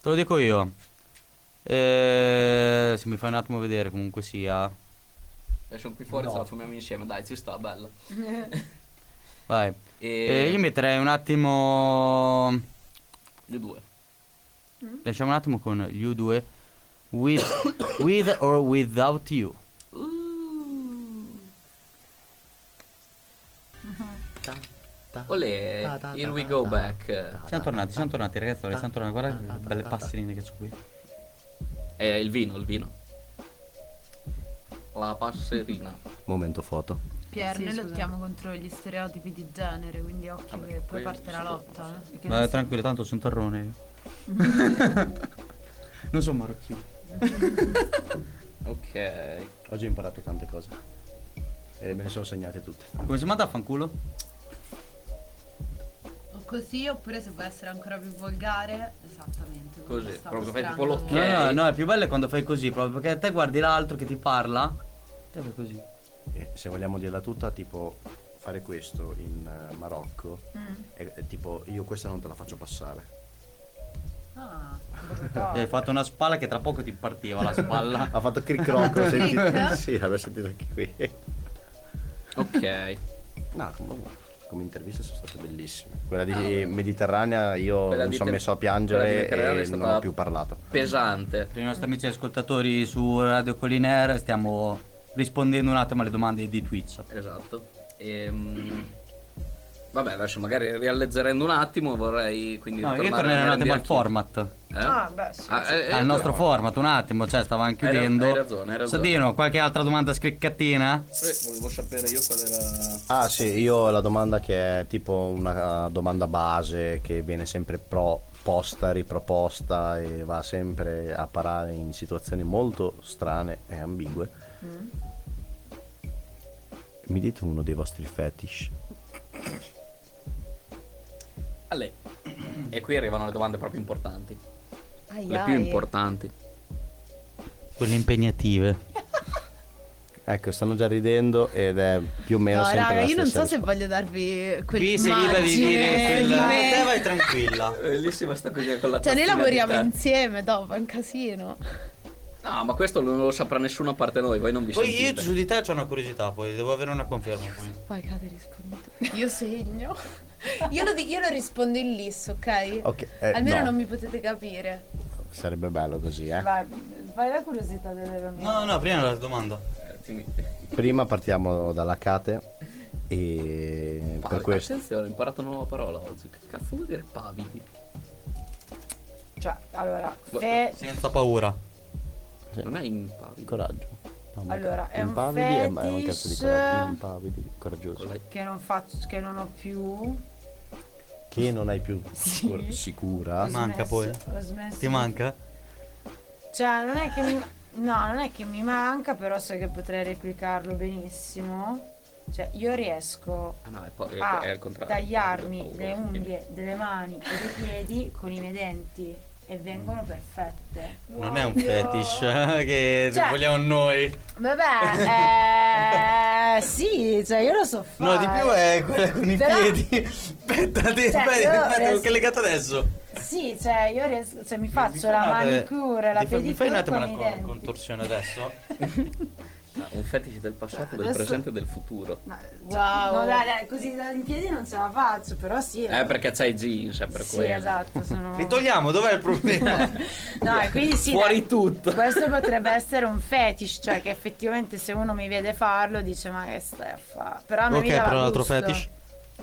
Te lo dico io. Eh, se mi fai un attimo vedere comunque sia. Adesso Eh, qui fuori ce la fumiamo insieme, dai, ci sta, bello. Vai. E... Eh, io metterei un attimo. Le due. Lasciamo un attimo con gli U2. With, with or without you. Olè, here we go back. Siamo tornati, siamo tornati, ragazzi. Siamo tornati. Guarda che belle passerine che sono qui. Eh, il vino, il vino. La passerina. Momento foto. Pier, noi lottiamo contro gli stereotipi di genere, quindi occhio che poi parte la lotta. eh, perché Ma tranquillo, tanto sono terrone. io. non sono marocchino. Ok. Oggi ho imparato tante cose. E me le sono segnate tutte. Come si manda a fanculo? o così, oppure se vuoi essere ancora più volgare, esattamente. quello Così, che stavo proprio fai tipo mostrando. l'occhio. No, Ok. no, no, è più bello è quando fai così proprio perché te guardi l'altro che ti parla. Te fai così. E se vogliamo dirla tutta, tipo fare questo in eh, Marocco è, è tipo io questa non te la faccio passare. Ah, Ti hai fatto una spalla che tra poco ti partiva la spalla. Ha fatto cric croc, l'ho Cric? sentito. sì, l'avevo sentito anche qui. Ok. No, comunque, come interviste sono state bellissime. Quella di Mediterranea io Ah, Quella mi di sono Ter- messo a quella di piangere Mediterranea è e stata- non ho più parlato. Pesante. Per i nostri amici ascoltatori su Radio Collinaire stiamo rispondendo un attimo alle domande di Twitch. Esatto. Ehm, Vabbè, adesso magari rialleggerendo un attimo vorrei quindi No, io tornare tornerei un attimo al all'archivio. format. Eh? Ah, beh, sì. Ah, eh, eh, Al nostro no. format, un attimo, cioè stavamo chiudendo. hai ragione, hai ragione. Sadino, qualche altra domanda scriccatina? Eh, volevo sapere io qual era... Ah sì, io ho la domanda che è tipo una eh, domanda base che viene sempre proposta, riproposta e va sempre a parare in situazioni molto strane e ambigue. Mm. Mi dite uno dei vostri fetish? Allè. E qui arrivano le domande proprio importanti. Ai, Le ai. più importanti. Quelle impegnative. Ecco, stanno già ridendo ed è più o meno No, sempre raga, la io non stessa so se risposta. voglio darvi quel Qui sei libera di dire quella. Te vai tranquilla. Bellissima sta così con la Cioè, noi tazzina di lavoriamo tè. insieme dopo, è un casino. No, ma questo non lo saprà nessuno a parte noi, voi non vi Poi io sentite. su di te ho una curiosità, poi devo avere una conferma. Poi cade rispondi. tu. Io segno. Io lo, di- io lo rispondo in lisso, ok? Ok, eh, Almeno no. non mi potete capire. Sarebbe bello così, eh. Vai, fai la curiosità delle bambine. No, no, prima la domanda. Eh, ti- Prima partiamo dalla Kate e per Pavi- questo Attenzione, ho imparato una nuova parola oggi. Che cazzo vuol dire pavidi? Cioè, allora, Guarda, fe- Senza paura. Non è impavidi. coraggio. No, ma Allora, è un impavidi è- ma è un cazzo di fetish. coraggio, impavidi, coraggioso. Con la- che non faccio, che non ho più. che non hai più sicur- sicura. Manca poi. Ho smesso. Ti manca? Cioè, non è che mi... No, non è che mi manca, però so che potrei replicarlo benissimo. Cioè, io riesco Ah no, è, po- è- a è il contrario. tagliarmi le Paura, quindi- unghie delle mani e dei piedi con i miei denti e Mm. vengono perfette. Non è un fetish eh, che Cioè- vogliamo noi. Vabbè, eh, sì, cioè io lo so fare. No, di più è quella con i Però- Cioè, piedi. Aspetta, aspetta, io aspetta, adesso- che è legato adesso. Sì, cioè io riesco, cioè mi faccio Mi fai la una- manicure, la mi fai- Mi pedicure fai un attimo con una i con- denti. contorsione adesso? Un fetish del passato, del Adesso- presente e del futuro. Wow. cioè, No, dai, dai, così in piedi non ce la faccio, però sì. Eh, perché c'hai jeans, è per Sì, quello. esatto, sono... Li togliamo, dov'è il problema? No, e quindi sì, Fuori dai, tutto. Questo potrebbe essere un fetish, cioè che effettivamente se uno mi vede farlo dice ma che stai a fare? Però a me mi Ok, dava però l'altro gusto. fetish?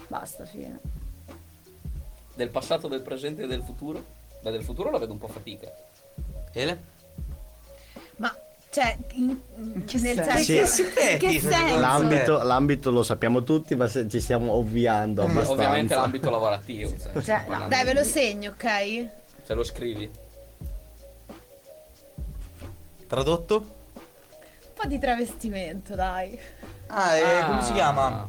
Basta, fine. Del passato, del presente e del futuro. Beh, del futuro la vedo un po' fatica. Ele? Ma cioè, in- nel senso, Sì. in che senso? L'ambito, l'ambito lo sappiamo tutti, ma se- ci stiamo ovviando abbastanza. Eh, Ovviamente l'ambito lavorativo. cioè, Cioè, parlando dai, di- ve lo segno, ok? Se lo scrivi. Tradotto? Un po' di travestimento, dai. Ah, eh, come si chiama?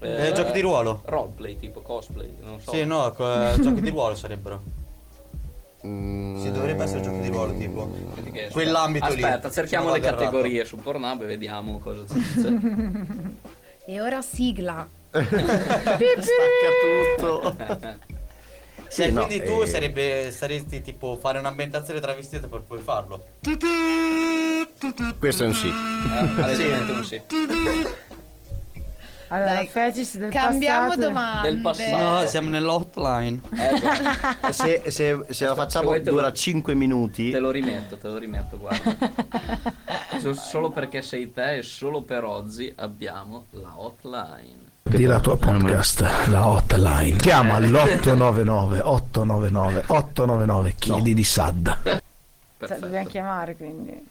Eh, giochi di ruolo. Ah. Roleplay, tipo cosplay, non so. Sì, no, co- giochi di ruolo sarebbero. Sì, dovrebbe essere giochi di ruolo, tipo. Perché- Quell'ambito lì. Aspetta, cerchiamo Sono le aberrato. categorie su Pornhub e vediamo cosa ci dice. E ora sigla. Cioè, Eh, Sì, no, quindi tu eh. sarebbe, saresti tipo fare un'ambientazione travestita per poi farlo. Questo è un sì. eh, Palesemente un sì. Allora, fetish del Cambiamo passato. domande. Del passato. siamo nell'outline. Eh, Ecco, Se, se- se la facciamo vuoi te lo- dura 5 minuti, te lo rimetto, te lo rimetto, guarda. So- Solo perché sei te e solo per oggi abbiamo la hotline. Di la tua podcast, la hotline. Chiama l'899 899 899 chiedi di Sad. Cioè, Perfetto. dobbiamo chiamare quindi.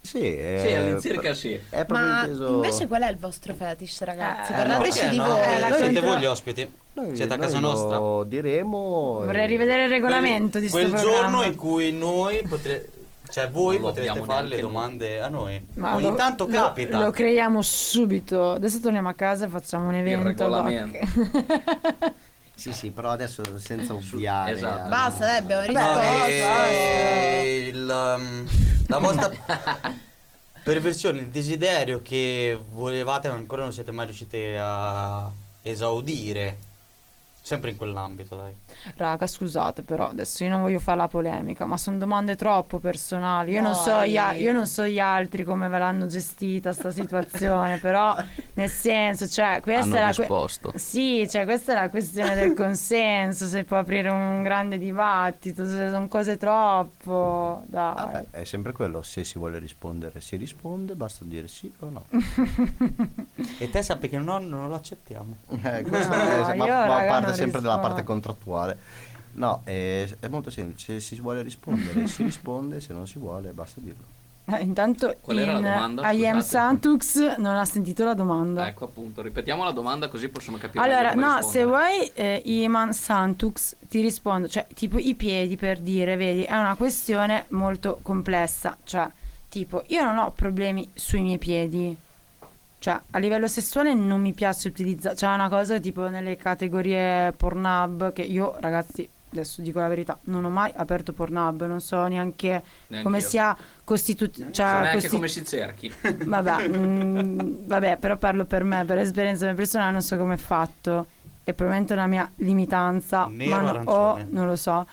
sì, è, Eh, Sì, all'incirca sì. è proprio Ma inteso- invece qual è il vostro fetish, ragazzi? Eh, Parlateci di no? voi. Eh, la Siete contro- voi gli ospiti. Noi- Siete a noi casa lo nostra. diremo. e- Vorrei rivedere il regolamento di quel sto giorno programma. in cui noi potre- cioè voi Non lo potrete abbiamo fare le neanche noi. domande a noi. Ma Ogni lo- tanto lo- capita. Lo, creiamo subito. Adesso torniamo a casa e facciamo un evento. ad hoc. regolamento. Sì, sì, però adesso senza ovviare. esatto. Basta, dai, abbiamo No, risposto. eh, il, um, la vostra perversione, il desiderio che volevate ma ancora non siete mai riusciti a esaudire. Sempre in quell'ambito, dai. Raga, scusate, però adesso io non voglio fare la polemica, ma sono domande troppo personali. Io, non so gli, a- Dai. io non so gli altri come ve l'hanno gestita sta situazione, però nel senso, cioè, questa è la que- Sì, cioè, questa è la questione del consenso, se può aprire un grande dibattito, se sono cose troppo. Dai. Vabbè, Eh, è sempre quello, se si vuole rispondere, si risponde, basta dire sì o no. E te sappi che no, non lo accettiamo. Eh, questo No, è- io, ma, raga, ma non parte sempre dalla rispondo. parte contrattuale. No, è, è molto semplice, se si vuole rispondere, si risponde, se non si vuole, basta dirlo. Eh, Intanto Cioè, Qual era la in domanda? I am Scusate. Santux non ha sentito la domanda. Ecco appunto, ripetiamo la domanda così possiamo capire. Allora, meglio come no, se rispondere. vuoi eh, Iman Santux ti rispondo, cioè tipo i piedi per dire, vedi, è una questione molto complessa, cioè tipo io non ho problemi sui miei piedi, cioè a livello sessuale non mi piace utilizzare, cioè è una cosa tipo nelle categorie Pornhub che io ragazzi, adesso dico la verità, non ho mai aperto Pornhub, non so neanche come io. sia costituito, Non so cioè neanche costi- come si cerchi. Vabbè, mm, vabbè, però parlo per me, per esperienza mia personale, non so come è fatto. È probabilmente una mia limitanza, Nero ma o no- arancione? o non lo so.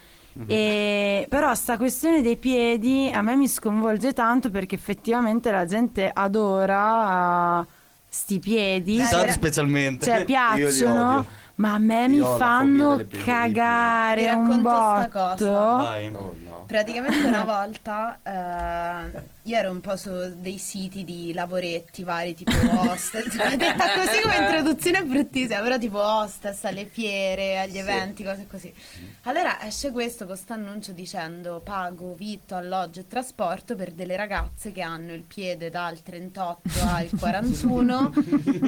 E, però sta questione dei piedi a me mi sconvolge tanto perché effettivamente la gente adora eh, sti piedi, Sad specialmente. cioè piacciono, odio. ma a me Io mi ho la fobia fanno delle piedi- dei piedi. cagare Ti un racconto sta cosa. botto. Vai. Praticamente una volta eh, io ero un po' su dei siti di lavoretti vari, tipo hostess. È detta così come introduzione è bruttissima, però tipo hostess alle fiere, agli eventi, cose così. Allora esce questo con sto annuncio dicendo pago vitto, alloggio e trasporto per delle ragazze che hanno il piede dal 38 al 41,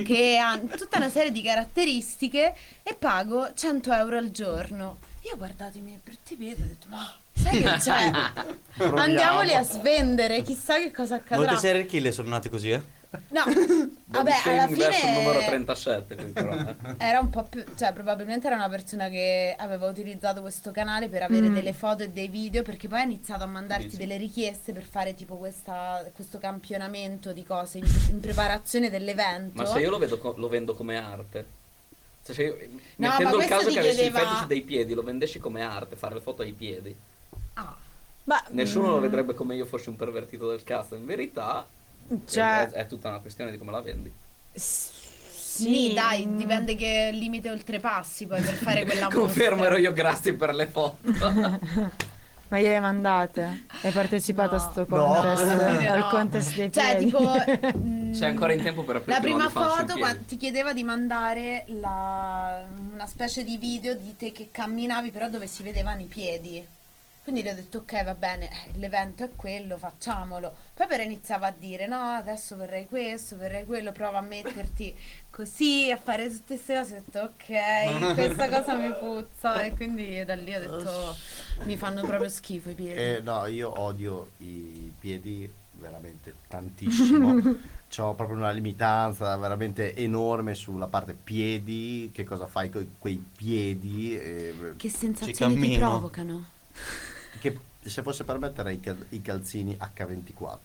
che hanno tutta una serie di caratteristiche e pago 100 euro al giorno. Io ho guardato i miei brutti piedi e ho detto ma... Sai che c'è? Andiamoli a svendere, chissà che cosa accadrà. Molte serial killer sono nati così, eh? No, Body vabbè, alla shaming verso il numero fine 37. quindi, però, eh. era un po' più, cioè probabilmente era una persona che aveva utilizzato questo canale per Mm. avere delle foto e dei video perché poi ha iniziato a mandarti Dici. delle richieste per fare tipo questa, questo campionamento di cose in, in preparazione dell'evento. Ma se io lo, vedo co- lo vendo come arte. Cioè, se io, ma mettendo il questo caso ti che avessi il chiedeva- Mm. fetish dei piedi, lo vendessi come arte, fare le foto ai piedi. Ah, Ma- Nessuno lo vedrebbe come io fossi un pervertito del cazzo. In verità, Cioè- è, è tutta una questione di come la vendi. Sì, dai, dipende che limite oltrepassi poi per fare quella Confermo, ero io grazie per le foto. Ma gliele mandate? Hai partecipato a sto contest? Al contest dei Cioè, piedi? tipo, mm, C'è ancora in tempo per aprire La prima foto qua- ti chiedeva di mandare la- una specie di video di te che camminavi però dove si vedevano i piedi. Quindi le ho detto ok va bene, eh, l'evento è quello, facciamolo. Poi però iniziava a dire no, adesso vorrei questo, vorrei quello, prova a metterti così, a fare tutte queste cose. Ho detto ok, questa cosa mi puzza e quindi da lì ho detto mi fanno proprio schifo i piedi. Eh, no, io odio i piedi veramente tantissimo. C'ho proprio una limitanza veramente enorme sulla parte piedi, che cosa fai con quei piedi. eh, Che Ci sensazioni ti cammino. provocano? Che se fosse per me terrei i cal- i calzini H24.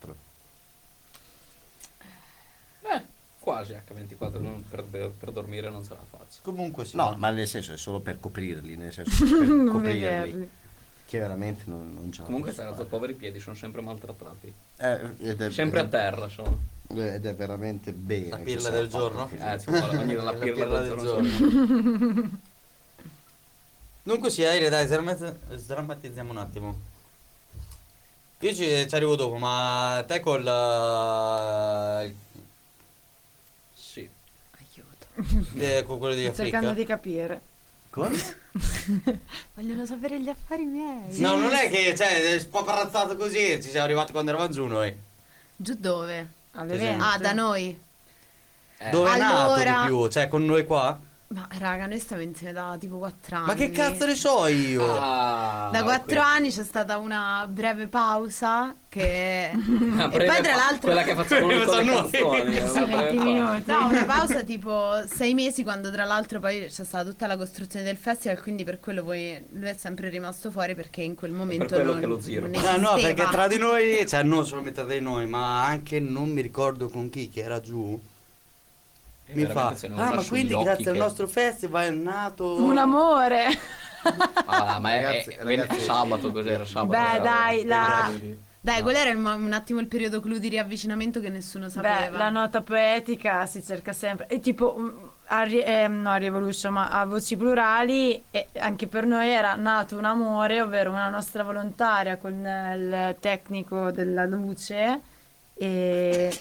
Eh, Quasi H24, non per, per dormire non ce la faccio. Comunque No, ma nel senso è solo per coprirli, nel senso per Non coprirli. vederli. Che veramente non, non ce la Comunque, posso tra l'altro, poveri piedi sono sempre maltrattati. fare. Eh, ed è- Sempre a ed- terra sono. Ed è veramente bene. La che pirla sia del fatto giorno? così. Eh, ci vuole venire la pirla del giorno. Dunque sì, Aile, dai, sdramma- sdrammatizziamo un attimo. Io ci, ci arrivo dopo, ma te col... eh, Sì. eh, con quello di Sto cercando Africa. di capire. Cosa? Vogliono sapere gli affari miei. No, non è che, cioè, è spaparazzato così, ci siamo arrivati quando eravamo giù noi. Eh. Giù dove? All'evento. Ah, da noi. Eh. Dove è nato di allora- più? Cioè, con noi qua? Ah, Ma raga, noi stiamo insieme da tipo 4 anni. Ma che cazzo ne so io? Ah, Da 4 anni c'è stata una breve pausa che... e poi tra l'altro... Quella che facciamo noi con le Sono noi. canzoni. eh, era una breve pausa. No, una pausa tipo 6 mesi quando tra l'altro poi c'è stata tutta la costruzione del festival, quindi per quello poi lui è sempre rimasto fuori perché in quel momento... non, non Ah, no, esisteva. perché tra di noi, cioè non solamente tra di noi, ma anche non mi ricordo con chi che era giù. Mi Eh, veramente fa, se non ah, ma lascio quindi gli occhi grazie al che- nostro festival è nato Un amore. Ah, ma è, è- è sabato cos'era? Sabato. Beh, era- dai, la, Dai, quello era il mo- un attimo il periodo clou di riavvicinamento che nessuno beh, sapeva. la nota poetica si cerca sempre. E tipo, mm, a, Ri- eh, no, a Revolution, ma a voci plurali, e anche per noi era nato un amore, ovvero una nostra volontaria con eh, il tecnico della luce. E...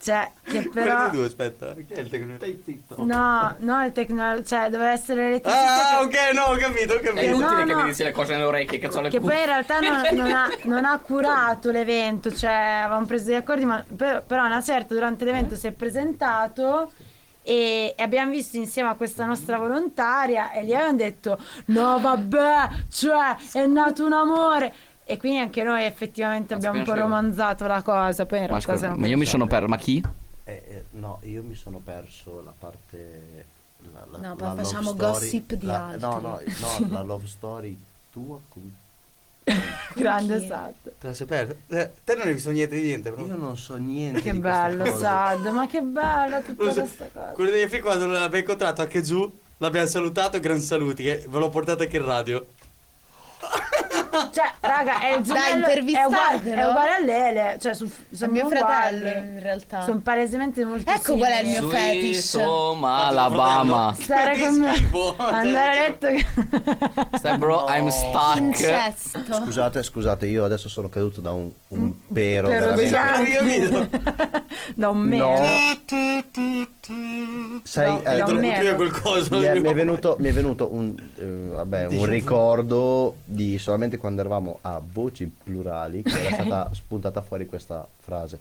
Cioè, che però... Quelli due, aspetta, chi è il tecnico? No, no, il tecno... cioè doveva essere Letizia Ah, che- ok, no, ho capito, ho È capito. inutile No, che no. mi dici le cose nelle orecchie, che ho le che cuffie. poi in realtà non, non ha, non ha curato l'evento, cioè avevamo preso degli accordi, ma per- però una certa durante l'evento si è presentato e e abbiamo visto insieme a questa nostra volontaria e lì avevamo detto no vabbè, cioè è nato un amore e quindi anche noi effettivamente abbiamo un po' spiace. romanzato la cosa, poi in Ma, realtà scusa, siamo ma io mi sono perso. Ma chi? Eh, eh, no, io mi sono perso la parte. La, la, No, la poi love facciamo story- gossip di la- No, no, altri. no, la love story tua con grande Sad. Te la sei persa? Eh, Te non hai visto niente di niente, però. Io non so niente. Che bello Sad, ma che bella tutta Lo so. questa cosa. Quello degli FI quando l'abbiamo incontrato anche giù, l'abbiamo salutato, gran saluti, che ve l'ho portato anche in radio. Cioè, raga, è il Da gemello è uguale, intervistarlo. è uguale a Lele, cioè su, sono mio uguali. fratello, in realtà. Sono palesemente molto Ecco qual è il mio simili. fetish. Insomma, Alabama. Stare con me, cioè. andare a letto che... Stai bro, I'm stuck. Incesto. Scusate, scusate, io adesso sono caduto da un, un pero. pero veramente. da un mese. Sai, da un mero. Io quel coso. mi, è, mi è venuto, mi è venuto un, eh, vabbè, un ricordo di solamente quando eravamo a voci plurali che era stata spuntata fuori questa frase.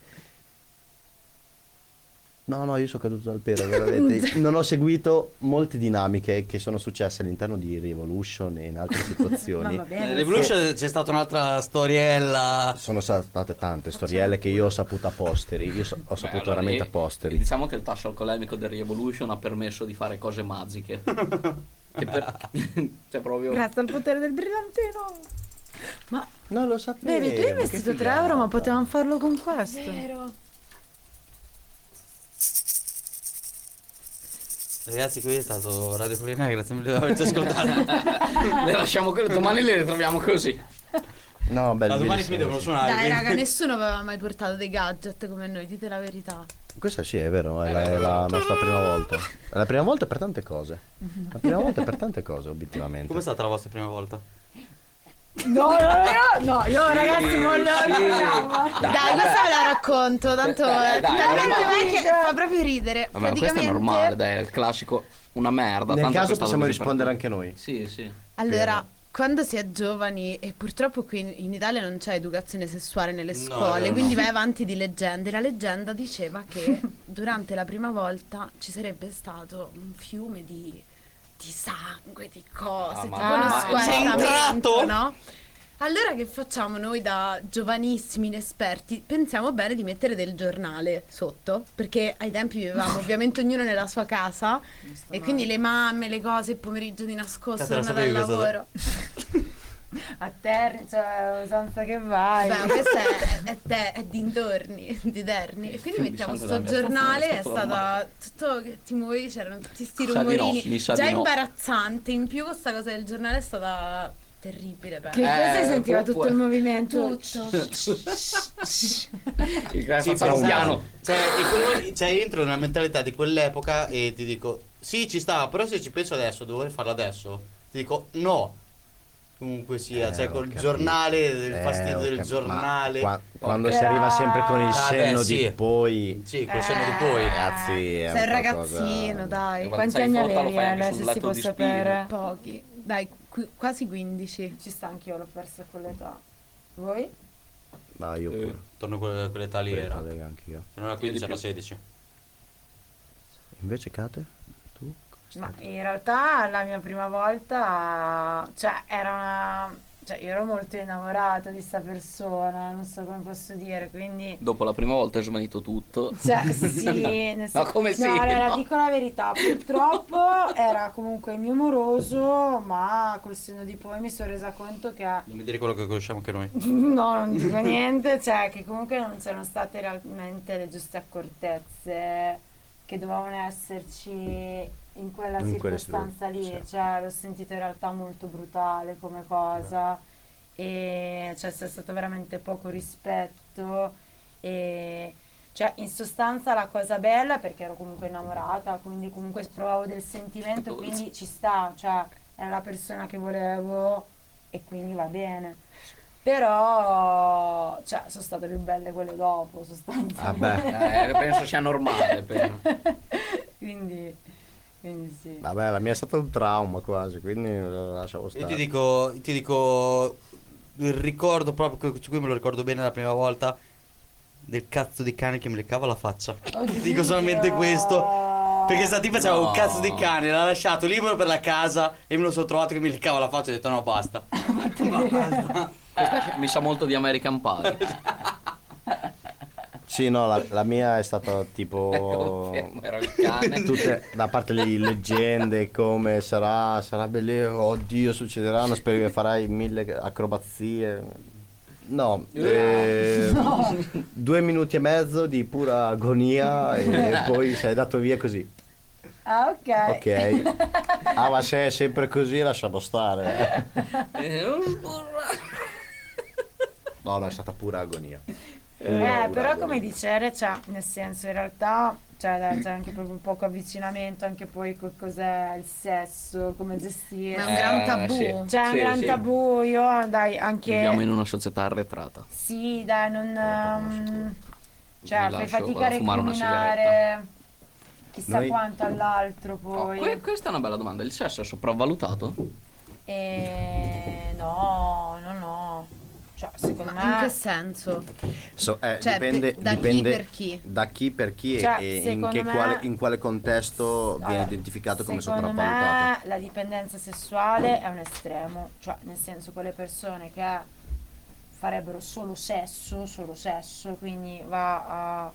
No, no, io sono caduto dal pero, veramente. Non ho seguito molte dinamiche che sono successe all'interno di Revolution e in altre situazioni. va bene. Nella Revolution c'è stata un'altra storiella. Sono state tante storielle che io ho saputo a posteri. Io so- ho saputo allora, veramente e- a posteri. Diciamo che il tasso alcolemico del Revolution ha permesso di fare cose magiche. che per... cioè, proprio. Grazie al potere del brillantino. Ma Non lo sapevo. vedi, tu Eh, hai che investito 3 figata. euro, ma potevamo farlo con questo. Ragazzi, qui è stato Radio Culinare, grazie mille per averci ascoltato. le lasciamo così, domani le ritroviamo così. No, bello. Da domani bellissimo, qui devono sì. suonare. Dai, quindi- raga, nessuno aveva mai portato dei gadget come noi, dite la verità. Questa sì, è vero, è la, è la nostra prima volta. È la prima volta per tante cose. La prima volta per tante cose, obiettivamente. Com'è stata la vostra prima volta? Eh, No, no, no, no, io ragazzi voglio... Dai, questa ve la racconto, tanto Dai, dai, dai, veramente, dai. guarda che fa proprio ridere. Vabbè, ma questo è Praticamente- normale, dai, è il classico. Una merda. Nel tanto caso è stato possiamo così per rispondere tutti. anche noi. Sì, sì. Allora, quando si è giovani, e purtroppo qui in- in Italia non c'è educazione sessuale nelle scuole, no, quindi no. vai avanti di leggende. La leggenda diceva che durante la prima volta ci sarebbe stato un fiume di, di sangue, di Ah, cose, tipo ma- uno ma- squartamento, sei entrato? no? Allora che facciamo noi da giovanissimi inesperti? Pensiamo bene di mettere del giornale sotto, perché ai tempi vivevamo ovviamente ognuno nella sua casa e quindi le mamme, le cose, il pomeriggio di Cioè, nascosto, Cazzo, la tornata sapevi dal questa- lavoro. A terra, cioè, usanza che vai. Beh, questo è, è, te- è dintorni, di Derni. E quindi mettiamo sangue sto della diciamo mia giornale, è forza, non è stata tutto che ti muovevi, c'erano tutti sti Mi sa di no, rumorini. mi sa già di no. imbarazzante, in più questa cosa del giornale è stata terribile. Che penso. cosa Eh, sentiva può- tutto il movimento? Tutto. Il gran Sì, facciamo però- un piano. Cioè, e quello- cioè, entro nella mentalità di quell'epoca e ti dico, sì, ci stava, però se ci penso adesso, dovrei farlo adesso. Ti dico, no. Comunque sia, Eh, cioè ho col capito. giornale, il Eh, fastidio ho del cap- giornale. ma qua- quando Ok. si arriva sempre con il Ah, beh, senno di sì. poi. Sì, col senno Eh. di poi. Ragazzi, è Eh, Sei un qualcosa- ragazzino, dai. E Quanti quando Quanti sei anni in flotta lo avevi fai anche adesso, sul si lato può di spine. sapere? pochi. Dai, qui- quasi 15. Ci sta anch'io, l'ho persa con l'età. Voi? No, io Eh, pure. torno a quelle- quell'età lì Quella, era. raga, anch'io. Non era 15, era 16. Invece, Kate, tu? Ma in realtà la mia prima volta, cioè, era una... Cioè, io ero molto innamorata di sta persona, non so come posso dire, quindi... Dopo la prima volta è svanito tutto. Cioè, sì, nel No, sen- come sì, No, allora, no. dico la verità, purtroppo era comunque il mio moroso, ma col senno di poi mi sono resa conto che... ah, Non mi dire quello che conosciamo anche noi. No, non dico niente, cioè che comunque non c'erano state realmente le giuste accortezze che dovevano esserci in quella In quelle circostanza lì, situ- sì. cioè l'ho sentito in realtà molto brutale come cosa e cioè c'è stato veramente poco rispetto e cioè in sostanza la cosa bella perché ero comunque innamorata, quindi comunque provavo del sentimento, quindi ci sta, cioè era la persona che volevo e quindi va bene. Però, cioè, sono state più belle quelle dopo, sostanzialmente. Eh, penso sia normale. però. quindi, quindi sì. Vabbè, la mia è stata un trauma quasi, quindi lo lasciavo Io stare. ti dico, ti dico il ricordo proprio, qui me lo ricordo bene la prima volta, del cazzo di cane che mi leccava la faccia. Ti dico solamente questo. Perché sta tipa c'aveva No. un cazzo di cane, l'ha lasciato libero per la casa e me lo sono trovato che mi leccava la faccia e ho detto no basta. Questa Eh, mi sa molto di American Pie. Sì, no, la, la mia è stata tipo. Confermo, Cioè, era il cane. Tutte da parte le leggende come sarà, sarà bellissimo, oddio succederanno, spero che farai mille acrobazie. No, eh, due minuti e mezzo di pura agonia e poi sei dato via così. Ah, ok. Ok. Ah, ma se è sempre così lasciamo stare. Eh, No, no, è stata pura agonia. Eh, però agonia. come dicere, cioè, nel senso, in realtà, cioè, da- c'è anche proprio poco avvicinamento, anche poi co- cos'è il sesso, come Ma è gestire. un gran Eh, tabù. sì. C'è un Sì, gran sì. tabù, io, dai, anche... Viviamo in una società arretrata. Sì, dai, non... ehm, cioè, Mi fai lascio, fatica a vado a fumare una recriminare chissà Noi- quanto all'altro Oh, poi. que- questa è una bella domanda. Il sesso è sopravvalutato? Eh, no, no, no. Cioè, secondo Ma in me... che senso? So, eh, Cioè, dipende, per- da chi dipende per chi? da chi per chi e- Cioè, e in, secondo che me- quale, in quale contesto Allora, viene identificato come secondo sopravvalutato. me la dipendenza sessuale è un estremo, cioè nel senso quelle persone che farebbero solo sesso, solo sesso, quindi va a,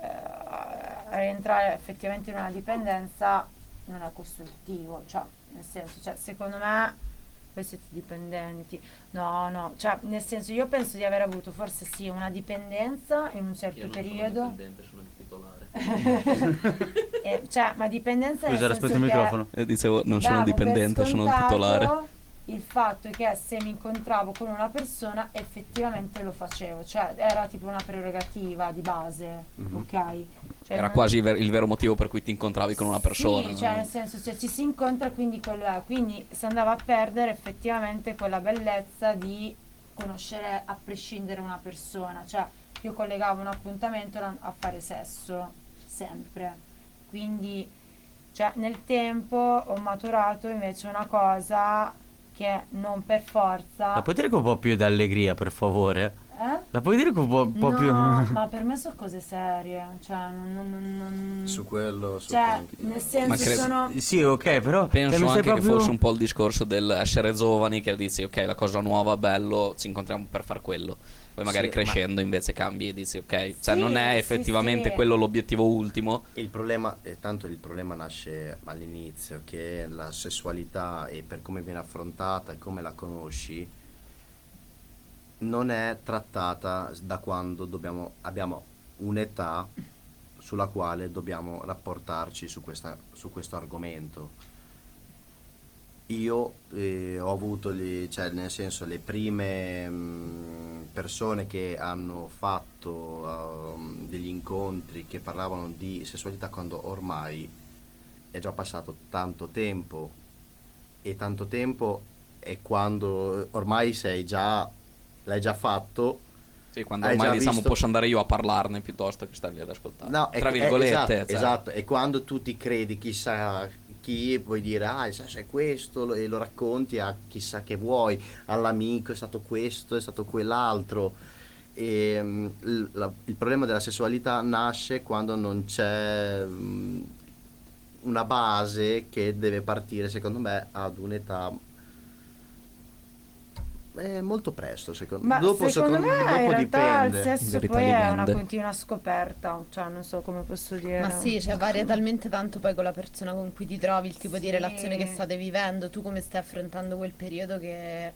eh, a rientrare effettivamente in una dipendenza non è costruttivo, cioè nel senso, cioè, secondo me voi siete dipendenti, no, no, cioè nel senso io penso di aver avuto forse sì una dipendenza in un certo periodo, sono il titolare. eh, cioè ma dipendenza nel Scusa, era senso spento il che- microfono. dicevo, non davo per scontato il fatto è che se mi incontravo con una persona effettivamente lo facevo, cioè era tipo una prerogativa di base, Mhm. ok? Cioè, Era non- quasi il, ver- il vero motivo per cui ti incontravi con una persona. Sì, cioè nel senso cioè, ci si incontra quindi quello è, quindi si andava a perdere effettivamente quella bellezza di conoscere a prescindere una persona, cioè io collegavo un appuntamento a a fare sesso, sempre, quindi cioè, nel tempo ho maturato invece una cosa che non per La forza... puoi dire con un po' più di allegria, per favore? Eh? La puoi dire con un po', un po' più... No, ma per me sono cose serie, cioè non... non- non- non- Su quello, su cioè, quello. nel senso Ma credo- sono... Sì, ok, però... Penso eh, mi stai anche che proprio- fosse un po' il discorso dell'essere giovani che dici ok la cosa nuova, bello, ci incontriamo per far quello. Poi magari Sì, ma- crescendo invece cambi e dici ok, cioè Sì, non è sì, effettivamente sì. quello l'obiettivo ultimo. Il problema, eh, tanto il problema nasce all'inizio, che la sessualità e per come viene affrontata e come la conosci non è trattata da quando dobbiamo, abbiamo un'età sulla quale dobbiamo rapportarci su, questa- su questo argomento. Io eh, ho avuto, le, cioè, nel senso, le prime mh, persone che hanno fatto ehm, degli incontri che parlavano di sessualità quando ormai è già passato tanto tempo e tanto tempo è quando ormai sei già, l'hai già fatto. Sì, quando Hai ormai già diciamo visto- posso andare io a parlarne piuttosto che starvi ad ascoltare. No, è- Tra è- virgolette. esatto, cioè. esatto, e quando tu ti credi chissà chi, puoi dire, ah, sai, sai questo, lo- e lo racconti a chissà che vuoi, all'amico è stato questo, è stato quell'altro. E, mm, l- la- il problema della sessualità nasce quando non c'è mm, una base che deve partire, secondo me, ad un'età eh, molto presto, secondo Ma Dopo, secondo secondo- me in dopo realtà dipende. il sesso poi è una continua scoperta, cioè non so come posso dire. Ma sì, cioè varia talmente tanto poi con la persona con cui ti trovi, il tipo di Sì. relazione che state vivendo, tu come stai affrontando quel periodo che...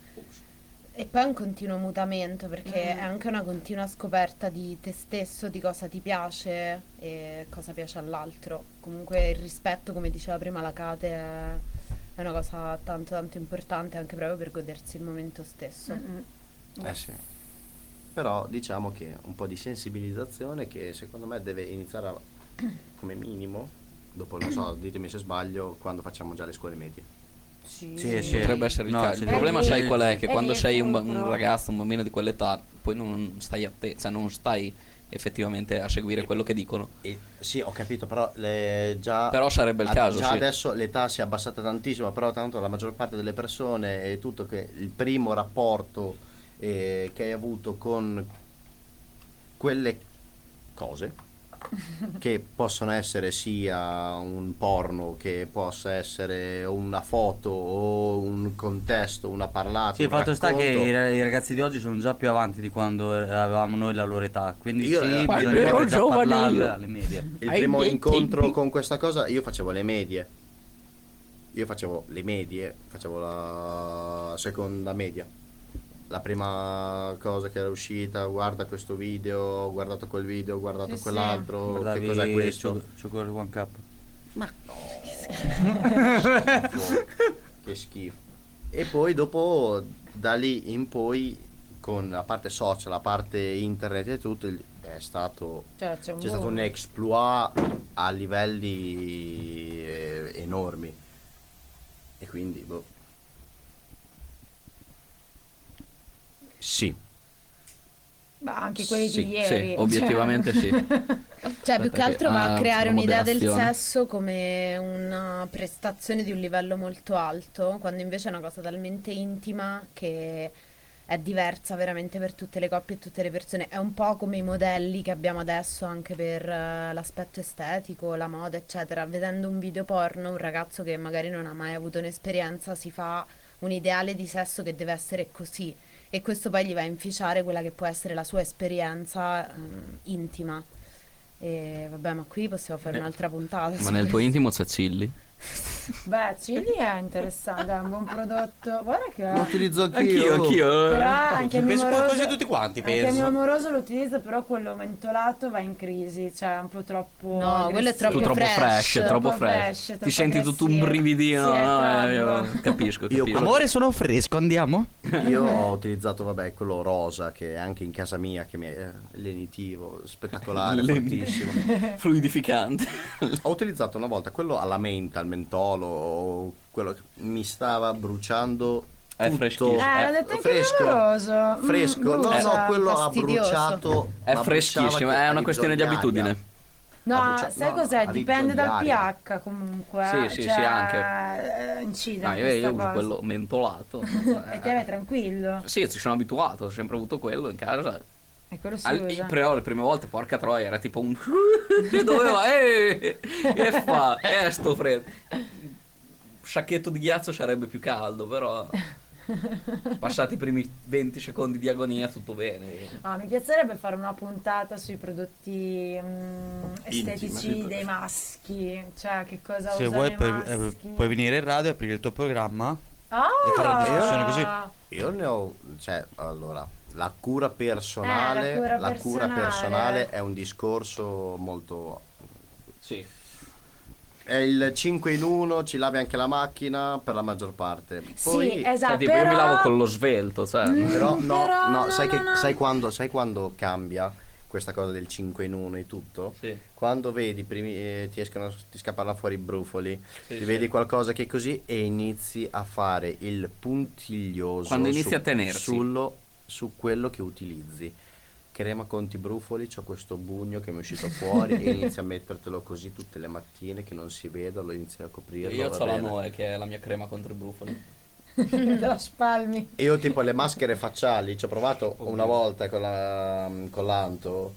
E poi è un continuo mutamento perché Mm. è anche una continua scoperta di te stesso, di cosa ti piace e cosa piace all'altro. Comunque il rispetto, come diceva prima la Kate, è è una cosa tanto tanto importante anche proprio per godersi il momento stesso. Mm-mm. Eh sì. Però diciamo che un po' di sensibilizzazione che secondo me deve iniziare a- come minimo, dopo non so, ditemi se sbaglio, quando facciamo già le scuole medie. Sì. Sì, sì. Potrebbe essere il No, caso. sì, Il sì. problema È sai lì- qual è? Che è quando lì il sei un, punto. un ragazzo, un bambino di quell'età, poi non stai a te, cioè non stai effettivamente a seguire quello che dicono. E- sì, ho capito, però le- già... Però sarebbe il a- caso, Ah, Già sì. adesso l'età si è abbassata tantissimo, però tanto la maggior parte delle persone è tutto che il primo rapporto eh, che hai avuto con quelle cose che possono essere sia un porno che possa essere una foto o un contesto, una parlata. Sì, un il fatto sta che racconto. i i ragazzi di oggi sono già più avanti di quando eh, avevamo noi la loro età, quindi Io, sì, eh, bisogna ero proprio già giovane parlarle io. alle medie. Il Ai primo miei incontro tempi. con questa cosa io facevo le medie. Io facevo le medie, facevo la seconda media. La prima cosa che era uscita, guarda questo video, ho guardato quel video, ho guardato Sì, quell'altro, Oh, che Guardavi cos'è questo? Sugar- Sugar One Cup. che schifo. E poi dopo, da lì in poi, con la parte social, la parte internet e tutto, il- è stato Cioè, c'è un c'è stato boom. un exploit a livelli eh, enormi e quindi boh. sì Ma anche quelli Sì, di ieri. sì, cioè. obiettivamente sì. Cioè, più che Aspetta che- altro va ah, a creare una un'idea del moderazione. sesso come una prestazione di un livello molto alto, quando invece è una cosa talmente intima che è diversa veramente per tutte le coppie e tutte le persone. È un po' come i modelli che abbiamo adesso anche per eh, l'aspetto estetico, la moda, eccetera. Vedendo un video porno, un ragazzo che magari non ha mai avuto un'esperienza si fa un ideale di sesso che deve essere così. E questo poi gli va a inficiare quella che può essere la sua esperienza ehm, intima. E vabbè, ma qui possiamo fare Eh. un'altra puntata. Ma su nel tuo questo. intimo c'è Cilli. Beh, Chili è interessante, è un buon prodotto. Guarda che Lo utilizzo Anch'io, anch'io. anch'io. Però eh. Anche anche il penso mio quasi moroso- tutti quanti, Anche il mio penso. amoroso lo utilizzo, però quello mentolato va in crisi, cioè è un po' troppo. No, quello è aggressivo. Tu troppo fresh, troppo troppo fresh, fresh. troppo Ti senti tutto un aggressivo. brividino. Sì, no, eh, esatto. io capisco, Io capisco. quello- Amore, sono fresco, andiamo? Io ho utilizzato, vabbè, quello rosa che è anche in casa mia, che mi è eh, lenitivo, spettacolare, Lenitivo. fortissimo. fluidificante. Ho utilizzato una volta quello alla menta, al mentolo, o quello che mi stava bruciando È tutto. freschissimo. Eh, l'ho detto anche il mio fresco. amoroso. Mm, Fresco, no, brucia, no, quello ha fastidioso. bruciato. È ma bruciava freschissimo, che è una questione di aria. abitudine. Ah, No, brucia- sai no, cos'è? ha Dipende bisogno dal di aria. pH comunque. Sì, sì, sì, cioè, anche. eh, Incide. No, Ah, io, questa io uso cosa. quello mentolato. eh. E te vai tranquillo. Sì, ci sono abituato, ho sempre avuto quello in casa. E quello si Al- usa. però le prime volte, porca troia, era tipo un... che doveva... Eh, che fa? Eh, sto freddo. Un sciacchetto di ghiaccio sarebbe più caldo, però... Passati i primi 20 secondi di agonia, tutto bene. Ah, mi piacerebbe fare una puntata sui prodotti mm, estetici dei maschi, cioè che cosa Se usano vuoi i puoi, eh, maschi. puoi venire in radio e aprire il tuo programma. Ah! le trasmissioni così. Io ne ho, cioè, allora, la cura Eh, personale, la cura la cura personale. personale è un discorso molto... Sì. È il 5 in 1, ci lavi anche la macchina per la maggior parte. Poi, Sì, esatto, Cioè, tipo, Io mi però- lavo con lo svelto, cioè... Però no, Mm, no, però no, sai, no, che, no. sai quando, sai quando cambia questa cosa del 5 in 1 e tutto? Sì. Quando vedi, i primi, eh, ti escono, ti scappano fuori i brufoli, Sì, ti sì. vedi qualcosa che è così e inizi a fare il puntiglioso Quando inizi a tenersi. sullo- su quello che utilizzi. Crema conti brufoli, c'ho questo bugno che mi è uscito fuori e inizi a mettertelo così tutte le mattine che non si veda, lo inizi a coprirlo. Io va ho la bene. Noe, che è la mia crema contro i brufoli. Te lo spalmi. E Io tipo le maschere facciali, ci ho provato una volta con, la, con l'anto,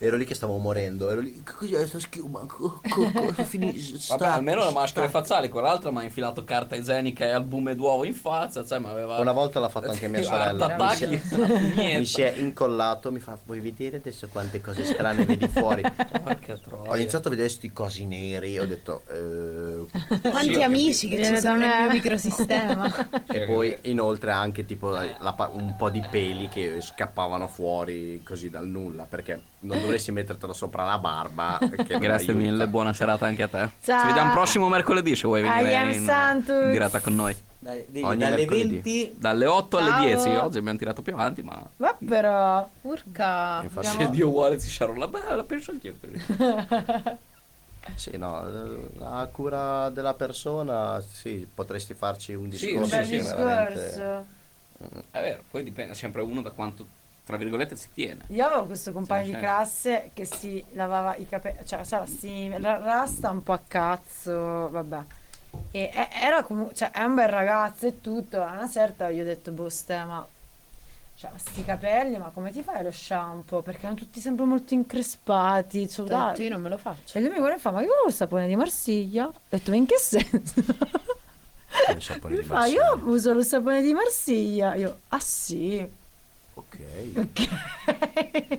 ero lì che stavo morendo, ero lì, che cos'è questa schiuma? Co- co- Cosa finisce? Vabbè, Sta- almeno la maschera facciale, quell'altra mi ha infilato carta igienica e albume d'uovo in faccia, cioè, ma aveva... Una volta l'ha fatto anche mia sorella, mi si, Attacchi, mi si niente. è incollato, mi fa, vuoi vedere adesso quante cose strane vedi fuori? Porca Ho troia. iniziato a vedere questi cosi neri, ho detto... eh, Quanti amici che ci sono nel mio microsistema. Eh, E poi inoltre anche tipo la- la pa- un po' di peli che scappavano fuori così dal nulla, perché non dovresti mettertelo sopra la barba. che non Grazie aiuta. mille, buona serata anche a te. Ciao. Ci vediamo prossimo mercoledì se vuoi I am venire in, Santus. in diretta con noi. Dai, devi- Ogni dalle mercoledì. 20 Dalle 8 Ciao. alle 10, oggi abbiamo tirato più avanti, ma Ma però. Urca. Infatti, se Dio vuole ci sarò la bella, penso anch'io. sì, no, eh, la cura della persona, sì, potresti farci un Sì, discorso. un Bel sì, veramente. discorso. È vero, poi dipende sempre uno da quanto, tra virgolette, si tiene. Io avevo questo compagno Sì, di sì. classe che si lavava i capelli, cioè, sa, si ra- rasta un po' a cazzo, vabbè. E e- era comunque, cioè, è un bel ragazzo e tutto, a una certa gli ho detto, boh, Ste, ma... Cioè, sti capelli, ma come ti fai lo shampoo? Perché erano tutti sempre molto increspati, cioè, Ho detto, dai. Io non me lo faccio. Cioè, lui mi guarda e fa, ma che quello è il sapone di Marsiglia? Ho detto, ma in che senso? Il sapone Lui di fa, Marsiglia. io uso lo sapone di Marsiglia. Io, ah sì, Ok.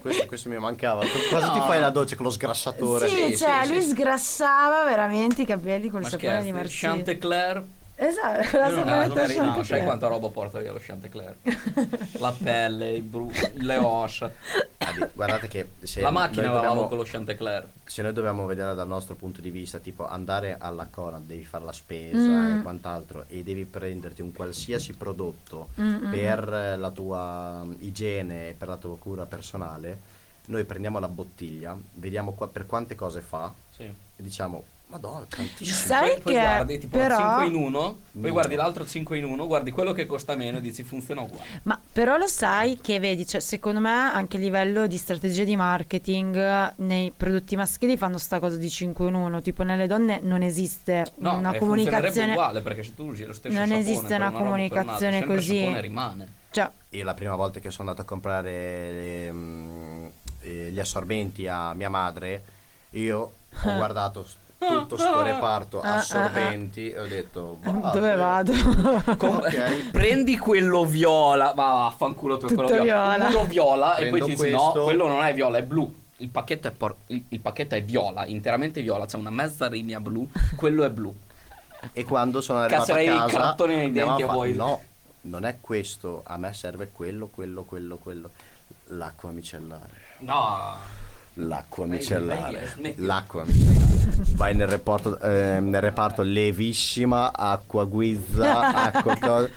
Questo, questo mi mancava. Cosa ti fai la doccia con lo sgrassatore? Sì, cioè, lui sgrassava veramente i capelli col Ma sapone di scherzi, Marsiglia. Chantecler Esatto, con la Io non sapone vado, no, di Chanticleer. sai quanta roba porta via lo Chantecler? La pelle, i bru- le ossa. Guardi, Guardate che se La macchina noi la lavo dobbiamo- con lo Chantecler. se noi dobbiamo vedere dal nostro punto di vista, tipo andare alla Coran, devi fare la spesa Mm. e quant'altro, e devi prenderti un qualsiasi prodotto per eh, la tua mm, igiene e per la tua cura personale, noi prendiamo la bottiglia, vediamo qua per quante cose fa Sì. e diciamo, madonna, tantissimo. Sai poi, poi che guardi tipo però, 5 in 1, poi No. guardi l'altro 5 in 1, guardi quello che costa meno e dici funziona uguale. ma però lo sai che vedi, cioè, secondo me anche a livello di strategia di marketing nei prodotti maschili fanno sta cosa di 5 in 1, tipo nelle donne non esiste No, una e funzionerebbe comunicazione uguale perché se tu usi lo stesso Non sapone esiste per una roba o per un'altra, comunicazione sempre il così. sapone rimane. cioè, Io la prima volta che sono andato a comprare eh, mm, eh, gli assorbenti a mia madre, io ho guardato s- tutto sto reparto Eh. ah, ah. assorbenti e ho detto, dove "Vado". vado? Com- Ok. Prendi quello viola, ma vaffanculo tu Tutto quello viola. viola. Quello viola e poi Prendo ti dici no, questo. quello non è viola, è blu. Il pacchetto è, por- il- il pacchetto è viola, interamente viola, c'è una mezza linea blu, quello è blu. E quando sono arrivato Cazzerei a i casa, cartoni nei mia mamma denti a fa, voi. no, non è questo, a me serve quello, quello, quello, quello. L'acqua micellare. No. L'acqua Meglio, micellare. meglio, smetti. L'acqua micellare. Vai nel reparto, eh, nel reparto levissima, acqua guizza, acqua cosa.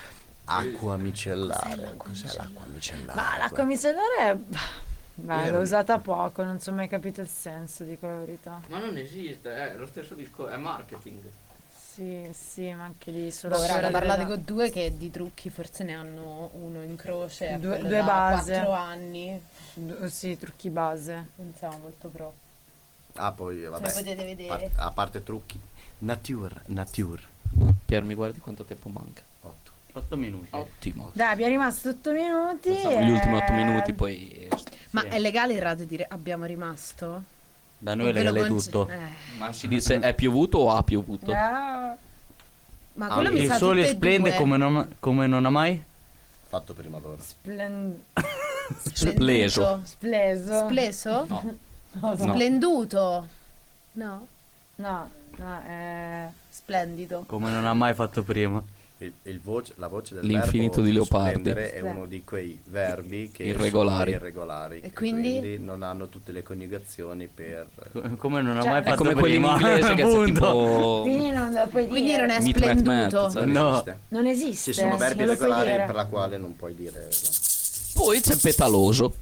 Acqua micellare. Cos'è l'acqua micellare? Ma l'acqua micellare è- Beh, l'ho usata poco, non so mai capito il senso, dico la verità. Ma non esiste, eh, è lo stesso discorso, è marketing. Sì, sì, ma anche lì solo Ora solo parlate della- con due che di trucchi forse ne hanno uno in croce, Due- quello due da base. quattro anni. Du- sì, trucchi base. Non siamo molto pro. Ah, poi vabbè. Come potete vedere. Par- a parte trucchi. Nature, nature. Pier, mi guardi quanto tempo manca? 8. 8 minuti. Ottimo. Dai, abbiamo rimasto 8 minuti. Gli e- ultimi 8 minuti poi... Ma è legale il rato di dire abbiamo rimasto? Da noi è Ve lo legale conce- tutto. eh. Ma si dice è piovuto o ha piovuto? Ah, Ma Ah, quello mi il sa sole tutte e splende due. come non, come non ha mai? Fatto prima d'ora. splen- Leso. Spleso. Spleso? No. No, no. Splenduto. No. No, no, eh, Splendido. Come non ha mai fatto prima. Il, il voce- la voce del L'infinito verbo di Leopardi. splendere è uno di quei verbi che Irregolari. sono irregolari, che quindi? non hanno tutte le coniugazioni per Co- Come non ha Cioè, mai è fatto È come quelli in prima. inglese che c'è Punto. tipo... Quindi non lo puoi Quindi dire. non è Meet Matt splenduto. Matt. Non No. esiste. Non esiste. Ci sono non verbi lo puoi irregolari dire. per la quale non puoi dire no. Poi c'è petaloso.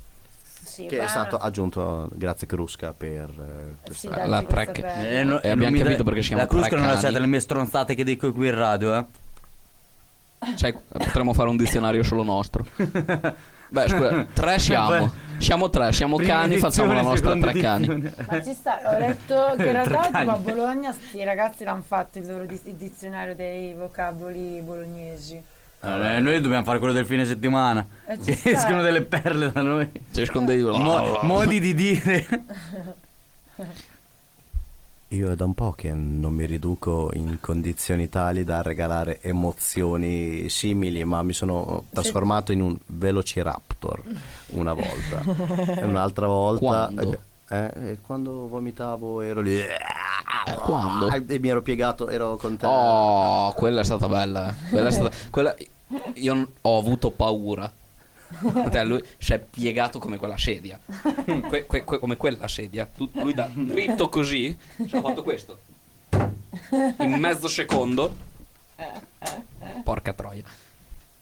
Sì, che ma- è stato aggiunto eh, grazie Crusca per eh, Sì, questa dai, la ci può track. sapere. Eh, no, E non abbiamo mi dai- capito perché si chiama La Crusca non Braccani. lasciate le mie stronzate che dico qui in radio, eh. Cioè, potremmo fare un dizionario solo nostro. Beh, scusa, tre siamo. Siamo tre, siamo Prima cani, facciamo la edizione, seconda nostra tre cani. edizione. Ma ci sta, ho letto che in realtà Tre tipo a anni. Bologna sti ragazzi l'hanno fatto il loro dis- il dizionario dei vocaboli bolognesi. Eh, noi dobbiamo fare quello del fine settimana. Eh, ci sta. Escono delle perle da noi. Cioè, scondevi... Mo- modi di dire. Io è da un po' che non mi riduco in condizioni tali da regalare emozioni simili, ma mi sono trasformato in un velociraptor una volta. E un'altra volta... Quando? Eh, eh, quando vomitavo ero lì... eh, Quando? E mi ero piegato, ero con te. Oh, quella è stata bella. eh. Quella è stata... quella- Io n- ho avuto paura. Cioè, lui si è piegato come quella sedia. Que- que- que- come quella sedia. Tu- Lui da dritto così. ci ha fatto questo. In mezzo secondo. Porca troia.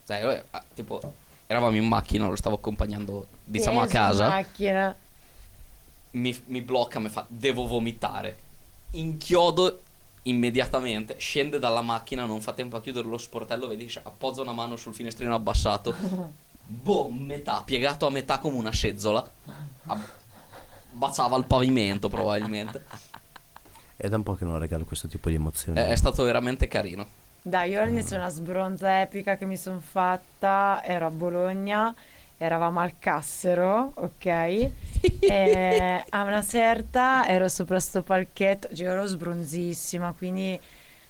Cioè, eh, ah, tipo, eravamo in macchina, lo stavo accompagnando, diciamo, a Peso in casa. Macchina. Mi, mi blocca, mi fa, devo vomitare. Inchiodo immediatamente, scende dalla macchina, non fa tempo a chiudere lo sportello, vedi, che appoggia una mano sul finestrino abbassato. Boom, metà, piegato a metà come una scezzola. A- Baciava il pavimento, probabilmente. È da un po' che non regalo questo tipo di emozioni. È, è stato veramente carino. Dai, io all'inizio una sbronza epica che mi sono fatta, ero a Bologna, eravamo al Cassero, ok? E a una certa ero sopra sto palchetto, cioè ero sbronzissima, quindi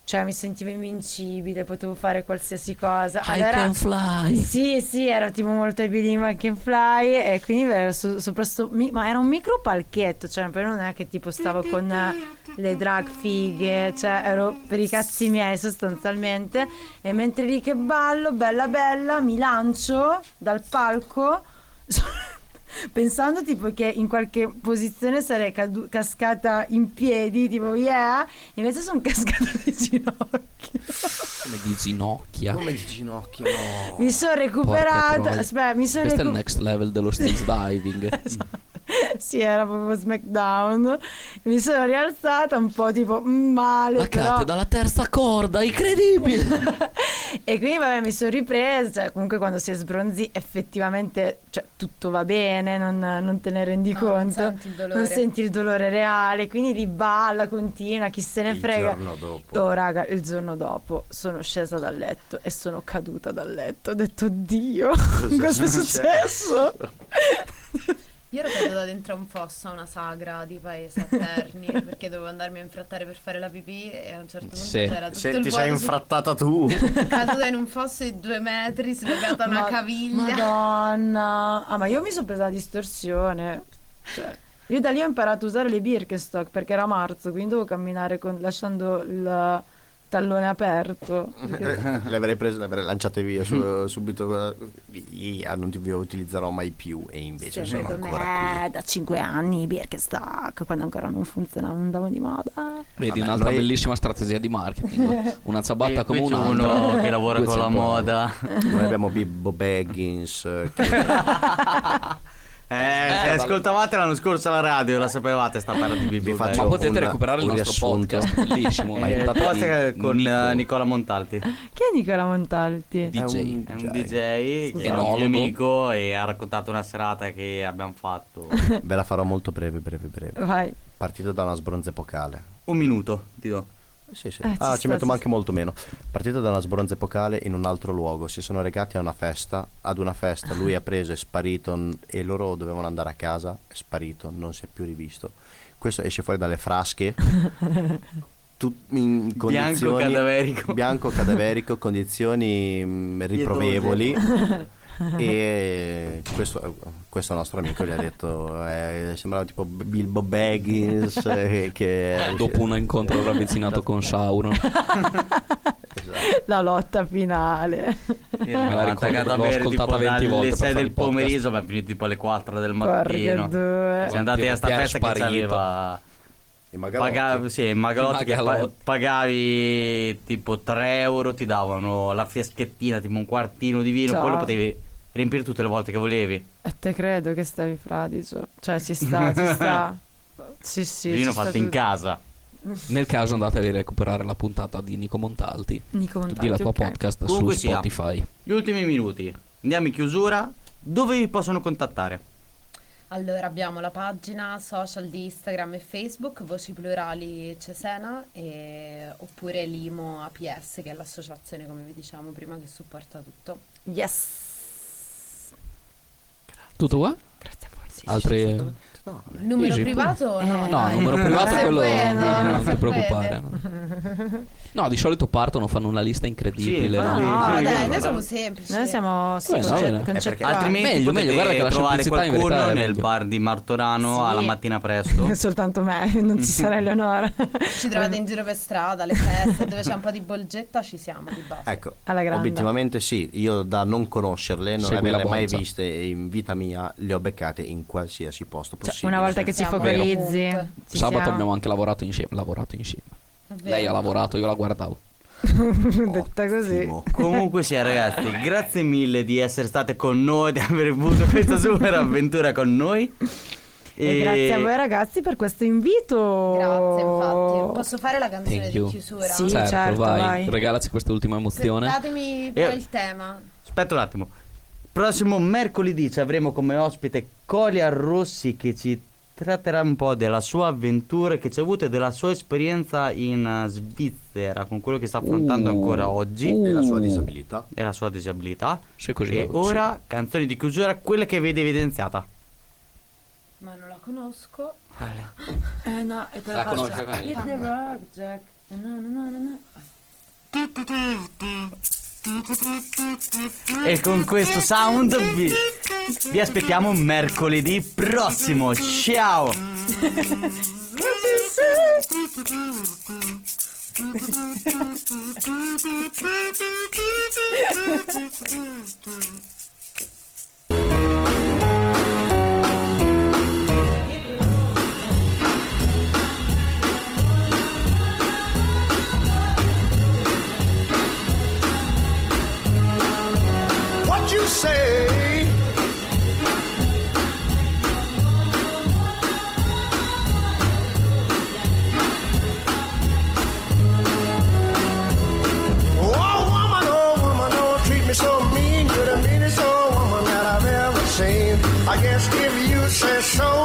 cioè, mi sentivo invincibile, potevo fare qualsiasi cosa. Allora, fly. sì, sì, ero tipo molto abilima anche in fly e quindi ero so- sopra sto- mi- ma era un micro palchetto, cioè poi non è che tipo stavo con eh, le drag fighe, cioè ero per i cazzi miei sostanzialmente e mentre lì che ballo, bella bella, mi lancio dal palco pensando tipo che in qualche posizione sarei cadu- cascata in piedi, tipo yeah, invece sono cascata di ginocchio. Come di ginocchia. Come di ginocchio, no. Mi sono recuperata. Oh, troia. Aspetta, mi sono Questo è il recuperata. next level dello stage diving. Esatto. Sì, era proprio SmackDown. Mi sono rialzata un po' tipo mm, male, La però. cate dalla terza corda, incredibile! E quindi vabbè, mi sono ripresa. Cioè, comunque quando si è sbronzi effettivamente cioè, tutto va bene, non, non te ne rendi No, non conto. senti il dolore. senti il dolore reale, quindi li balla, continua, chi se ne Il frega. giorno dopo. Oh, raga, il giorno dopo sono scesa dal letto e sono caduta dal letto. Ho detto, Dio, cosa è successo? Io ero caduta dentro un fosso a una sagra di paese a Terni perché dovevo andarmi a infrattare per fare la pipì e a un certo punto c'era tutto Se il ti vuoto sei su- infrattata tu. caduta in un fosso di due metri, slegata a una Ma- caviglia. Madonna. Ah, ma io mi sono presa la distorsione. Cioè, io da lì ho imparato a usare le Birkenstock perché era marzo, quindi dovevo camminare con- lasciando il, tallone aperto. Eh. l'avrei, preso, l'avrei lanciato via Mm. su- subito. eh, Via, non ti vi utilizzerò mai più. E invece sono Secondo ancora. me Eh, da 5 anni Birkenstock, quando ancora non funzionava, non andavo di moda. Vedi, un'altra bellissima strategia di marketing. Una zabatta come Eh, qui c'è un'altra. uno che lavora Due con la zamponi. moda. Noi abbiamo Bibbo Baggins. eh, che- Eh, se ascoltavate l'anno scorso alla radio, la sapevate sta parola di Bibi. Eh, faccio Dai. Ma potete un- recuperare il un nostro riassunto. podcast, bellissimo. Eh, il podcast con eh, Nicola Montalti. Chi è Nicola Montalti? È un, è un DJ che è un mio Enologo. amico e ha raccontato una serata che abbiamo fatto. Ve la farò molto breve, breve, breve. Vai. Partito da una sbronza epocale. Un minuto, ti do. Sì, sì. Eh, ci ah, ci, sta, metto ci ma anche molto meno. Partito da una sbronza epocale in un altro luogo, si sono recati a una festa, ad una festa, lui ha preso, è sparito n- e loro dovevano andare a casa, è sparito, non si è più rivisto. Questo esce fuori dalle frasche, tu- in condizioni, cadaverico. bianco cadaverico, condizioni mm, riprovevoli. E questo, questo nostro amico gli ha detto: eh, sembrava tipo Bilbo Baggins. eh, che Dopo un incontro ravvicinato con Sauron. Esatto. La lotta finale. Me la ricordo, attaccata a l'ho bere tipo ascoltata 20 volte dalle per 6 fare del il podcast. pomeriggio, ma è finito tipo alle 4 del Porca mattino. due. Siamo andati a sta Ti è festa che sparito. c'aveva. Magalotti. Pagavi, sì, in Magalotti In che pa- Magalotti. pagavi tipo 3 euro, ti davano la fiaschettina, tipo un quartino di vino, Ciao. poi lo potevi riempire tutte le volte che volevi. E te credo che stavi fradicio. Cioè, ci sta, ci sta. Sì, sì. Il ci vino sta fatto in tutto. casa. Nel caso andate a recuperare la puntata di Nico Montalti. Nico Di la Montalti, tua ok. podcast Comunque su sia. Spotify. Gli ultimi minuti, andiamo in chiusura. Dove vi possono contattare? Allora abbiamo la pagina social di Instagram e Facebook, Voci Plurali Cesena, e- oppure l'IMO APS, che è l'associazione, come vi diciamo prima, che supporta tutto. Yes. Tutto qua? Altre... Numero Easy. privato? No, No, il numero privato è quello. quello, Non ti se preoccupare. No, di solito partono, fanno una lista incredibile. Sì, no? infatti. Ah, Sì, dai, sì. noi siamo semplici. Noi siamo Beh, sì, cioè, no, conce- bene. concettuali. Altrimenti Meglio, potete meglio, guarda che la trovare semplicità in qualcuno verità è nel meglio. bar di Martorano Sì. alla mattina presto. Soltanto me, non ci sarà Eleonora. Cioè, Ci trovate in giro per strada, alle feste, dove c'è un po' di bolgetta, ci siamo di base. Ecco, Alla grande. obiettivamente sì, io da non conoscerle, non Segui averle la mai bonza. viste in vita mia, le ho beccate in qualsiasi posto possibile. Cioè, Una volta che ci Siamo focalizzi. appunto. ci Sabato siamo. abbiamo anche lavorato insieme. Lavorato insieme. È vero. Ecco, Lei ha lavorato, io la guardavo. Detta così. Ottimo. Comunque sia ragazzi, grazie mille di essere state con noi, di aver avuto questa super avventura con noi. E... grazie a voi ragazzi per questo invito. Grazie, Oh. infatti. Posso fare la canzone Thank di you. chiusura? Sì, certo, certo, vai. vai. Regalaci questa ultima emozione. Datemi Eh. pure il tema. Aspetta un attimo. Prossimo mercoledì ci avremo come ospite Colia Rossi che ci tratterà un po' della sua avventura che ci ha avuto e della sua esperienza in eh, Svizzera con quello che sta affrontando Uh, ancora oggi uh. E la sua disabilità. e la sua disabilità. Se così e va, sì. ora canzoni di chiusura, quella che vede evidenziata. Ma non la conosco. Eh no, e te La conosco, vai. Hit the rock, Jack. No, no, no, no, no. E con questo sound vi, vi aspettiamo mercoledì prossimo. Ciao! What you say? Oh, woman, oh, woman, oh, treat me so mean. You're the meanest old woman that I've ever seen. I guess if you say so,